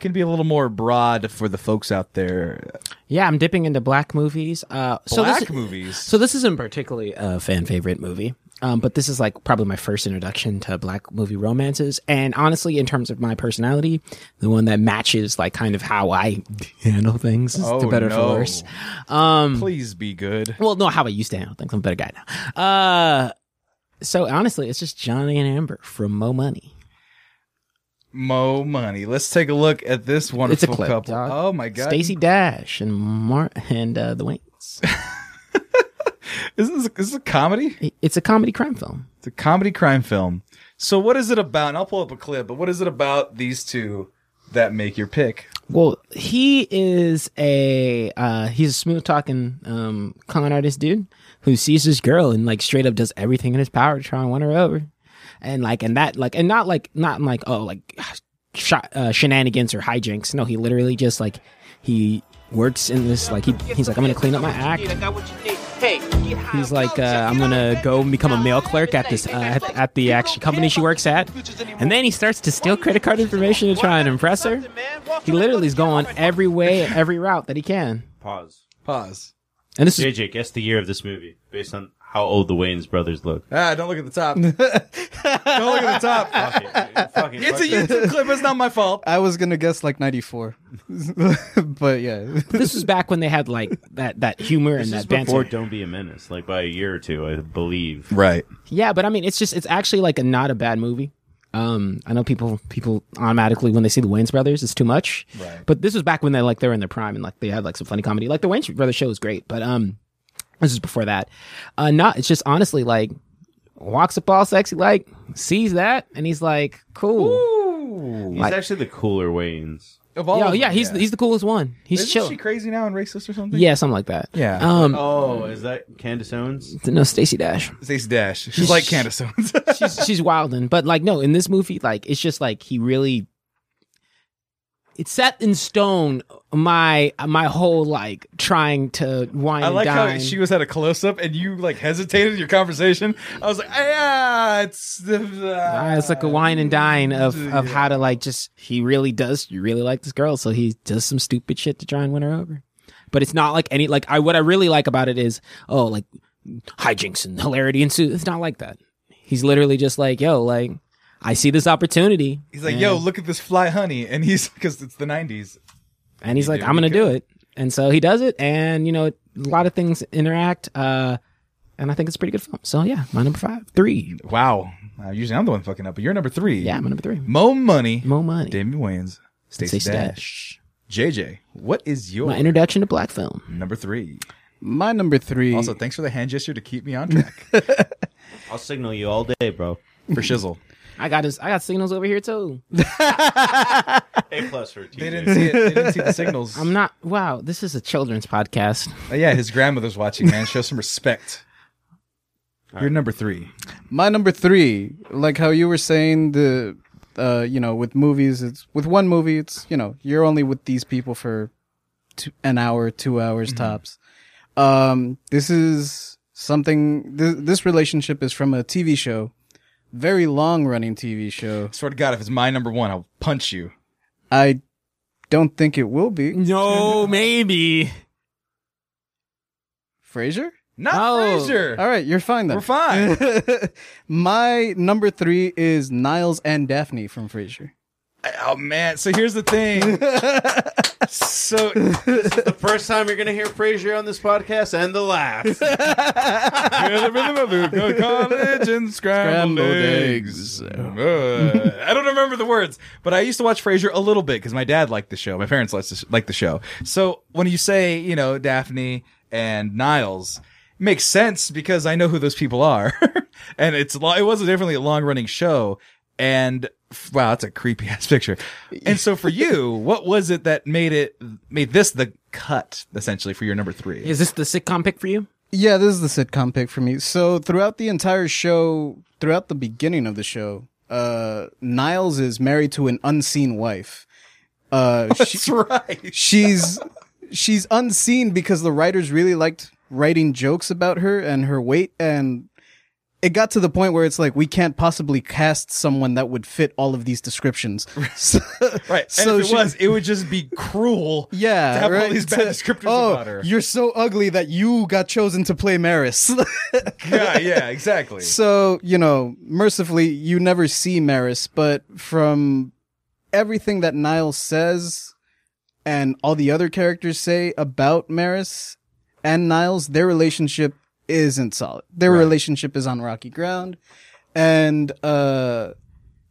can be a little more broad for the folks out there. Yeah, I'm dipping into black movies. Uh, so Black this, movies. So this isn't particularly a fan favorite movie, um, but this is like probably my first introduction to black movie romances. And honestly, in terms of my personality, the one that matches like kind of how I handle things, is Oh, to better no. for worse. Um, Please be good. well, no, how I used to handle things. I'm a better guy now. Uh, so honestly, it's just Johnny and Amber from Mo Money. Mo Money. Let's take a look at this wonderful It's a clip. couple. dog. Oh my god. Stacy Dash and Mar and uh, the Waynes. Isn't this, is this a comedy? It's a comedy crime film. It's a comedy crime film. So what is it about? And I'll pull up a clip, but what is it about these two that make your pick? Well, he is a uh, he's a smooth talking um, con artist dude who sees this girl and like straight up does everything in his power to try and win her over, and like and that like and not like not in, like oh like sh- uh, shenanigans or hijinks. No, he literally just like he works in this like he he's like I'm gonna clean up my act. He's like, uh, I'm gonna go and become a mail clerk at this uh, at, at the action company she works at, and then he starts to steal credit card information to try and impress her. He literally is going every way, every route that he can. Pause. Pause. And this is JJ, guess the year of this movie based on how old the Wayans brothers look. Ah, don't look at the top. don't look at the top. Fuck it, dude. Fuck it, It's a fuck it. YouTube clip. It's not my fault. I was gonna guess like 94. but yeah. this was back when they had like that that humor and This is that before banter. Don't Be a Menace, like by a year or two, I believe. Right. Yeah, but I mean, it's just it's actually like a not a bad movie. Um, I know people people automatically when they see the Wayne's Brothers, it's too much. Right. But this was back when they like they were in their prime and like they had like some funny comedy. Like the Wayne's Brothers show is great, but um, this is before that. Uh, not it's just honestly like walks up all sexy, like sees that, and he's like, cool. He's actually the cooler Wayans. Of all Yo, of yeah, them, he's he's the coolest one. He's Oh, Isn't chill. she crazy now and racist or something? Yeah, something like that. Yeah. Um, Oh, is that Candace Owens? no, Stacy Dash. Stacey Dash. She's like Candace Owens. she's she's wilding. But like no, in this movie, like it's just like he really it's set in stone my my whole like trying to wind I like how down. she was at a close up and you like hesitated in your conversation. I was like, ah, yeah, it's the. Uh, it's like a wine and dine of, of Yeah. how to like just he really does you really like this girl so he does some stupid shit to try and win her over but it's not like any like i what i really like about it is oh like hijinks and hilarity ensues it's not like that he's literally just like yo like i see this opportunity He's like, yo, look at this fly honey. And he's, because it's the 90s. and he's like, do "I'm what gonna he do it," and so he does it, and you know, a lot of things interact, uh, and I think it's a pretty good film. So yeah, my number five, three, Wow. Uh, usually I'm the one fucking up, but you're number three. yeah, my number three, Mo Money, Mo Money. Damon Wayans, Stacey Stacey Dash. Dash. JJ, what is your My introduction to black film. number three? My number three. Also, thanks for the hand gesture to keep me on track I'll signal you all day, bro. for Shizzle. I got his, I got signals over here too. A plus for a They teenager. didn't see it. They didn't see the signals. I'm not. Wow, this is a children's podcast. Uh, yeah, his grandmother's watching. Man, show some respect. You're number three. My number three, like how you were saying the, uh, you know, with movies, it's with one movie, it's you know, you're only with these people for two, an hour, two hours tops. Um, this is something. Th- this relationship is from a TV show, very long running TV show. Swear to God, if it's my number one, I'll punch you. I don't think it will be No, maybe. Frasier. Not Oh. Frasier. All right, you're fine then. We're fine. My number three is Niles and Daphne from Frasier. oh man. So here's the thing. so the first time you're gonna hear Frasier on this podcast and the last. Hear the rhythm of the good college and scrambled Scrambled eggs. Uh, I don't remember the words, but I used to watch Frasier a little bit because my dad liked the show. My parents liked the, liked the show. So when you say, you know, Daphne and Niles, it makes sense because I know who those people are, and it's lo- it was definitely a long running show. And f- wow, that's a creepy ass picture. And so for you, what was it that made it made this the cut essentially for your number three? Is this the sitcom pick for you? Yeah, this is the sitcom pick for me. So throughout the entire show, throughout the beginning of the show, uh, Niles is married to an unseen wife. Uh, she- That's right. she's she's unseen because the writers really liked writing jokes about her and her weight and it got to the point where it's like we can't possibly cast someone that would fit all of these descriptions. So- Right. And So if it she- was, it would just be cruel. Yeah, To have all right? these bad To- descriptors oh, about her. You're so ugly that you got chosen to play Maris. Yeah, yeah, exactly. So, you know, mercifully, you never see Maris, but from everything that Niles says and all the other characters say about Maris and Niles, their relationship isn't solid. Their relationship is on rocky ground. And, uh,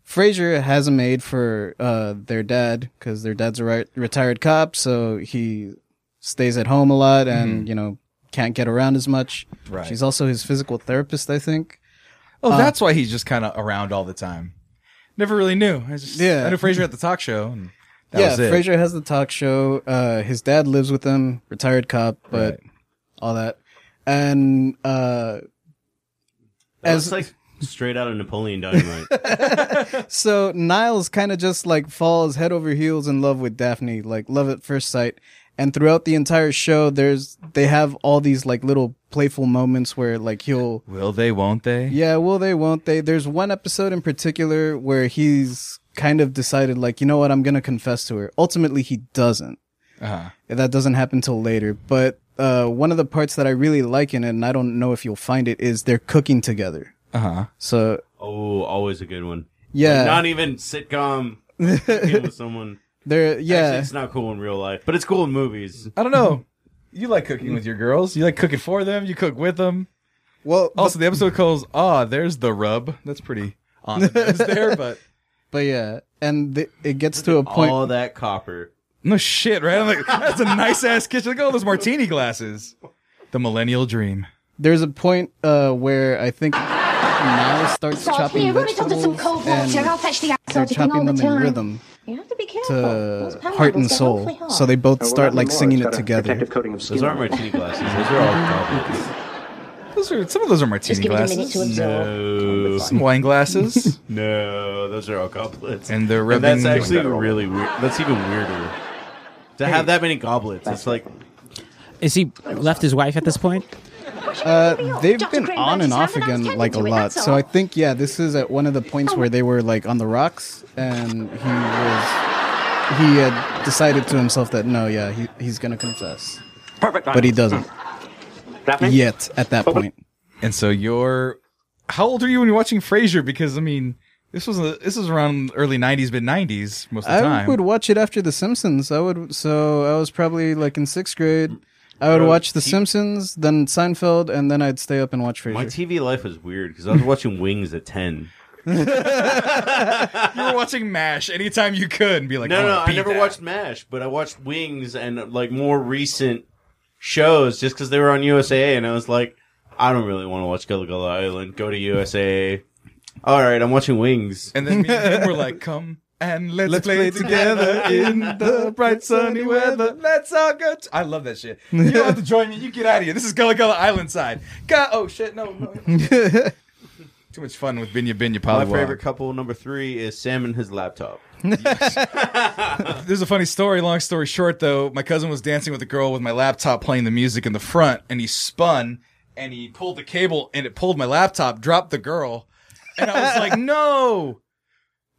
Frasier has a maid for, uh, their dad because their dad's a ri- retired cop. So he stays at home a lot and, you know, can't get around as much. Mm-hmm. Right. She's also his physical therapist, I think. oh, that's why he's just kind of around all the time. Never really knew. I just Yeah. I knew Frasier at the talk show and that yeah, was it. Frasier has the talk show. Uh, his dad lives with him, retired cop, but Right. all that. And uh, That As- was like straight out of Napoleon Dynamite. so Niles kind of just like falls head over heels in love with Daphne, like love at first sight. And throughout the entire show, there's they have all these like little playful moments where like he'll Will they, won't they? Yeah, will they, won't they? There's one episode in particular where he's kind of decided, like, you know what, I'm going to confess to her. Ultimately, he doesn't. Uh-huh. And That doesn't happen till later. But uh, one of the parts that I really like in it, and I don't know if you'll find it, is they're cooking together. Uh-huh. So, Oh, always a good one. yeah. Not even sitcom cooking with someone. they're, Actually, yeah. it's not cool in real life, but it's cool in movies. I don't know. You like cooking with your girls. You like cooking for them. You cook with them. Well, Also, the episode calls, ah, there's the rub. That's pretty on the nose there, but but yeah. And th- it gets to a point. All that copper. no shit, right? I'm like, that's a nice ass kitchen. Look at all those martini glasses. The millennial dream. There's a point uh, where I think Niles starts chopping here, run it under vegetables. some cold water. and I'll fetch the they're axolotl again all chopping the them in time. rhythm. You have to be careful. Oh, Those to pineapples heart and get soul. awfully hard. So they both start like singing it together. Those aren't martini glasses. Those are all goblets. Those are some of those are martini Just give it a minute glasses. to absorb. No, some wine glasses no, those are all goblets. and they're And rubbing. that's actually really weird. That's even weirder. To have that many goblets, it's like Is he left his wife at this point? Uh, they've Dr. been Grim on Bundy's and off having a nice again time like a doing lot. that, So I so- think yeah, this is at one of the Oh. points where they were like on the rocks, and he was he had decided to himself that no, yeah, he, he's gonna confess, Perfect. but he doesn't yet at that point. And so you're, how old are you when you're watching Frasier? Because I mean, this was a, this was around early '90s, mid '90s most of the I time. would watch it after The Simpsons. I would so I was probably like in sixth grade. I would Bro, watch The he- Simpsons, then Seinfeld, and then I'd stay up and watch Frasier. my TV life was weird because I was watching Wings at ten. You were watching MASH anytime you could and be like, No, "I'm no, gonna I beat never that." watched MASH, but I watched Wings and like more recent shows just because they were on USA, and I was like, I don't really want to watch Gullah Gullah Island. Go to USA. All right, I'm watching Wings. And then me and him were like, come and let's, Let's play, play together together in the bright sunny weather. Let's all go. T- I love that shit. You don't have to join me. You get out of here. This is Gullah Gullah Island side. God, oh shit, no, no. Too much fun with Binya Binya My Polly. favorite couple number three is Sam and his laptop. There's a funny story. Long story short, though, my cousin was dancing with a girl with my laptop playing the music in the front, and he spun and he pulled the cable, and it pulled my laptop, dropped the girl, and I was like, "No,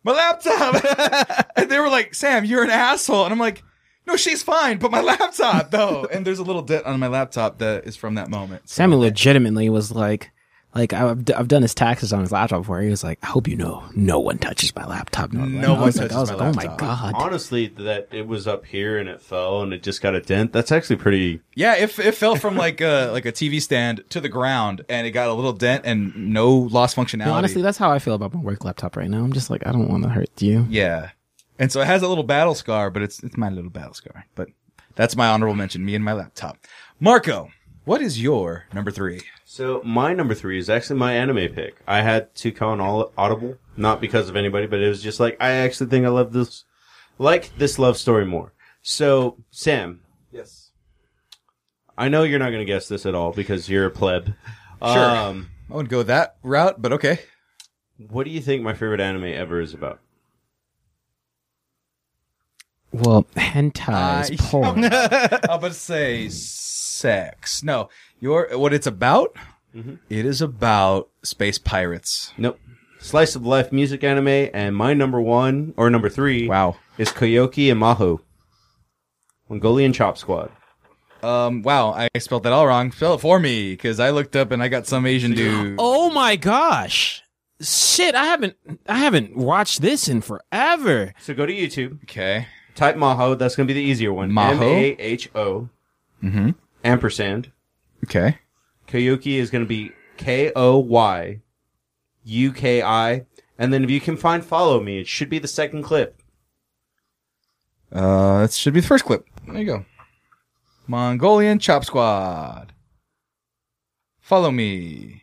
my laptop!" and they were like, "Sam, you're an asshole," and I'm like. No, she's fine, but my laptop though. And there's a little dent on my laptop that is from that moment. So- Sammy legitimately was like, like I've, I've done his taxes on his laptop before. He was like, I hope you know, no one touches my laptop. No, No one I was like, touches I was my like, oh my laptop. god. Honestly, that it was up here and it fell and it just got a dent. That's actually pretty. Yeah, it, it fell from like a like a TV stand to the ground, and it got a little dent and no lost functionality. No, honestly, that's how I feel about my work laptop right now. I'm just like, I don't want to hurt you. Yeah. And so it has a little battle scar, but it's it's my little battle scar. But that's my honorable mention, me and my laptop. Marco, what is your number three? So my number three is actually my anime pick. I had to call an all- audible, not because of anybody, but it was just like I actually think I love this, like this love story more. So Sam, Yes. I know you're not going to guess this at all because you're a pleb. Sure. Um, I would go that route, but okay. what do you think my favorite anime ever is about? Well, hentai Uh, is porn. I would say sex. No, your what it's about? It is about space pirates. Nope. Slice of life music anime, and my number one or number three. Wow. is Koyoki and Maho. Mongolian Chop Squad. Um, wow, I spelled that all wrong. Spell it for me, because I looked up and I got some Asian dude. Oh my gosh. Shit, I haven't I haven't watched this in forever. So go to YouTube, Okay. type Maho. That's going to be the easier one. Maho? M A H O. Mhm. Ampersand. Okay. Koyoki is going to be K O Y U K I. And then if you can find Follow Me, it should be the second clip. Uh, that should be the first clip. There you go. Mongolian Chop Squad. Follow me.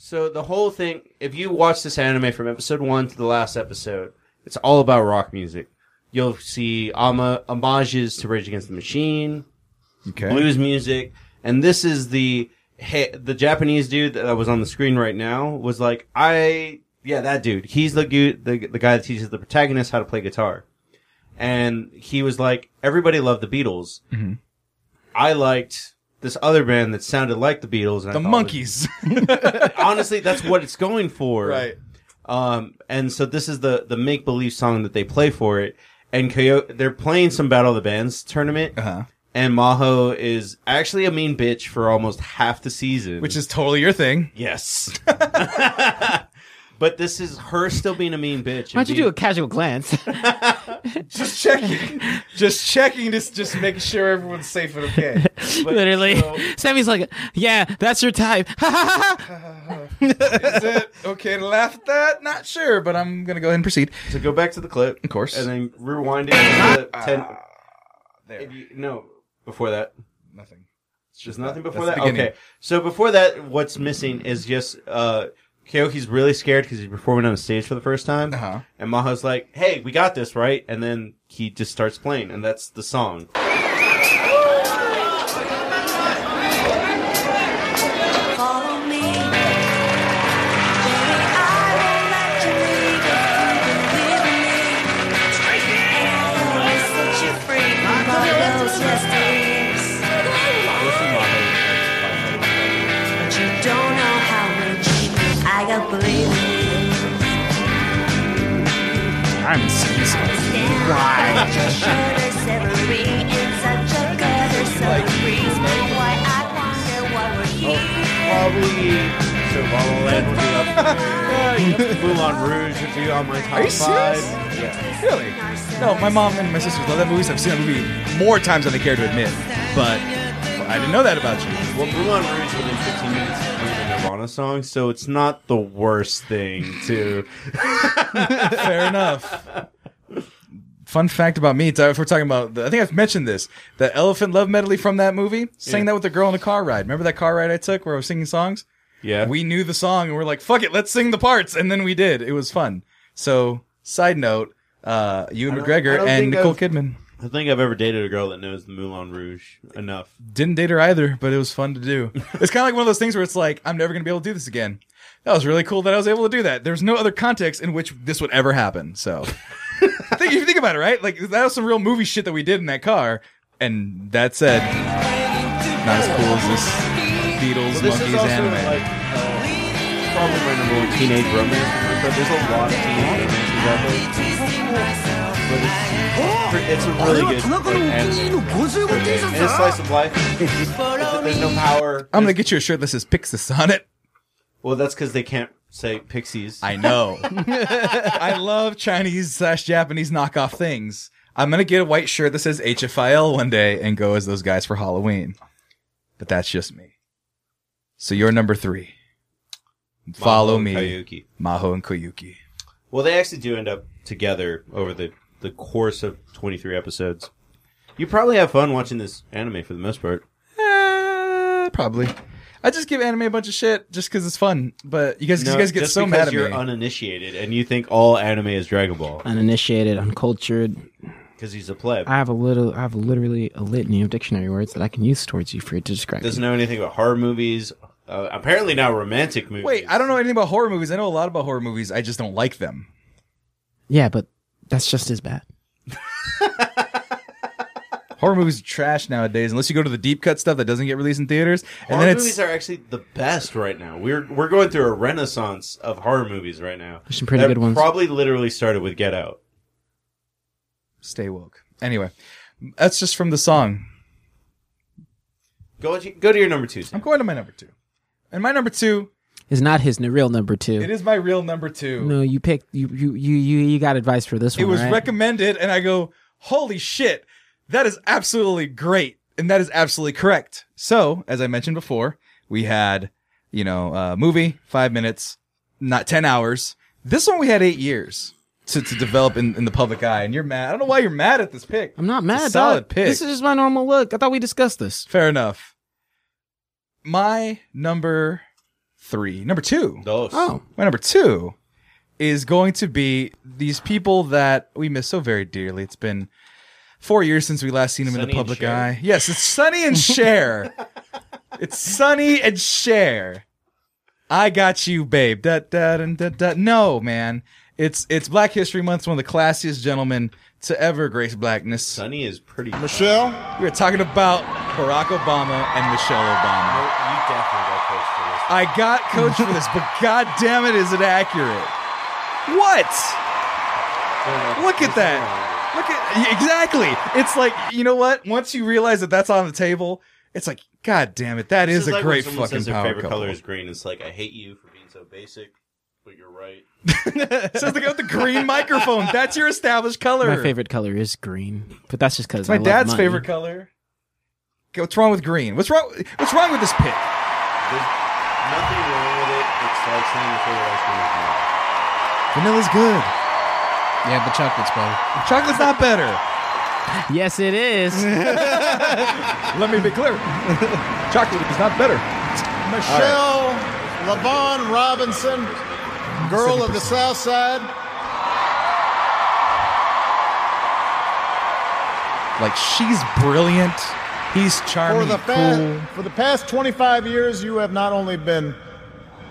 So the whole thing, if you watch this anime from episode one to the last episode, it's all about rock music. You'll see ama- homages to Rage Against the Machine, Okay. blues music, and this is the hey, the Japanese dude that was on the screen right now was like, I yeah, that dude. He's the gu- the the guy that teaches the protagonist how to play guitar, and he was like, everybody loved the Beatles. Mm-hmm. I liked this other band that sounded like the Beatles. And I the thought it monkeys. was- honestly, that's what it's going for, right. um, and so this is the the make believe song that they play for it. And Coyote, they're playing some Battle of the Bands tournament, Uh-huh. and Maho is actually a mean bitch for almost half the season, Which is totally your thing. yes. but this is her still being a mean bitch. and Why'd you being- do a casual glance? Just checking. just checking. Just, just making sure everyone's safe and okay. Literally. Sammy's like, yeah, that's your type. Is it okay to laugh at that? Not sure, but I'm going to go ahead and proceed. So go back to the clip, Of course. Ah, and then rewind it. to the ten, There. if you- no, before that. Nothing. There's nothing before That's that. the beginning. Okay, so before that, what's missing is just uh, Kyoki's really scared because he's performing on stage for the first time, Uh-huh. and Maho's like, "Hey, we got this, right?" And then he just starts playing, and that's the song. Follow me. Baby, I will let you leave if you believe in me. And I will set you free from all those misdeeds. But you don't know how much I got believe in you. I'm seasoned. Why? Your shoulders severing in such a Oh. gutter, so breeze. Why I wonder why we're here. Probably. So of La La Land would be up there. Moulin Rouge would be on my top Are you five. serious? Yeah. Really? No, my mom and my sisters love that movie. So I've seen that movie more times than I care to admit. But I didn't know that about you. Well, Moulin Rouge within 15 minutes is playing the Nirvana song, so it's not the worst thing to. Fair enough. Fun fact about me, uh, if we're talking about, the, I think I've mentioned this, the Elephant Love Medley from that movie, sang that with the girl in a car ride. Remember that car ride I took where I was singing songs? Yeah. We knew the song and we're like, fuck it, let's sing the parts. And then we did. It was fun. So, side note, uh, Ewan don't- I McGregor don't and think Nicole I've- Kidman. I think I've ever dated a girl that knows the Moulin Rouge enough. Didn't date her either, but it was fun to do. It's kind of like one of those things where it's like, I'm never going to be able to do this again. That was really cool that I was able to do that. There's no other context in which this would ever happen. So, think, if you think about it, right? Like, that was some real movie shit that we did in that car. And that said, not as cool as this Beatles, Well, this Monkeys is also anime. like uh, probably my number one teenage romance, but there's a lot of teenage romances out there. But it's, it's a really good like, anime. And it's a slice of life. There's there's no power. I'm going to get you a shirt that says Pixis on it. Well, that's because they can't say pixies. I know. I love Chinese slash Japanese knockoff things. I'm gonna get a white shirt that says HFIL one day and go as those guys for Halloween. But that's just me. So you're number three. Follow Maho me, Kayuki. Maho and Koyuki. Well, they actually do end up together over the, the course of 23 episodes. You probably have fun watching this anime for the most part. Eh, probably. I just give anime a bunch of shit just because it's fun. But you guys, No, you guys get just so because mad at me. you're uninitiated and you think all anime is Dragon Ball Uninitiated, uncultured. because he's a pleb. I have a little. I have literally a litany of dictionary words that I can use towards you for you to describe. doesn't me. know anything about horror movies. Uh, apparently now romantic movies. Wait, I don't know anything about horror movies. I know a lot about horror movies. I just don't like them. Yeah, but that's just as bad. Horror movies are trash nowadays, unless you go to the deep cut stuff that doesn't get released in theaters. Horror and then it's movies are actually the best right now. We're we're going through a renaissance of horror movies right now. There's some pretty That good ones. Probably literally started with Get Out. stay woke. Anyway, that's just from the song. Go to, go to your number two. Sam. I'm going to my number two. And my number two, It's not his n- real number two. it is my real number two. No, you picked. You you you you, you got advice for this it one. was right? recommended, and I go, holy shit, that is absolutely great. And that is absolutely correct. So, as I mentioned before, we had, you know, uh, movie, five minutes, not 10 hours. This one we had eight years to, to develop in, in the public eye. And you're mad. I don't know why you're mad at this pick. I'm not It's a mad. solid dog. pick. This is just my normal look. I thought we discussed this. Fair enough. My number three, number two, Those. Oh, my number two is going to be these people that we miss so very dearly. It's been four years since we last seen them in Sonny the and public Cher. eye. Yes, it's Sunny and Cher. it's Sunny and Cher. I got you, babe. Da, da, da, da, da. No, man. It's it's Black History Month. One of the classiest gentlemen to ever grace blackness. Sunny is pretty. uh, We are talking about Barack Obama and Michelle Obama. You definitely got coached for this. I got coached for this, but god damn it, is it accurate? What? Look at that. Look at exactly. It's like you know what? Once you realize that that's on the table, it's like god damn it, that This is, a like when great someone fucking says their power favorite couple. color is green. It's like I hate you for being so basic, but you're right. Says the guy with the green microphone. That's your established color. my favorite color is green, but that's just because It's my dad's favorite color. Okay, What's wrong with green? What's wrong? What's wrong with this pick? There's nothing wrong with it. It's like saying your favorite ice cream is vanilla. Vanilla's good. Yeah, but chocolate's better. Chocolate's not better. Yes, it is. Let me be clear. Chocolate is not better. Michelle LaVon Robinson, girl of the South Side. Like she's brilliant. He's For charming, the, cool. fa- for the past 25 years, you have not only been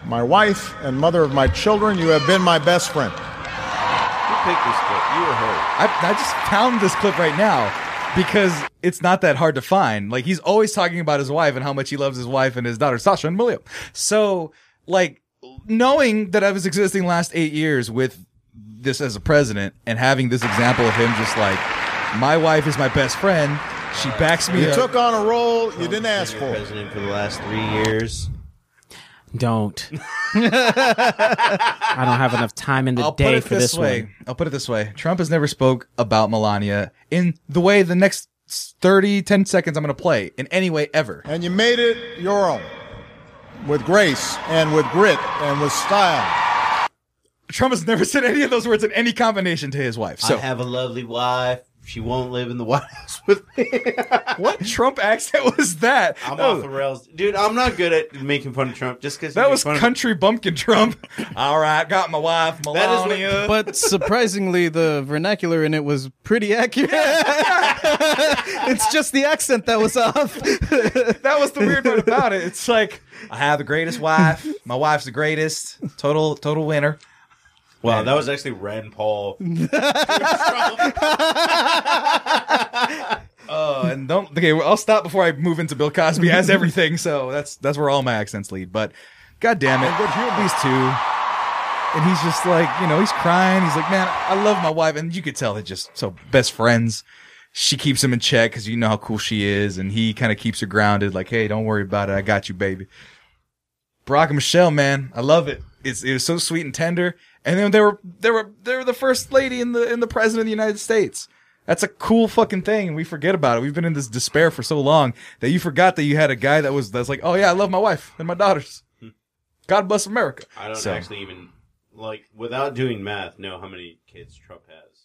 my wife and mother of my children, you have been my best friend. You picked this book. You were her. I, I just found this clip right now because it's not that hard to find. Like he's always talking about his wife and how much he loves his wife and his daughter Sasha and William. So like knowing that I was existing last eight years with this as a president and having this example of him just like my wife is my best friend. She backs me You up. took on a role you didn't ask You're for. president for the last three years. Don't. I don't have enough time in the I'll put day it for this, this, way. one. I'll put it this way. Trump has never spoke about Melania in the way the next 30, 10 seconds I'm going to play in any way ever. And you made it your own with grace and with grit and with style. Trump has never said any of those words in any combination to his wife. So I have a lovely wife. She won't live in the White House with me. what Trump accent was that? I'm That off was- the rails, dude. I'm not good at making fun of Trump just because That was fun of- country bumpkin Trump. All right, got my wife That is what- Melania. But surprisingly, the vernacular in it was pretty accurate. it's just the accent that was off. that was the weird part about it. It's like I have the greatest wife. My wife's the greatest. Total total winner. Wow, Oh, that was actually Rand Paul. Uh, and don't okay. well, I'll stop before I move into Bill Cosby has everything. So that's that's where all my accents lead. But god damn it, good humor. these two. And he's just like you know he's crying. He's like man, I love my wife, and you could tell they're just so best friends. She keeps him in check because you know how cool she is, and he kind of keeps her grounded. Like hey, don't worry about it. I got you, baby. Brock and Michelle, man, I love it. It's it was so sweet and tender. And then they were they were they were the first lady in the in the president of the United States. That's a cool fucking thing, and we forget about it. We've been in this despair for so long that you forgot that you had a guy that was that's like, oh yeah, I love my wife and my daughters. God bless America. I don't So, actually even like without doing math know how many kids Trump has.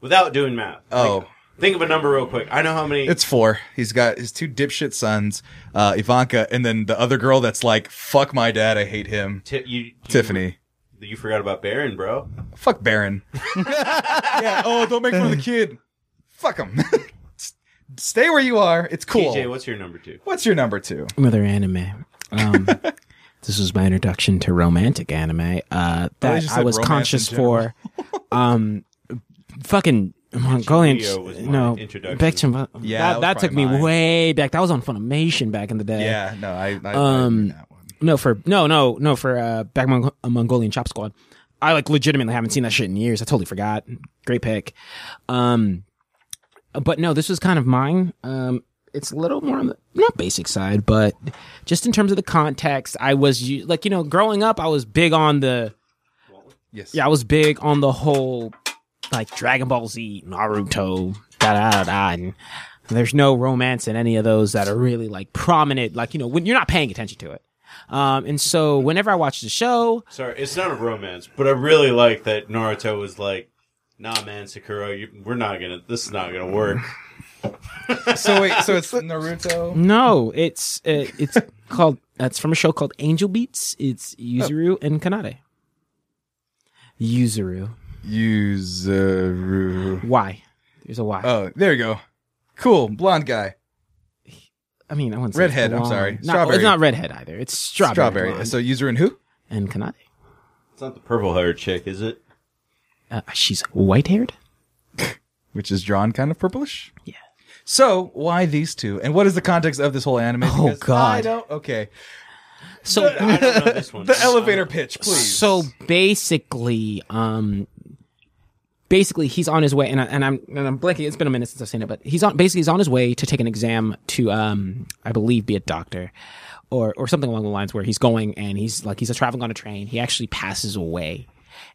Without doing math, Like, Oh. think of a number real quick. I know how many. It's four. He's got his two dipshit sons, uh, Ivanka, and then the other girl that's like, fuck my dad, I hate him, Ti- you, you- Tiffany. You forgot about Barron, bro. Fuck Baron. yeah. Oh, don't make fun of the kid. Fuck him. S- Stay where you are. It's cool. TJ, what's your number two? What's your number two? Another anime. Um, this was my introduction to romantic anime uh, that Oh, just I said was romance conscious in general. for. Um, fucking Mongolian. Video was my no, introduction. back to Yeah, that, that that, was took probably me mine. way back. That was on Funimation back in the day. Yeah. No, I. I, I Um, knew that one. No, for no, no, no, for uh, back Mong- uh, Mongolian Chop Squad. I like legitimately haven't seen that shit in years. I totally forgot. Great pick. Um, but no, this was kind of mine. Um, it's a little more on the not basic side, but just in terms of the context, I was u- like, you know, growing up, I was big on the Yes. yeah, I was big on the whole like Dragon Ball Z, Naruto, da da da da. And there's no romance in any of those that are really like prominent, like, you know, when you're not paying attention to it. Um, and so whenever I watch the show, Sorry, it's not a romance, but I really like that Naruto was like, "Nah, man, Sakura, you, we're not gonna. This is not gonna work." So wait. So it's Naruto. no, it's uh, it's called that's from a show called Angel Beats. It's Oh. Yuzuru and Kanade. Yuzuru. Yuzuru. Why? There's a why. Oh, there you go. Cool, blonde guy. I mean, I wouldn't say redhead, I'm blonde. sorry. Not, Strawberry. It's not redhead either. It's strawberry. Strawberry. blonde So Yuzuru and who? and Kanade. It's not the purple haired chick, is it? Uh, she's white haired. Which is drawn kind of purplish. Yeah. So why these two? And what is the context of this whole anime? Oh, Because I God. don't. Okay. So I don't know this one. The elevator pitch, please. so basically, um, basically he's on his way, and, I, and I'm and I'm blanking. It's been a minute since I've seen it, but he's on basically he's on his way to take an exam to, um, I believe, be a doctor. Or, or something along the lines where he's going and he's like he's traveling on a train. He actually passes away,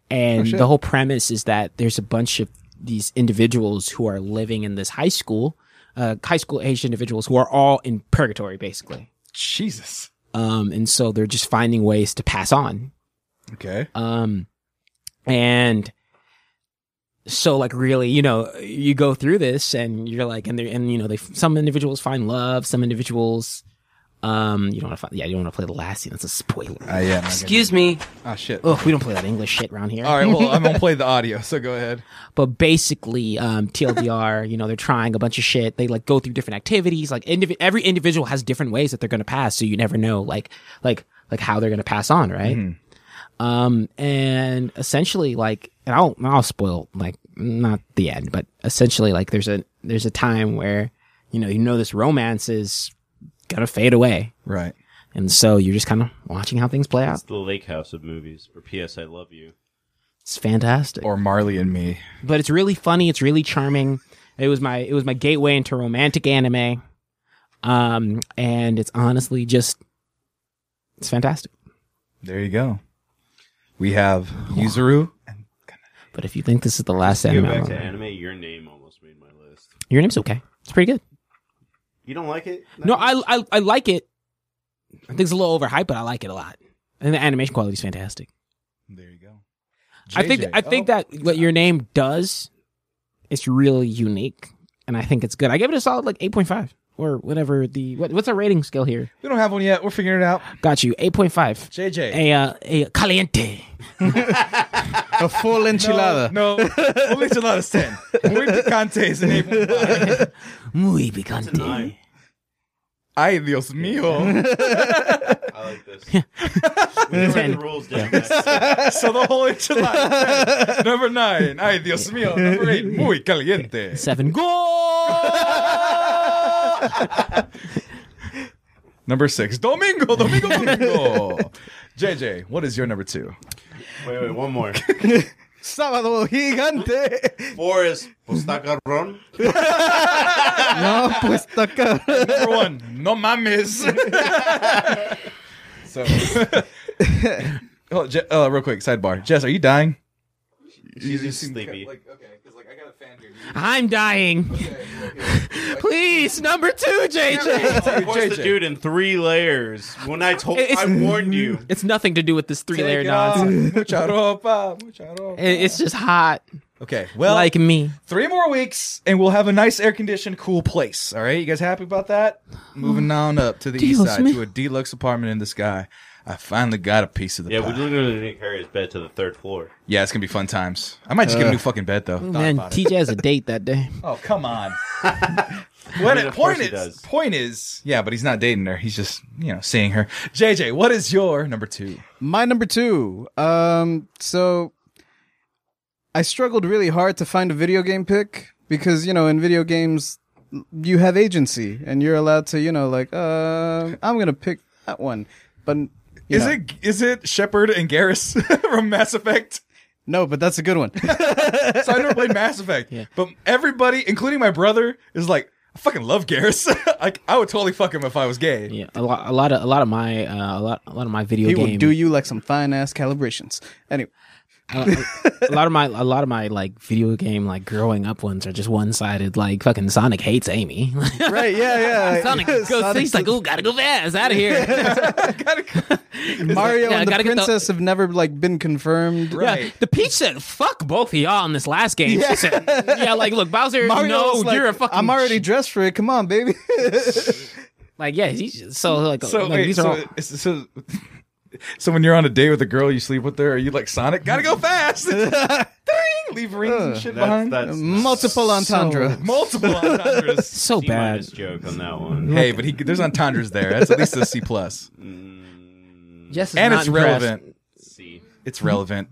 and the whole premise is that there's a bunch of these individuals who are living in this high school, uh, high school aged individuals who are all in purgatory basically. Jesus. um, and so they're just finding ways to pass on. Okay. Um, and so like really, you know, you go through this and you're like, and they and you know, they some individuals find love, some individuals, um, you don't want to find, yeah, you don't want to play the last scene. That's a spoiler. I am. Excuse me. Oh shit. Oh, we don't play that English shit around here. All right, well, I'm gonna play the audio, so go ahead. but basically um, tldr you know they're trying a bunch of shit they like go through different activities like indiv- every individual has different ways that they're going to pass so you never know like like like how they're going to pass on right um and essentially like and i'll i'll spoil like not the end but essentially like there's a there's a time where you know you know this romance is gonna fade away Right. and so you're just kind of watching how things play out It's the Lake House of movies, or P.S. I Love You. it's fantastic Or Marley and me. but it's really funny. It's really charming. It was my it was my gateway into romantic anime, um, and it's honestly just it's fantastic. There you go. We have Yuzuru. But if you think this is the last Go anime, back I'm to on- anime. Your name almost made my list. your name's okay. It's pretty good. You don't like it? No, I, I I like it. I think it's a little overhyped, but I like it a lot. And the animation quality is fantastic. There you go. I think JJ. I think Oh. that what your name does, it's really unique, and I think it's good. I give it a solid like eight point five or whatever the what, what's our rating scale here. we don't have one yet. We're figuring it out. Got you eight point five. JJ. A uh, a caliente. A full enchilada. No, only to lot of ten. Muy picante is an eight. Muy picante. Ay, Dios mío. I like this. we never had the rules down. That's- So the whole enchilada. 10. Number nine. Ay, Dios mío. Number eight. Muy caliente. Seven goal. Number six. Domingo. Domingo. Domingo. JJ, what is your number two? Wait, wait, one more. Sábado gigante. Four is Postacarron. no, pues está cabrón. Number one. No mames. so. Oh, Je- uh, real quick, sidebar. Jess, are you dying? She's just seem sleepy. Like, okay, because like I got a fan here. I'm dying. Please, number two, JJ. Of course, the JJ. dude in three layers. When I told, It's- I warned you. It's nothing to do with this three layer Take it off. nonsense. Mucha ropa, mucha ropa. It- It's just hot, Okay, well, like me. three more weeks, and we'll have a nice air-conditioned, cool place. All right, you guys happy about that? Moving on up to the east Dios side mío. to a deluxe apartment in the sky. I finally got a piece of the Yeah, pie. we literally didn't carry his bed to the third floor. yeah, it's gonna be fun times. I might just Uh, get a new fucking bed though. Thought Man, about it. TJ has a date that day. Oh come on. What mean, it- of point course he is, does. point is, yeah, but he's not dating her. He's just, you know, seeing her. JJ, what is your number two? My number two. Um, so I struggled really hard to find a video game pick because you know in video games you have agency and you're allowed to you know like uh I'm gonna pick that one, but you Is know. it is it Shepard and Garrus from Mass Effect? no? But that's a good one. So I never played Mass Effect. But everybody, including my brother, is like, I fucking love Garrus. like, I would totally fuck him if I was gay. Yeah, a lot, a lot of, a lot of my, uh, a lot, a lot of my video he game. will do you like some fine ass calibrations. Anyway, a lot of my, a lot of my like video game like growing up ones are just one sided. Like fucking Sonic hates Amy. right? Yeah, yeah. like- Sonic goes, he's like, oh, gotta go fast, out of here. Mario Yeah, and the gotta get the- princess have never like been confirmed. yeah, the Peach said, "Fuck both of y'all in this last game." She said, "Yeah, like look, Bowser, Mario no, was like, you're a fucking." I'm already sh-" dressed for it. Come on, baby. like, yeah, he's just- so like, So, like, wait, these so, are all, it's- so, so when you're on a date with a girl, you sleep with her, are you like Sonic? Gotta go fast. Ding! Leave rings and shit That's behind. that's Multiple entendre. Multiple entendres. so C bad. minus joke on that one. hey, but he, there's entendres there. That's at least a C plus, Jess is and not it's impressed. Mm-hmm. Ah! relevant. C. It's relevant.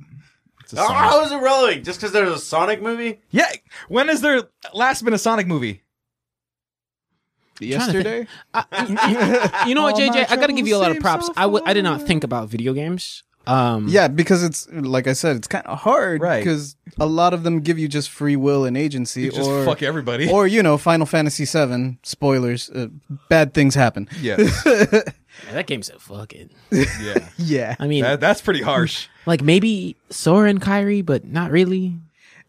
It's a Oh, Sonic. how is it relevant? Just because there's a Sonic movie? Yeah. When has there last been a Sonic movie? Yesterday, You know what, All my JJ? I gotta give you a lot of props. troubles I w- I did not think about video games. Um, yeah, because it's like I said, it's kind of hard, Right. Because a lot of them give you just free will and agency, You just or fuck everybody. or you know, Final Fantasy VII spoilers. Uh, bad things happen. yes. yeah, that game said fuck it. Yeah. Yeah, I mean, That, that's pretty harsh. like maybe Sora and Kyrie, but not really.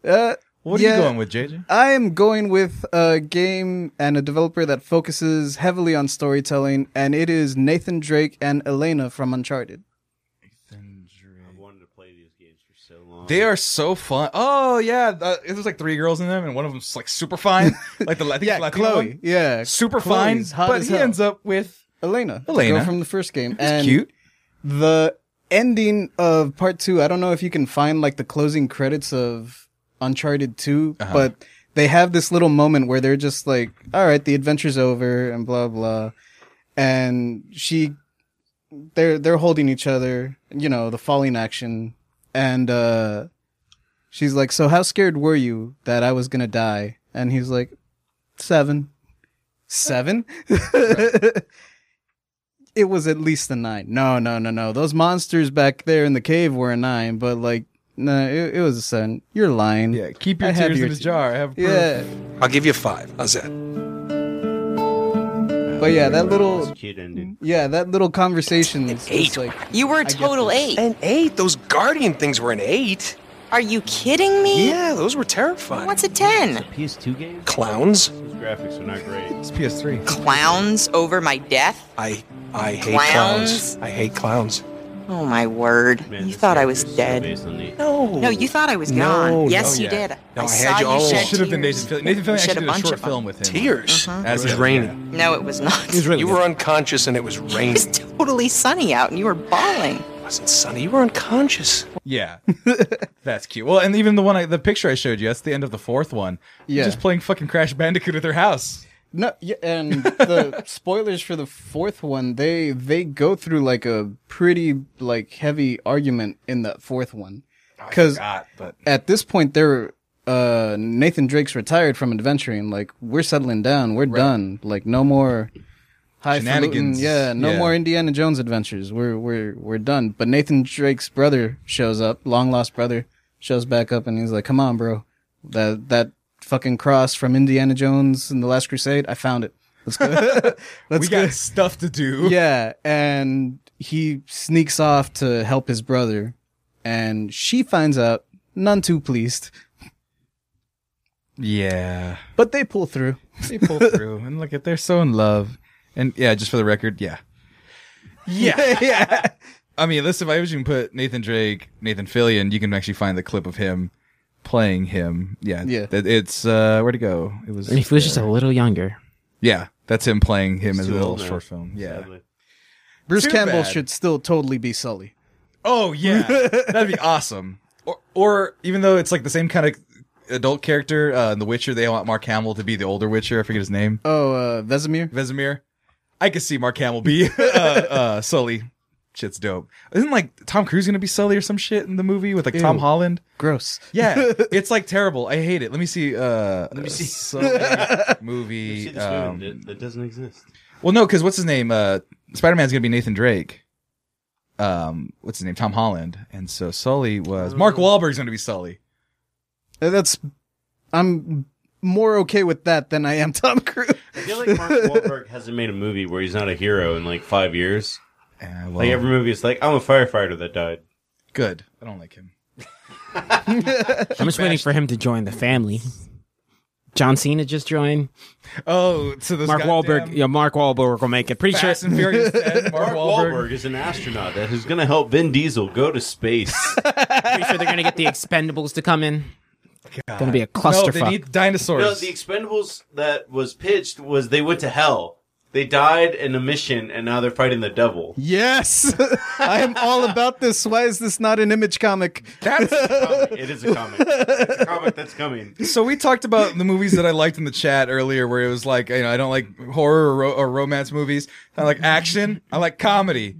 uh, What are Yeah. you going with, JJ? I am going with a game and a developer that focuses heavily on storytelling, and it is Nathan Drake and Elena from Uncharted. I wanted to play these games for so long. They are so fun. Oh yeah, the, it was like three girls in them, and one of them's like super fine, like the I think it's Yeah, Latino Chloe. one. Yeah, super Chloe's fine, hot but as he hell. ends up with Elena, the Elena. girl from the first game, it's and cute. the ending of part two. I don't know if you can find like the closing credits of Uncharted 2 Uh-huh. but they have this little moment where they're just like, "All right, the adventure's over," and blah blah, and she, they're they're holding each other, you know, the falling action, and uh, she's like, "So how scared were you that I was gonna die?" And he's like, seven. Seven? it was at least a nine. No, no, no, no. Those monsters back there in the cave were a nine, but like, no, it, it was a seven. You're lying. Yeah, keep your I have tears your in a tears. jar. I have proof. Yeah. I'll give you five. How's that? But Oh, yeah, that little Cute ending. yeah, that little conversation is eight. just like You were a get total eight. An eight? Those guardian things were an eight? Are you kidding me? Yeah, those were terrifying. What's a ten? PS2 game? Clowns? Those graphics are not great. It's PS3. Clowns over my death? I I hate Clowns? clowns. I hate clowns. Oh my word! Man, you this thought I game was is so dead. based on the- No. No, you thought I was gone. No, yes, no, you yeah. did. No, I I saw had you you all. shed Should have Oh, been tears. Nathan Fillion. Nathan Fillion You shed actually a did a bunch short of 'em. Mm-hmm. film with him. Tears. As It was him, raining. No, it was not. It was really You good. were unconscious and it was It raining. was totally sunny out, and you were bawling. It wasn't sunny. You were unconscious. Yeah, Yeah. that's cute. Well, and even the one, I, the picture I showed you, that's the end of the fourth one. They're Yeah. just playing fucking Crash Bandicoot at their house. No, yeah, and the spoilers for the fourth one, they they go through like a pretty like heavy argument in the fourth one, because God, but at this point they're uh Nathan Drake's retired from adventuring, like we're settling down, we're done, like no more high Shenanigans. yeah, no Yeah. more Indiana Jones adventures, we're we're we're done. But Nathan Drake's brother shows up, long lost brother shows back up, and he's like, "Come on, bro, that that fucking cross from Indiana Jones and the Last Crusade, I found it. Let's go, we let's go." got stuff to do. Yeah, and he sneaks off to help his brother, and she finds out, none too pleased, yeah. but they pull through. They pull through, and look at they're so in love. And yeah, just for the record, yeah, yeah, yeah. I mean, listen, if I was you can put Nathan Drake, Nathan Fillion, you can actually find the clip of him playing him. Yeah, Yeah. that- It's uh, where'd it go? It was. And if he was just a little younger. Yeah, that's him playing him as a too little old now, short film. Yeah. sadly. Bruce Too Campbell bad. should still totally be Sully. Oh yeah, that'd be awesome. Or, or even though it's like the same kind of adult character uh, in The Witcher, they want Mark Hamill to be the older Witcher. I forget his name, Oh, uh, Vesemir. Vesemir. I could see Mark Hamill be uh, uh, Sully. Shit's dope. Isn't like Tom Cruise gonna be Sully or some shit in the movie with like Tom Ew. Holland? Gross. Yeah, it's like terrible. I hate it. Let me see. Uh, Let me see Sully See movie. this movie um, that- that doesn't exist. Well, no, because what's his name? Uh, Spider Man's gonna be Nathan Drake. Um, what's his name? Tom Holland, and so Sully was Oh. Mark Wahlberg's gonna be Sully. Uh, That's. I'm more okay with that than I am Tom Cruise. I feel like Mark Wahlberg hasn't made a movie where he's not a hero in like five years. Uh, well, Like every movie is like, I'm a firefighter that died. good. I don't like him. I'm just waiting for him to join the family. John Cena just joined. Oh, so this Mark goddamn Wahlberg. Yeah, Mark Wahlberg will make it. Pretty sure. Fast and Furious. 10, Mark Mark Wahlberg. Wahlberg is an astronaut that is going to help Vin Diesel go to space. Pretty sure they're gonna get the Expendables to come in. Gonna be No, they a clusterfuck. need no, dinosaurs. the Expendables that was pitched was they went to hell. They died in a mission, and now they're fighting the devil. yes, I am all about this. Why is this not an image comic? That's- It is a comic. It's a comic that's coming. so we talked about the movies that I liked in the chat earlier, where it was like, you know, I don't like horror or, ro- or romance movies. I like action. I like comedy.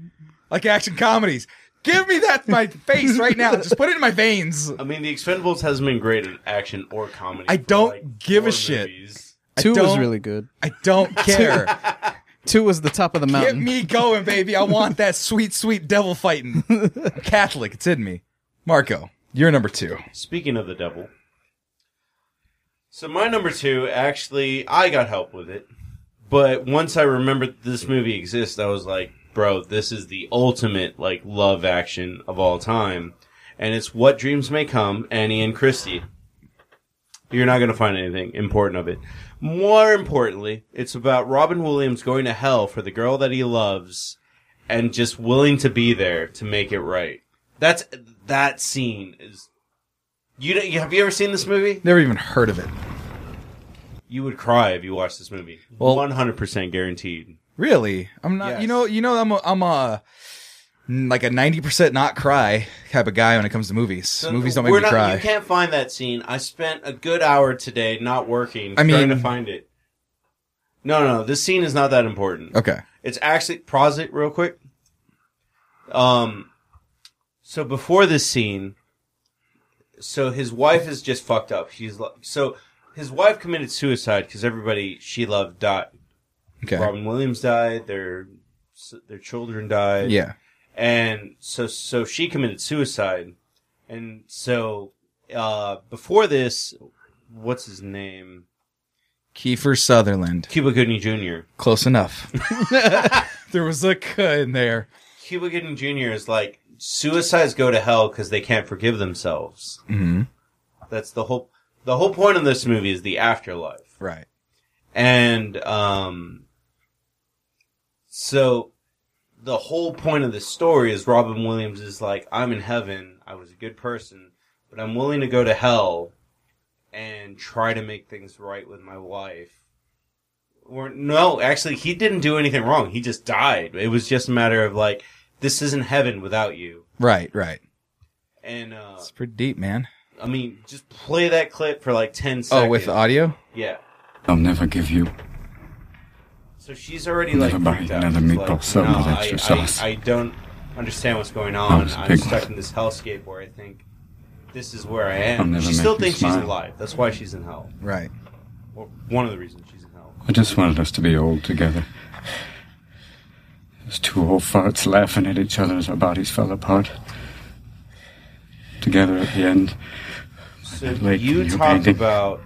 I like action comedies. Give me that in my face right now. Just put it in my veins. I mean, the Expendables hasn't been great at action or comedy. I for, don't like, give a horror shit. movies. I Two was don't- really good. I don't care. Two was the top of the Get mountain. me going, baby. I want that sweet, sweet devil fighting. I'm Catholic, it's in me. Marco, you're number two. Speaking of the devil. So my number two, actually, I got help with it. But once I remembered this movie exists, I was like, bro, this is the ultimate, like, love action of all time. And it's What Dreams May Come, Annie and Christie. You're not going to find anything important of it. More importantly, it's about Robin Williams going to hell for the girl that he loves and just willing to be there to make it right. That's, that scene is you, don't- you have you ever seen this movie? Never even heard of it. You would cry if you watched this movie. One hundred percent guaranteed. Really? I'm not. You know. You know. I'm. A, I'm a like a ninety percent not cry type of guy when it comes to movies. movies don't make We're me cry. You can't find that scene. I spent a good hour today not working I trying mean- to find it. No, no, no. This scene is not that important. okay. It's actually pause it real quick. Um, so before this scene, so his wife is just fucked up. She's like, so his wife committed suicide because everybody she loved died. Okay. Robin Williams died. Their their children died. Yeah. and so so she committed suicide. And so uh, before this, what's his name? Kiefer Sutherland. Cuba Gooding Jr. Close enough. there was a cut in there. Cuba Gooding Jr. is like suicides go to hell because they can't forgive themselves. Mm-hmm. That's the whole the whole point of this movie is the afterlife, Right. and um, so the whole point of the story is Robin Williams is like, I'm in heaven, I was a good person, but I'm willing to go to hell and try to make things right with my wife. Or no, actually, he didn't do anything wrong. He just died. It was just a matter of like, this isn't heaven without you. Right, right. And uh, It's pretty deep, man. I mean, just play that clip for like 10 seconds. Oh, with audio? Yeah. I'll never give you So she's already Never like mind, freaked out. another She's meatball, like, served "No, with I- extra I- sauce." I, don't understand what's going I on. was a I'm pig. stuck in this hellscape where I think this is where I I'll am. never She make still you thinks she's smile. alive. That's why she's in hell. Right. Or one of the reasons she's in hell. I just wanted us to be old together. As two old farts laughing at each other as our bodies fell apart. Together at the end. So Like you you talk painted. about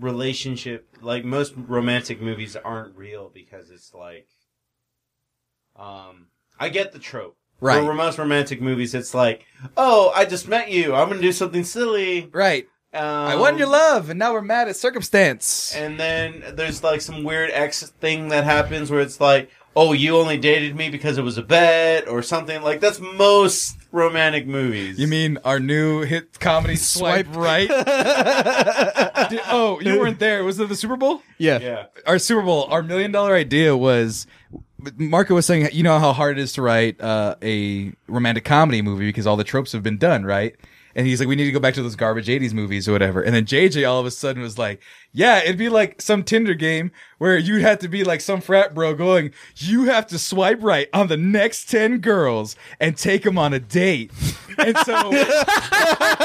relationship like most romantic movies aren't real because it's like um I get the trope. Right. For most romantic movies it's like, "Oh, I just met you. I'm going to do something silly." Right. Um, I won your love, and now we're mad at circumstance. And then there's like some weird ex thing that happens where it's like, "Oh, you only dated me because it was a bet or something." Like that's most romantic movies. You mean our new hit comedy swipe, right? Dude, oh, you weren't there. Was it the Super Bowl? Yeah. Yeah. Our Super Bowl, our million dollar idea was Marco was saying, you know how hard it is to write uh, a romantic comedy movie because all the tropes have been done, right? And he's like, we need to go back to those garbage 80s movies or whatever. And then JJ all of a sudden was like, yeah, it'd be like some Tinder game where you'd have to be like some frat bro going, you have to swipe right on the next 10 girls and take them on a date. And so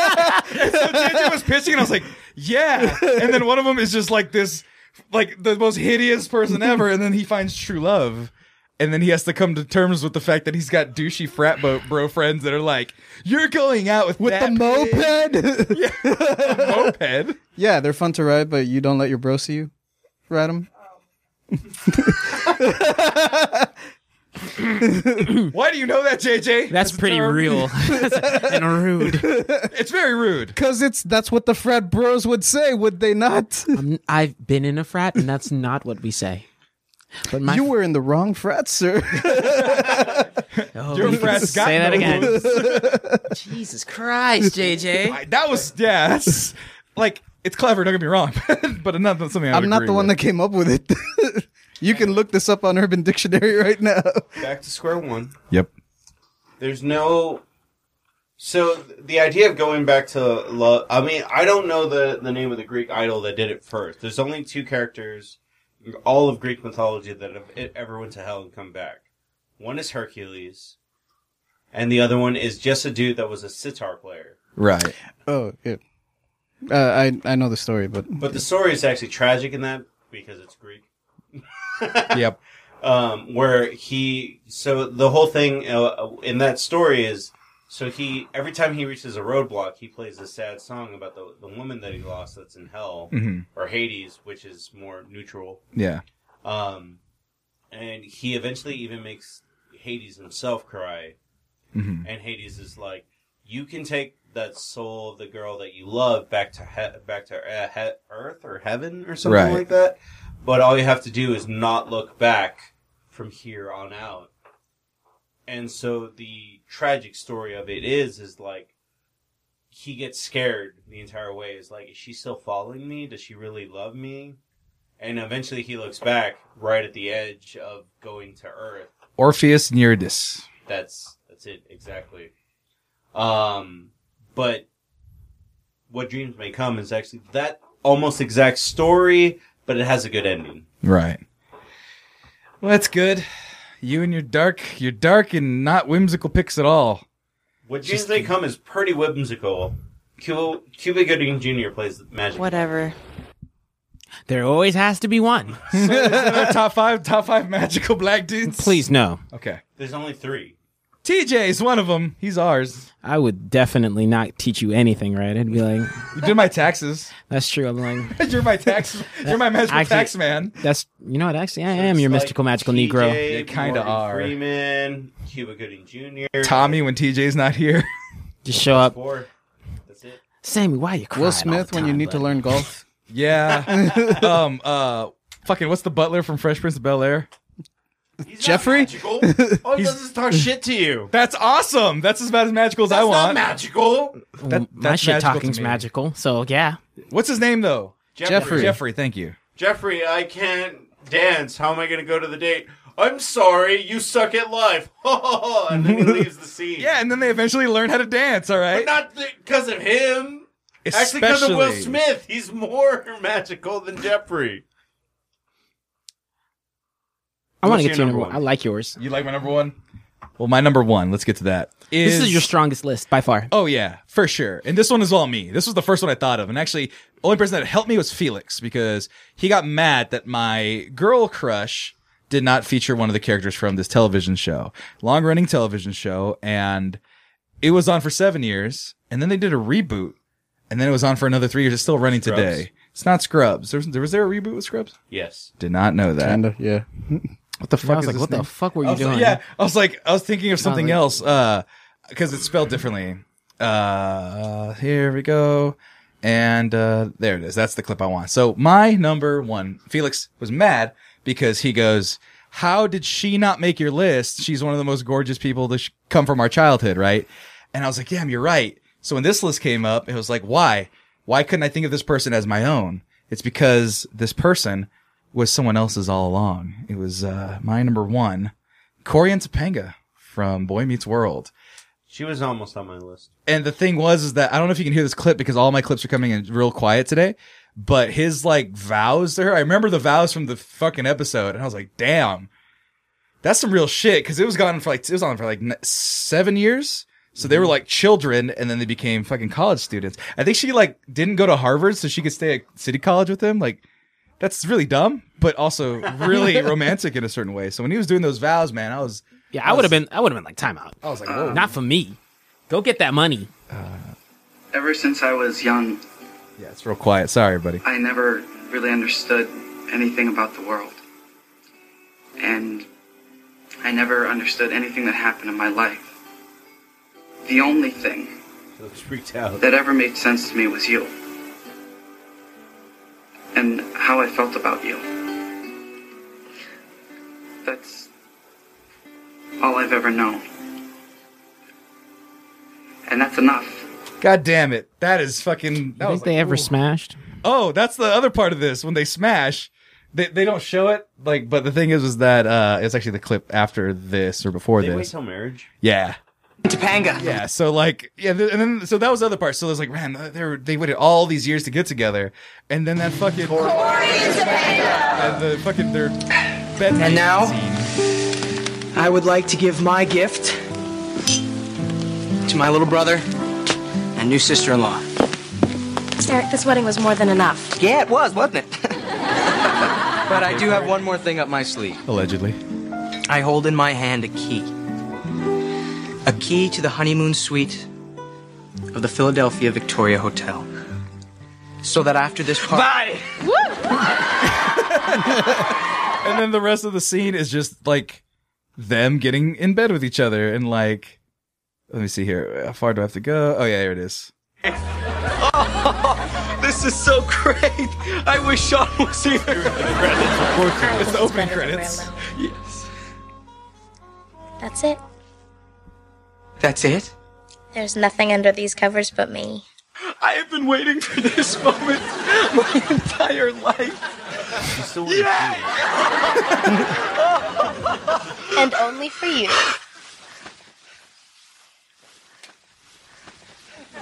JJ was pitching, and I was like, "Yeah." And then one of them is just like this, like the most hideous person ever. And then he finds true love, and then he has to come to terms with the fact that he's got douchey frat boat bro friends that are like, "You're going out with With that the moped? moped." yeah, they're fun to ride, but you don't let your bro see you ride them. Why do you know that, JJ? That's a pretty term. real and rude. It's very rude. Cause it's that's what the frat bros would say, would they not? I'm, I've been in a frat, and that's not what we say. But my you were in the wrong frat, sir. oh, Your frat's got say that no again. rules. Jesus Christ, JJ. I- That was yeah. That's like it's clever. Don't get me wrong, but not something. I would I'm not agree the one with. that came up with it. you can look this up on Urban Dictionary right now. Back to square one. Yep. there's no so th- the idea of going back to love i mean i don't know the, the name of the greek idol that did it first there's only two characters in all of greek mythology that have e- ever went to hell and come back one is hercules and the other one is just a dude that was a sitar player Right. Oh, yeah. Uh, I I know the story, but but the story is actually tragic in that because it's greek Yep. um, where he so the whole thing uh, in that story is so he every time he reaches a roadblock he plays a sad song about the the woman that he lost that's in hell Mhm. or Hades which is more neutral Yeah. um, and he eventually even makes Hades himself cry Mhm. and Hades is like you can take that soul of the girl that you love back to he- back to uh, he- earth or heaven or something Right. like that but all you have to do is not look back from here on out. And so the tragic story of it is is like he gets scared the entire way. Is like, is she still following me? Does she really love me? And eventually he looks back right at the edge of going to Earth. Orpheus Nereidus. That's that's it exactly. Um, but what dreams may come is actually that almost exact story, but it has a good ending. Right. Well, that's good. You and your dark, your dark and not whimsical picks at all. What James May Come is pretty whimsical. Cuba, Cuba Gooding Jr. plays the magic. Whatever. There always has to be one. Uh, top five, top five magical black dudes. Please no. Okay. There's only three. TJ's one of them. He's ours. I would definitely not teach you anything, right? I'd be like, You did my taxes. that's true. I'm like, You're my tax. You're my magical Actually- tax man. that's you know what? Actually, I am your mystical magical Negro. You kinda Morgan are. Freeman, Cuba Gooding Jr. Tommy when TJ's not here. Just show up, Four. That's it. Sammy. Why are you crying? Will Smith when you need to learn golf. Yeah. um. Uh. Fucking. What's the butler from Fresh Prince of Bel Air? He's not Jeffrey? magical. All he does is talk shit to you. That's awesome. That's as bad as magical as I That's want. not magical. That- My that's shit magical to talking's me. magical. So yeah, What's his name though? Jeffrey. Jeffrey. Thank you. Jeffrey, I can't dance. How am I going to go to the date? I'm sorry, you suck at life. and then he leaves the scene. Yeah, and then they eventually learn how to dance. All right. But not because of him. Actually, because of Will Especially- Smith. He's more magical than Jeffrey. I want What's to your get to your number number one. I one? like yours. You like my number one? Well, my number one. Let's get to that. Is, This is your strongest list by far. Oh yeah, for sure. And this one is all me. This was the first one I thought of, and actually, only person that helped me was Felix because he got mad that my girl crush did not feature one of the characters from this television show, long running television show, and it was on for seven years, and then they did a reboot, and then it was on for another three years. It's still running today. It's not Scrubs. There was, there was there a reboot with Scrubs? Yes. Did not know that. Kinda, yeah. What the I fuck was is like, this what name? the fuck were I you was doing? Like, yeah, I was like, I was thinking of something like- else because it's spelled differently. Uh, here we go, and uh, there it is. That's the clip I want. So my number one, Felix was mad because he goes, "How did she not make your list? She's one of the most gorgeous people that sh- come from our childhood, right?" And I was like, "Damn, you're right." So when this list came up, it was like, "Why? Why couldn't I think of this person as my own?" It's because this person was someone else's all along. It was uh, my number one, Cory and Topanga from Boy Meets World. She was almost on my list. And the thing was, is that I don't know if you can hear this clip because all my clips are coming in real quiet today. But his like vows to her, I remember the vows from the fucking episode, and I was like, damn, that's some real shit. Because it was gone for like it was on for like n- seven years. So they were like children, and then they became fucking college students. I think she like didn't go to Harvard, so she could stay at City College with him. Like that's really dumb, but also really romantic in a certain way. So when he was doing those vows, man, I was Yeah, I would have been. I would have been like timeout. I was like, whoa. Not for me. Go get that money. Ever since I was young, yeah, it's real quiet. Sorry, buddy. I never really understood anything about the world. And I never understood anything that happened in my life. The only thing I was freaked out. that ever made sense to me was you. And how I felt about you. That's all I've ever known. And that's enough. God damn it. That is fucking. You That think was they like, ever ooh. smashed? Oh, that's the other part of this. When they smash, they, they don't show it. Like, but the thing is, is that uh, it's actually the clip after this or before They wait this. till marriage. yeah. Topanga. Yeah. So like, yeah, th- and then so that was the other part. So it was like, man, uh, they were, they waited all these years to get together, and then that fucking and the fucking their bed And now? I would like to give my gift to my little brother and new sister in law. Eric, this wedding was more than enough. Yeah, it was, wasn't it? but I do have one more thing up my sleeve. allegedly. I hold in my hand a key. A key to the honeymoon suite of the Philadelphia Victoria Hotel. So that after this party. Bye! and then the rest of the scene is just like them getting in bed with each other and like let me see here how far do i have to go oh yeah here it is This is so great! I wish Sean was here. it's the opening credits Yes. That's it. That's it? There's nothing under these covers but me. I have been waiting for this moment my entire life. She's still in yeah! And only for you.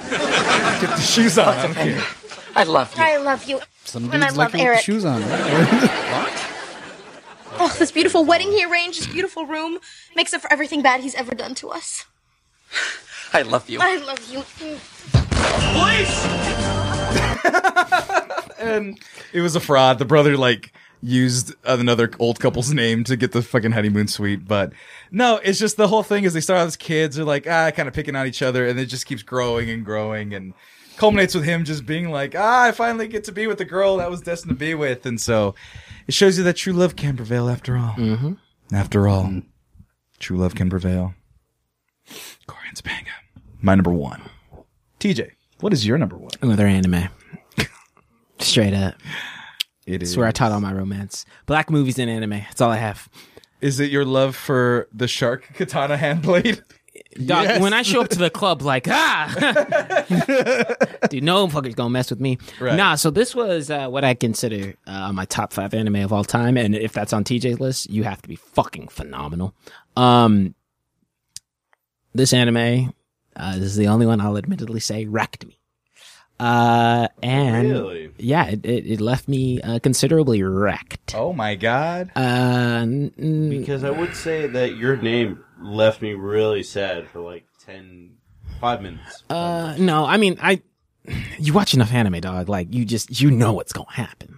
get the shoes on i don't care I love I love you. Some And I dudes love like it with the Eric. shoes on. Oh, this beautiful wedding he arranged, this beautiful room, makes up for everything bad he's ever done to us. I love you. I love you. Mm. and it was a fraud the brother like used another old couple's name to get the fucking honeymoon suite. But no, it's just the whole thing is they start out as kids, they're like, ah, kind of picking on each other, and it just keeps growing and growing and culminates with him just being like, ah, I finally get to be with the girl that I was destined to be with. And so it shows you that true love can prevail after all. Mm-hmm. After all, true love can prevail. Corin's banger. My number one. TJ, what is your number one? Another anime. Straight up. It It's where I taught all my romance. Black movies and anime. That's all I have. Is it your love for the shark katana hand blade? Dog, Yes. when I show up to the club, like, ah, dude, no fucker's gonna mess with me. Right. Nah, so this was uh, what I consider uh, my top five anime of all time, and if that's on TJ's list, you have to be fucking phenomenal. Um, this anime, uh, this is the only one I'll admittedly say wrecked me. Uh, and Really? yeah, it, it, it left me uh, considerably wrecked. Oh my god! Uh, Because I would say that your name left me really sad for like 10, 5 minutes. Uh, no, I mean, I, you watch enough anime, dog. Like, you just, you know what's gonna happen.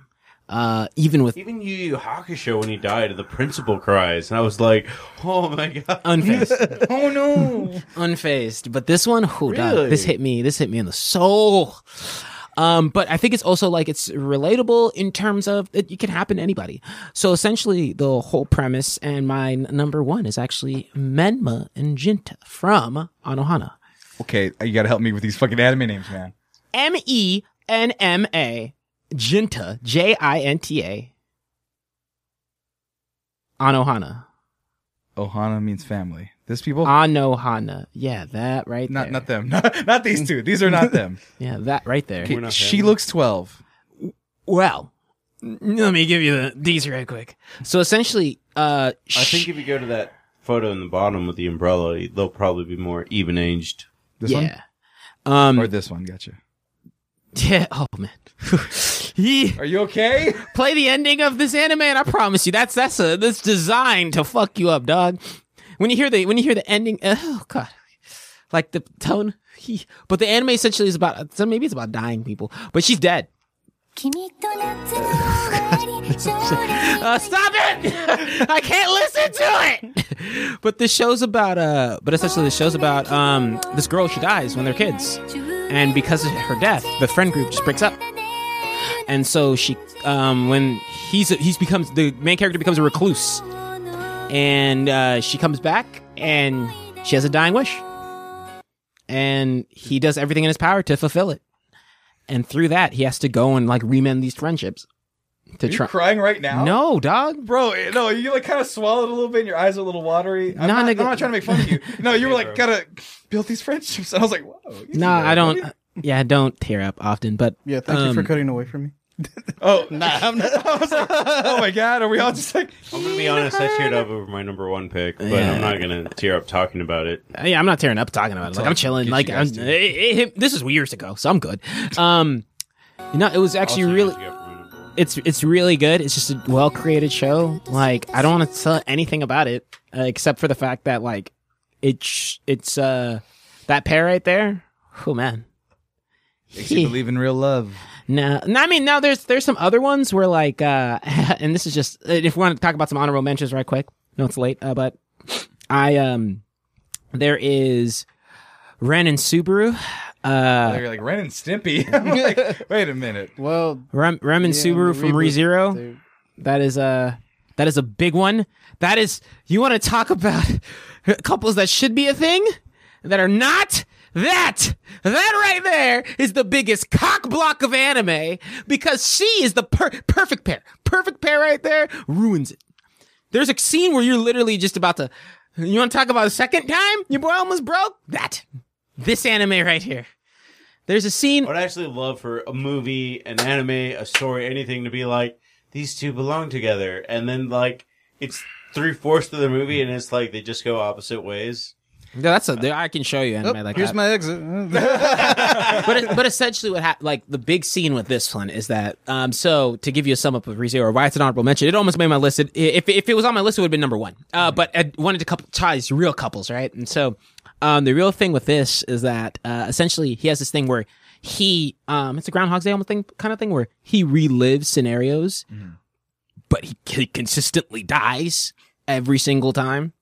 Uh, even with Even Yu Yu Hakusho, when he died, the principal cries, and I was like, "Oh my god!" Unfazed. oh no, unfazed. But this one, who Really? this hit me. This hit me in the soul. Um, but I think it's also like it's relatable in terms of it, it can happen to anybody. So essentially, the whole premise and my n- number one is actually Menma and Jinta from Anohana. Okay, you gotta help me with these fucking anime names, man. M E N M A Jinta J I N T A Anohana. Ohana means family. This people, Anohana. Ah, Yeah, that right not there. not them, not, not these two. These are not them. Yeah, that right there. Okay, she looks twelve. Well, n- let me give you the these right quick. So essentially, uh, I think if you go to that photo in the bottom with the umbrella, they'll probably be more even aged. This yeah. one? Um, or this one? Gotcha. Yeah. Oh man. Are you okay? Play the ending of this anime, and I promise you, that's that's a that's designed to fuck you up, dog. When you hear the when you hear the ending, oh god, like the tone. he- But the anime essentially is about so maybe it's about dying people, but she's dead. uh, stop it! I can't listen to it. But this show's about uh, but essentially the show's about um, this girl she dies when they're kids, and because of her death, the friend group just breaks up. And so she, um, when he's he's becomes the main character becomes a recluse, and uh, she comes back and she has a dying wish, and he does everything in his power to fulfill it. And through that, he has to go and like remend these friendships. To Are you try- crying right now? No, dog. Bro, eh, no, you like kind of swallowed a little bit, and your eyes are a little watery. I'm, Nah, not, I'm nigga. not trying to make fun of you. No, you were bro. like gotta build these friendships, and I was like, whoa. No, I don't. uh, Yeah, I don't tear up often, but Yeah, thank you for um, cutting away from me. Oh, nah, I'm not. I was like, oh my god, are we all just like? I'm gonna be honest, I teared up over my number one pick, but I'm not gonna tear up talking about it. Yeah, I'm not tearing up talking about it. Like I'm chilling. Get Like you I'm, guys to- it- it- it- this is years ago, so I'm good. Um, you know, it was actually really. It's it's really good. It's just a well created show. Like I don't want to tell anything about it uh, except for the fact that like it's it's uh that pair right there. Oh man. Makes you believe in real love. No, no, I mean now there's there's some other ones where like uh and this is just uh, if we want to talk about some honorable mentions right quick. No, it's late, uh, but I um there is Ren and Subaru. Uh They're like Ren and Stimpy. I'm like, wait a minute. Well, Ram, Ram and Yeah, Subaru the from reboot, ReZero. That is a that is a big one. That is you want to talk about couples that should be a thing that are not. That that right there is the biggest cock block of anime because she is the per- perfect pair. Perfect pair right there ruins it. There's a scene where you're literally just about to. You want to talk about a second time? Your boy almost broke. That this anime right here. There's a scene. I'd actually love for a movie, an anime, a story, anything to be like these two belong together, and then like it's three fourths of the movie, and it's like they just go opposite ways. No, that's a. there- I can show you anime Oh, like here's that. my exit. but it, but essentially, what happened? Like the big scene with this one is that. Um, so to give you a sum up of ReZero, why it's an honorable mention. It almost made my list. It, if if it was on my list, it would have been number one. Uh, but I wanted to couple ties real couples, right? And so, um, the real thing with this is that uh, essentially he has this thing where he um, it's a Groundhog's Day almost thing kind of thing where he relives scenarios but he, he consistently dies every single time.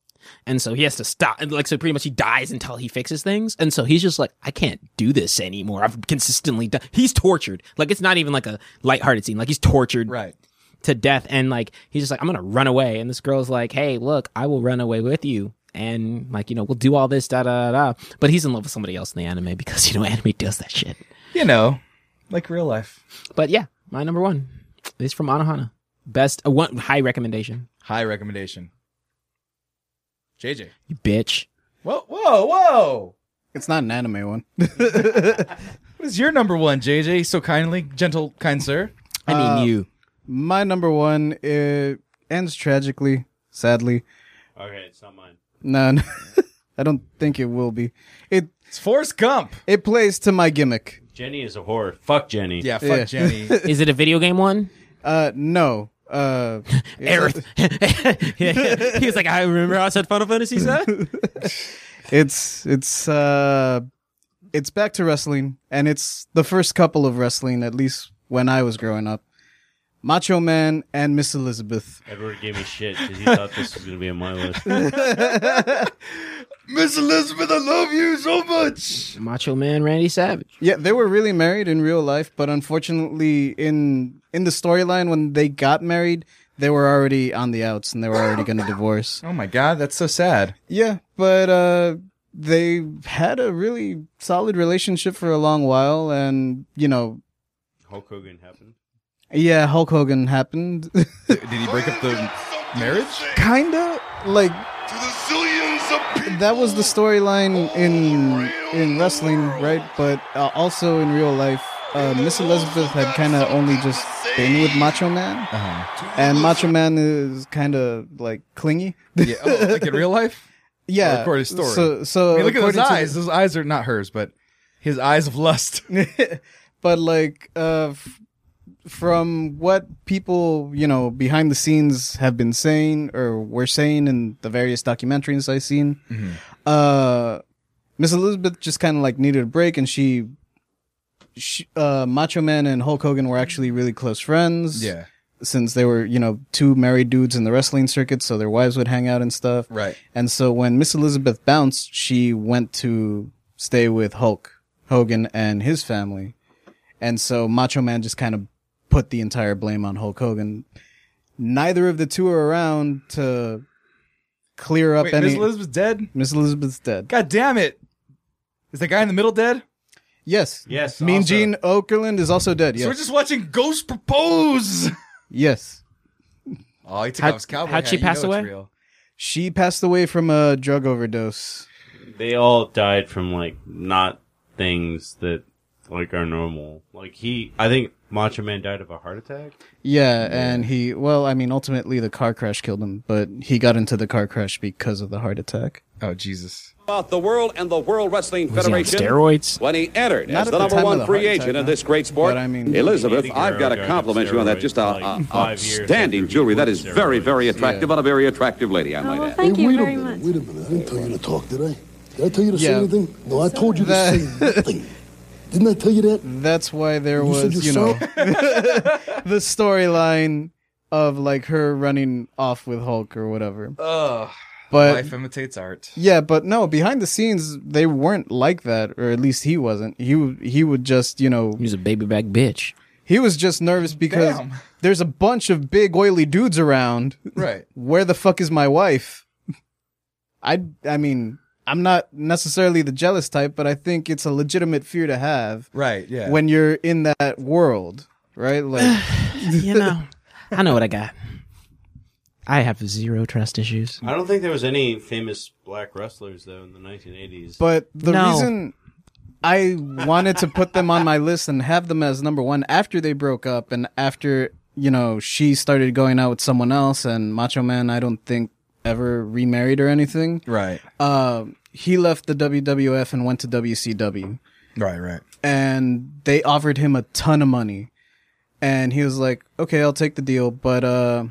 And so he has to stop. and, Like, so pretty much he dies until he fixes things. And so he's just like, I can't do this anymore. I've consistently done. He's tortured. Like, it's not even like a lighthearted scene. Like, he's tortured right. to death. And like, he's just like, I'm going to run away. And this girl's like, Hey, look, I will run away with you. And like, you know, we'll do all this, da da da da. But he's in love with somebody else in the anime because, you know, anime does that shit. You know, like real life. But yeah, my number one is from Anohana. Best, uh, one high recommendation. High recommendation. JJ. You bitch. Whoa, whoa, whoa. It's not an anime one. What is your number one, JJ? So kindly, gentle, kind sir. Uh, My number one it ends tragically, sadly. Okay, it's not mine. No, no. I don't think it will be. It, it's Forrest Gump. It plays to my gimmick. Jenny is a whore. Fuck Jenny. Yeah, fuck Yeah. Jenny. is it a video game one? Uh, no. Uh, Aerith. he was like, I remember I said Final Fantasy VII. it's it's uh it's back to wrestling and it's the first couple of wrestling at least when i was growing up macho man and miss elizabeth Edward gave me shit because he thought this was gonna be on my list. Miss Elizabeth, I love you so much. Macho Man Randy Savage. yeah they were really married in real life but unfortunately in in the storyline when they got married they were already on the outs and they were already going to divorce Oh my God, that's so sad. Yeah, but uh, they had a really solid relationship for a long while, and you know, Hulk Hogan happened. yeah, Hulk Hogan happened, Did he break up the marriage? kinda like that was the storyline in in wrestling, right? But uh, also in real life, uh, Miss Elizabeth had kind of only just been with Macho Man, Uh-huh. and Macho Man is kind of like clingy. Yeah, oh, like in real life. Yeah, record his story. So, so I mean, look at his according to- eyes. Those eyes are not hers, but his eyes of lust. but like uh f- from what people you know behind the scenes have been saying or were saying in the various documentaries i've seen uh miss elizabeth just kind of like needed a break and she, she uh macho man and hulk hogan were actually really close friends Yeah. since they were you know two married dudes in the wrestling circuit so their wives would hang out and stuff Right. and so when Miss Elizabeth bounced, she went to stay with Hulk Hogan and his family. And so Macho Man just kind of put the entire blame on Hulk Hogan. Neither of the two are around to clear up Wait, any. Miss Elizabeth's dead. Miss Elizabeth's dead. God damn it! Is the guy in the middle dead? Yes. Yes, Mean also. Gene Okerlund is also dead. Yes. So we're just watching Ghost propose. yes. Oh, he took How'd- off his cowboy how'd hat. she You pass know it's away? real. She passed away from a drug overdose. They all died from like not things that like are normal. Like he, I think Macho Man died of a heart attack. Yeah, and he well, I mean, ultimately the car crash killed him, but he got into the car crash because of the heart attack. Oh Jesus! About the world and the World Wrestling Was he on Federation. steroids? When he entered Not as at the the number time one of the free heart agent attack, in this great sport, but I mean- Elizabeth, Eddie I've got Guerrero to got compliment you on that. steroids Just a, like a- five years outstanding after he jewelry. That put is very, steroids. very attractive on a very attractive lady, I might add. Hey, Thank you wait very a minute, Wait much. a minute. I didn't tell you to talk, did I? Did I tell you to Yeah. say anything? No, I told you to That- say nothing. Didn't I tell you that? That's why there You said was, you know, yourself. the storyline of like her running off with Hulk or whatever. Uh, Ugh. Uh, But- life imitates art. Yeah, but no, behind the scenes they weren't like that, or at least he wasn't. He w- he would just, you know, He was a baby back bitch. he was just nervous because Damn. there's a bunch of big oily dudes around. Right. where the fuck is my wife? I I mean, I'm not necessarily the jealous type, but I think it's a legitimate fear to have Right. Yeah. when you're in that world, right? Like you know, I know what I got. I have zero trust issues. I don't think there was any famous black wrestlers though in the 1980s. but the No. reason I wanted to put them on my list and have them as number 1 after they broke up and after, you know, she started going out with someone else and Macho Man I don't think ever remarried or anything. right. Uh, he left the WWF and went to WCW. Right. Right. and they offered him a ton of money. And he was like, "Okay, I'll take the deal, but uh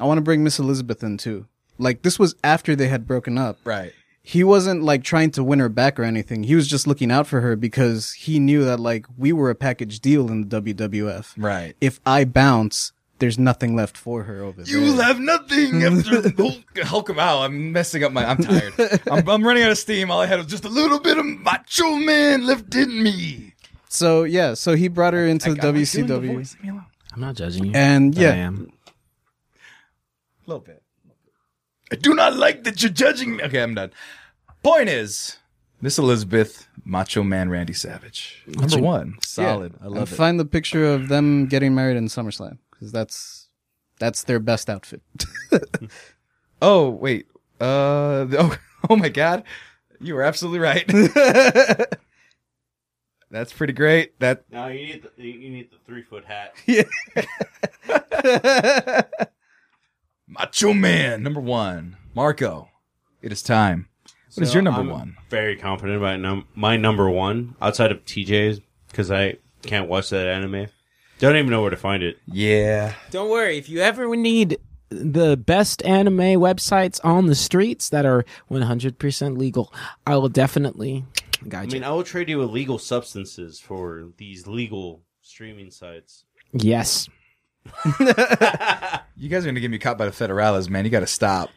I want to bring Miss Elizabeth in too." Like this was after they had broken up. Right. He wasn't like trying to win her back or anything. He was just looking out for her because he knew that like we were a package deal in the WWF. Right. If I bounce, there's nothing left for her over there. You'll have nothing after Hulk, Hulk wow, I'm messing up my. I'm tired. I'm, I'm running out of steam. All I had was just a little bit of Macho Man left in me. So yeah, so he brought her into I- the I'm not doing the WCW. voice, leave me alone. I'm not judging you. And but yeah. I am. little bit. I do not like that you're judging me. Okay, I'm done. Point is, Miss Elizabeth, Macho Man Randy Savage, number Macho- one, solid. Yeah. I and love it. Find the picture of them getting married in SummerSlam because that's that's their best outfit. oh wait, uh, the- oh, oh my God, you were absolutely right. That's pretty great. That No, you need the, you need the three foot hat. Macho Man number one, Marco. It is time. What is So your number I'm one? Very confident about num- my number one outside of TJ's because I can't watch that anime. Don't even know where to find it. Yeah. Don't worry. If you ever need the best anime websites on the streets that are 100% legal, I will definitely I guide you. mean, I will trade you illegal substances for these legal streaming sites. Yes. You guys are gonna get me caught by the federales, man. You got to stop.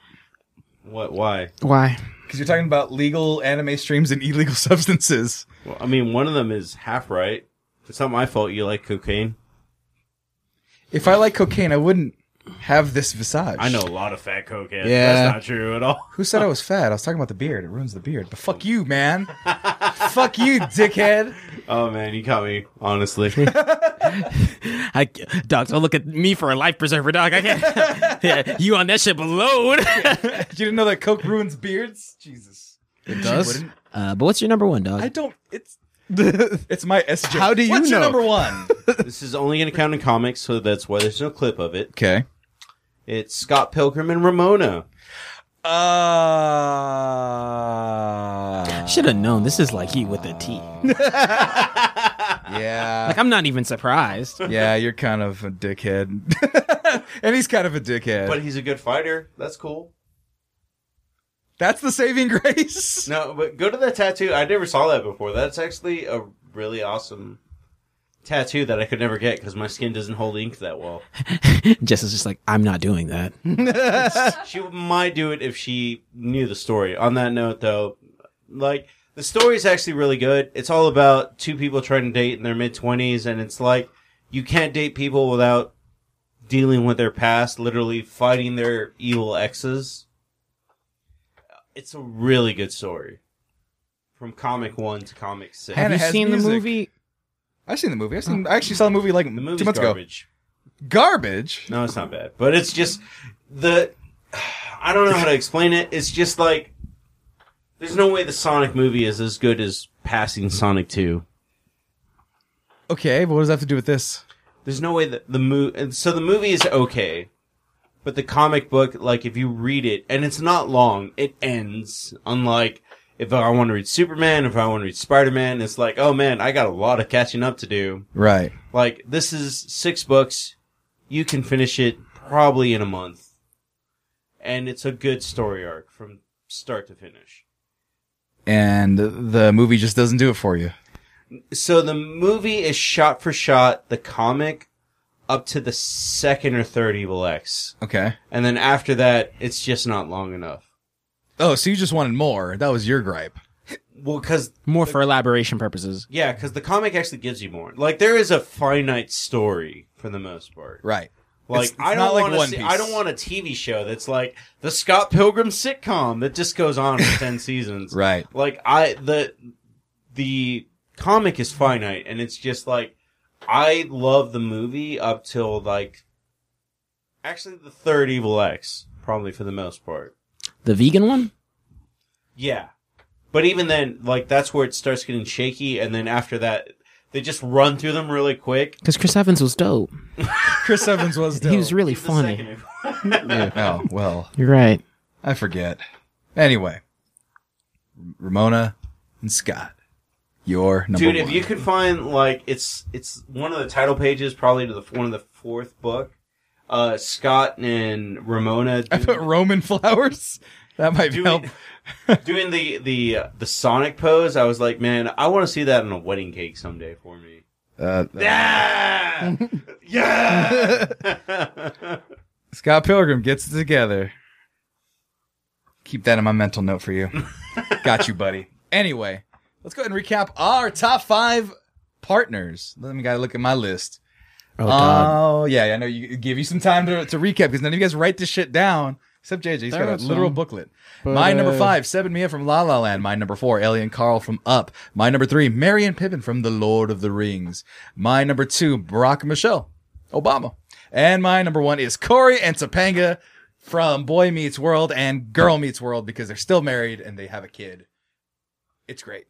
What? Why? Why? Because you're talking about legal anime streams and illegal substances. Well, I mean, one of them is half right. It's not my fault you like cocaine. If I like cocaine, I wouldn't have this visage. I know a lot of fat cokeheads. Yeah. That's not true at all. Who said I was fat? I was talking about the beard. It ruins the beard. But fuck you, man. fuck you, dickhead. Oh man, you caught me. Honestly, I, dog, don't look at me for a life preserver, dog. I can't. yeah, you on that ship alone. you didn't know that coke ruins beards? Jesus. It does? wouldn't. Uh, but what's your number one, dog? I don't. It's it's my S. joke. How do you What's know? your number one? this is only going to count in comics, so that's why there's no clip of it. Okay. It's Scott Pilgrim and Ramona. Uh, Should have known. This is like he with a T. yeah. Like I'm not even surprised. yeah, you're kind of a dickhead. and he's kind of a dickhead. But he's a good fighter. That's cool. That's the saving grace. No, but go to the tattoo. I never saw that before. That's actually a really awesome tattoo that I could never get because my skin doesn't hold ink that well. Jess is just like I'm not doing that. she might do it if she knew the story. On that note, though, like the story is actually really good. It's all about two people trying to date in their mid twenties, and it's like you can't date people without dealing with their past, literally fighting their evil exes. It's a really good story. From comic one to comic six. And it has music. I've seen the movie. I've seen, I actually saw the movie like The movie's two months garbage. ago. Garbage. No, it's not bad. But it's just the I don't know how to explain it. It's just like there's no way the Sonic movie is as good as passing Sonic 2. Okay, but what does that have to do with this? There's no way that the movie so the movie is okay. But the comic book like if you read it and it's not long, it ends unlike if I want to read Superman, if I want to read Spider-Man, it's like, oh man, I got a lot of catching up to do. Right. Like this is six books. You can finish it probably in a month. And it's a good story arc from start to finish. And the movie just doesn't do it for you. So the movie is shot for shot the comic up to the second or third Evil X. Okay. And then after that, it's just not long enough. Oh, so you just wanted more. That was your gripe. Well, because More for elaboration purposes. yeah, because the comic actually gives you more. Like there is a finite story for the most part. Right. Like It's- it's I not don't like want One to see, Piece. I don't want a TV show that's like the Scott Pilgrim sitcom that just goes on for 10 seasons. Right. Like I the the comic is finite and it's just like I love the movie up till like actually the third Evil X probably for the most part. The vegan one? Yeah. But even then like that's where it starts getting shaky and then after that they just run through them really quick. Because Chris Evans was dope. Chris Evans was dope. He was really funny. Second- oh, well, You're right. I forget. Anyway, Ramona and Scott, your number Dude, one. if you could find like it's it's one of the title pages, probably to the one of the fourth book. Uh, Scott and Ramona I put Roman flowers. That might doing, help. doing the the uh, the Sonic pose. I was like, man, I want to see that on a wedding cake someday for me. Uh, Ah! Yeah. yeah. Scott Pilgrim gets it together. Keep that in my mental note for you. Got you, buddy. Anyway, let's go ahead and recap our top five partners. Let me gotta look at my list. Oh, Oh, God. yeah, yeah, I know. You give you some time to, to recap because none of you guys write this shit down except JJ. He's There got was a literal some. booklet. But, my number uh, five, Seven Mia from La La Land. My number four, Ellie and Carl from Up. My number three, Mary and Pippin from The Lord of the Rings. My number two, Barack and Michelle Obama. And my number one is Corey and Topanga from Boy Meets World and Girl Meets World because they're still married and they have a kid. It's great.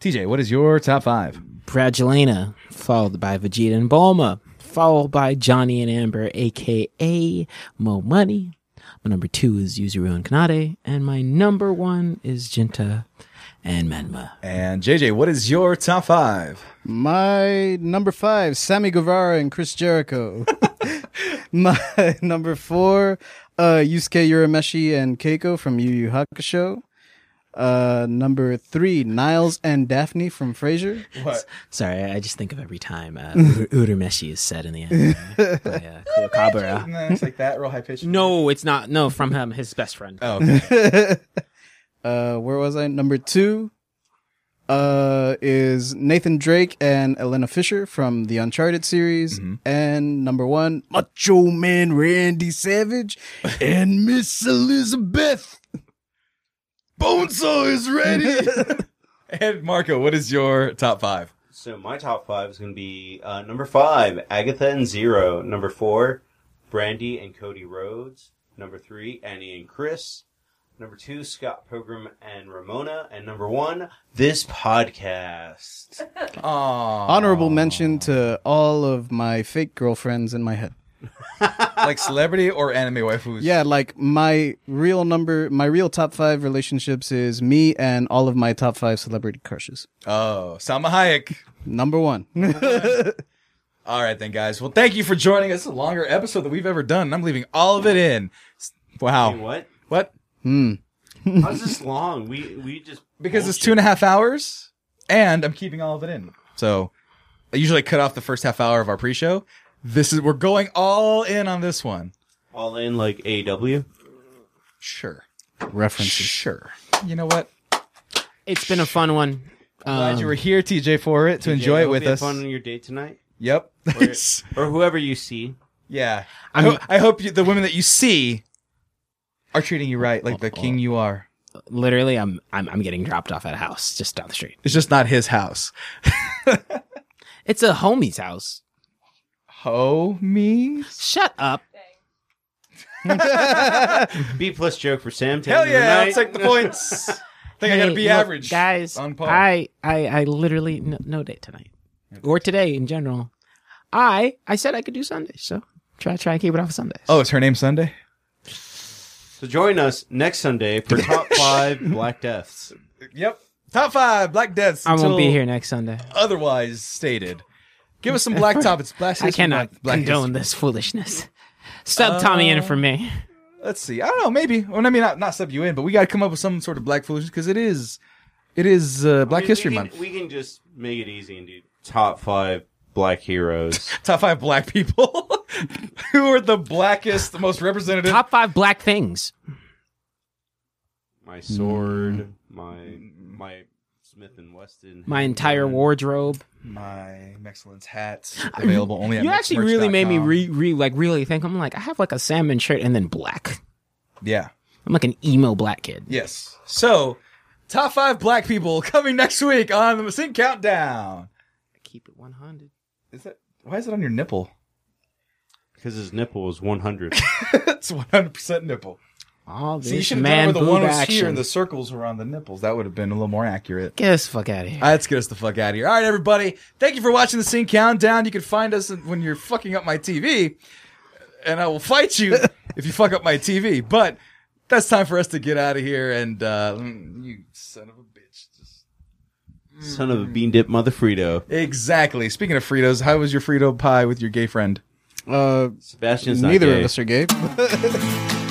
TJ, what is your top five? Bradulina, followed by Vegeta and Bulma, followed by Johnny and Amber, aka Mo Money. My number two is Yuzuru and Kanade, and my number one is Jinta and Menma. And JJ, what is your top five? My number five, Sammy Guevara and Chris Jericho. My number four, uh, Yusuke Urameshi and Keiko from Yu Yu Hakusho. Uh, number three, Niles and Daphne from Frasier. What? Sorry, I just think of every time uh, Ur- Urameshi is said in the end. It's like that, real high pitched. No, it's not. No, from him, his best friend. Oh, uh, where was I? Number two uh, is Nathan Drake and Elena Fisher from the Uncharted series. And number one, Macho Man Randy Savage and Miss Elizabeth. Bonesaw is ready. and Marco, what is your top five? So my top five is going to be uh, number five, Agatha and Zero. Number four, Brandy and Cody Rhodes. Number three, Annie and Chris. Number two, Scott Pilgrim and Ramona. And number one, this podcast. Honorable mention to all of my fake girlfriends in my head. like celebrity or anime waifus? Yeah, like my real number, my real top five relationships is me and all of my top five celebrity crushes. Oh, Salma Hayek. Number one. All right, then, guys. Well, thank you for joining us. It's a longer episode than we've ever done. and I'm leaving all of it in. S- Wow. Hey, what? What? Hmm. How's this long? We we just Because it's two and a half hours, and I'm keeping all of it in. So I usually cut off the first half hour of our pre-show. This is we're going all in on this one. all in like E AW. Sure. References. Sure. You know what? It's been a fun one. Glad Um, you were here, TJ, for it to TJ, enjoy I it hope with you had us. Fun on your date tonight, Yep. or, or whoever you see. Yeah. I I, mean- ho- I hope you, the women that you see are treating you right, like the king you are. Literally, I'm, I'm I'm getting dropped off at a house just down the street. It's just not his house. It's a homie's house. Homies? Shut up. B plus joke for Sam. to Hell end the yeah, I'll night. take the points. think I Hey, gotta be look, average. guys. On par. I I I literally no, no date tonight or today in general. I I said I could do Sunday, so try try and keep it off Sunday. oh, is her name Sunday? So join us next Sunday for top five Black Deaths. Yep. Top five Black Deaths. I won't be until here next Sunday. Otherwise stated. Give us some black topics. Black I history, cannot black, black condone history. this foolishness. Sub Tommy in Uh, for me. Let's see. I don't know. Maybe. Well, I mean, not, not sub you in, but we gotta come up with some sort of black foolishness because it is, it is uh, Black I mean, History we can, Month. We can just make it easy and do top five black heroes. Top five black people who are the blackest, the most representative. Top five black things. my Mm. sword, my my Smith and Wesson, My entire wardrobe. my Mexcellence hats available only at you actually really made me mexmerch.com. re, re like really think. I'm like I have like a salmon shirt and then black. yeah I'm like an emo black kid. yes so top five black people coming next week on the sync countdown Keep it 100. is that why is it on your nipple because his nipple is one hundred. it's 100% nipple All this see you should have done man it where the boob one was action. here and the circles were on the nipples that would have been a little more accurate Get us the fuck out of here. All right, let's get us the fuck out of here. All right, everybody. Thank you for watching the Scene Countdown. You can find us when you're fucking up my TV, and I will fight you if you fuck up my TV. But that's time for us to get out of here. And uh, mm, you son of a bitch. Just... Son of a bean dip, mother Frito. Exactly. Speaking of Fritos, how was your Frito pie with your gay friend? Uh, Sebastian's not neither gay. of us are gay.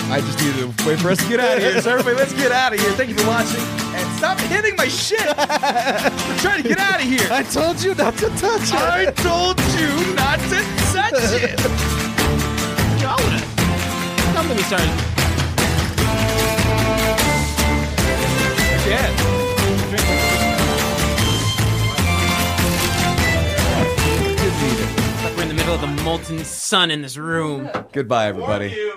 I just needed a way for us to get out of here. So, everybody, let's get out of here. Thank you for watching, and Stop hitting my shit! I'm trying to get out of here. I told you not to touch it. I told you not to touch it. Come let me start. We're in the middle of the molten sun in this room. Goodbye, everybody.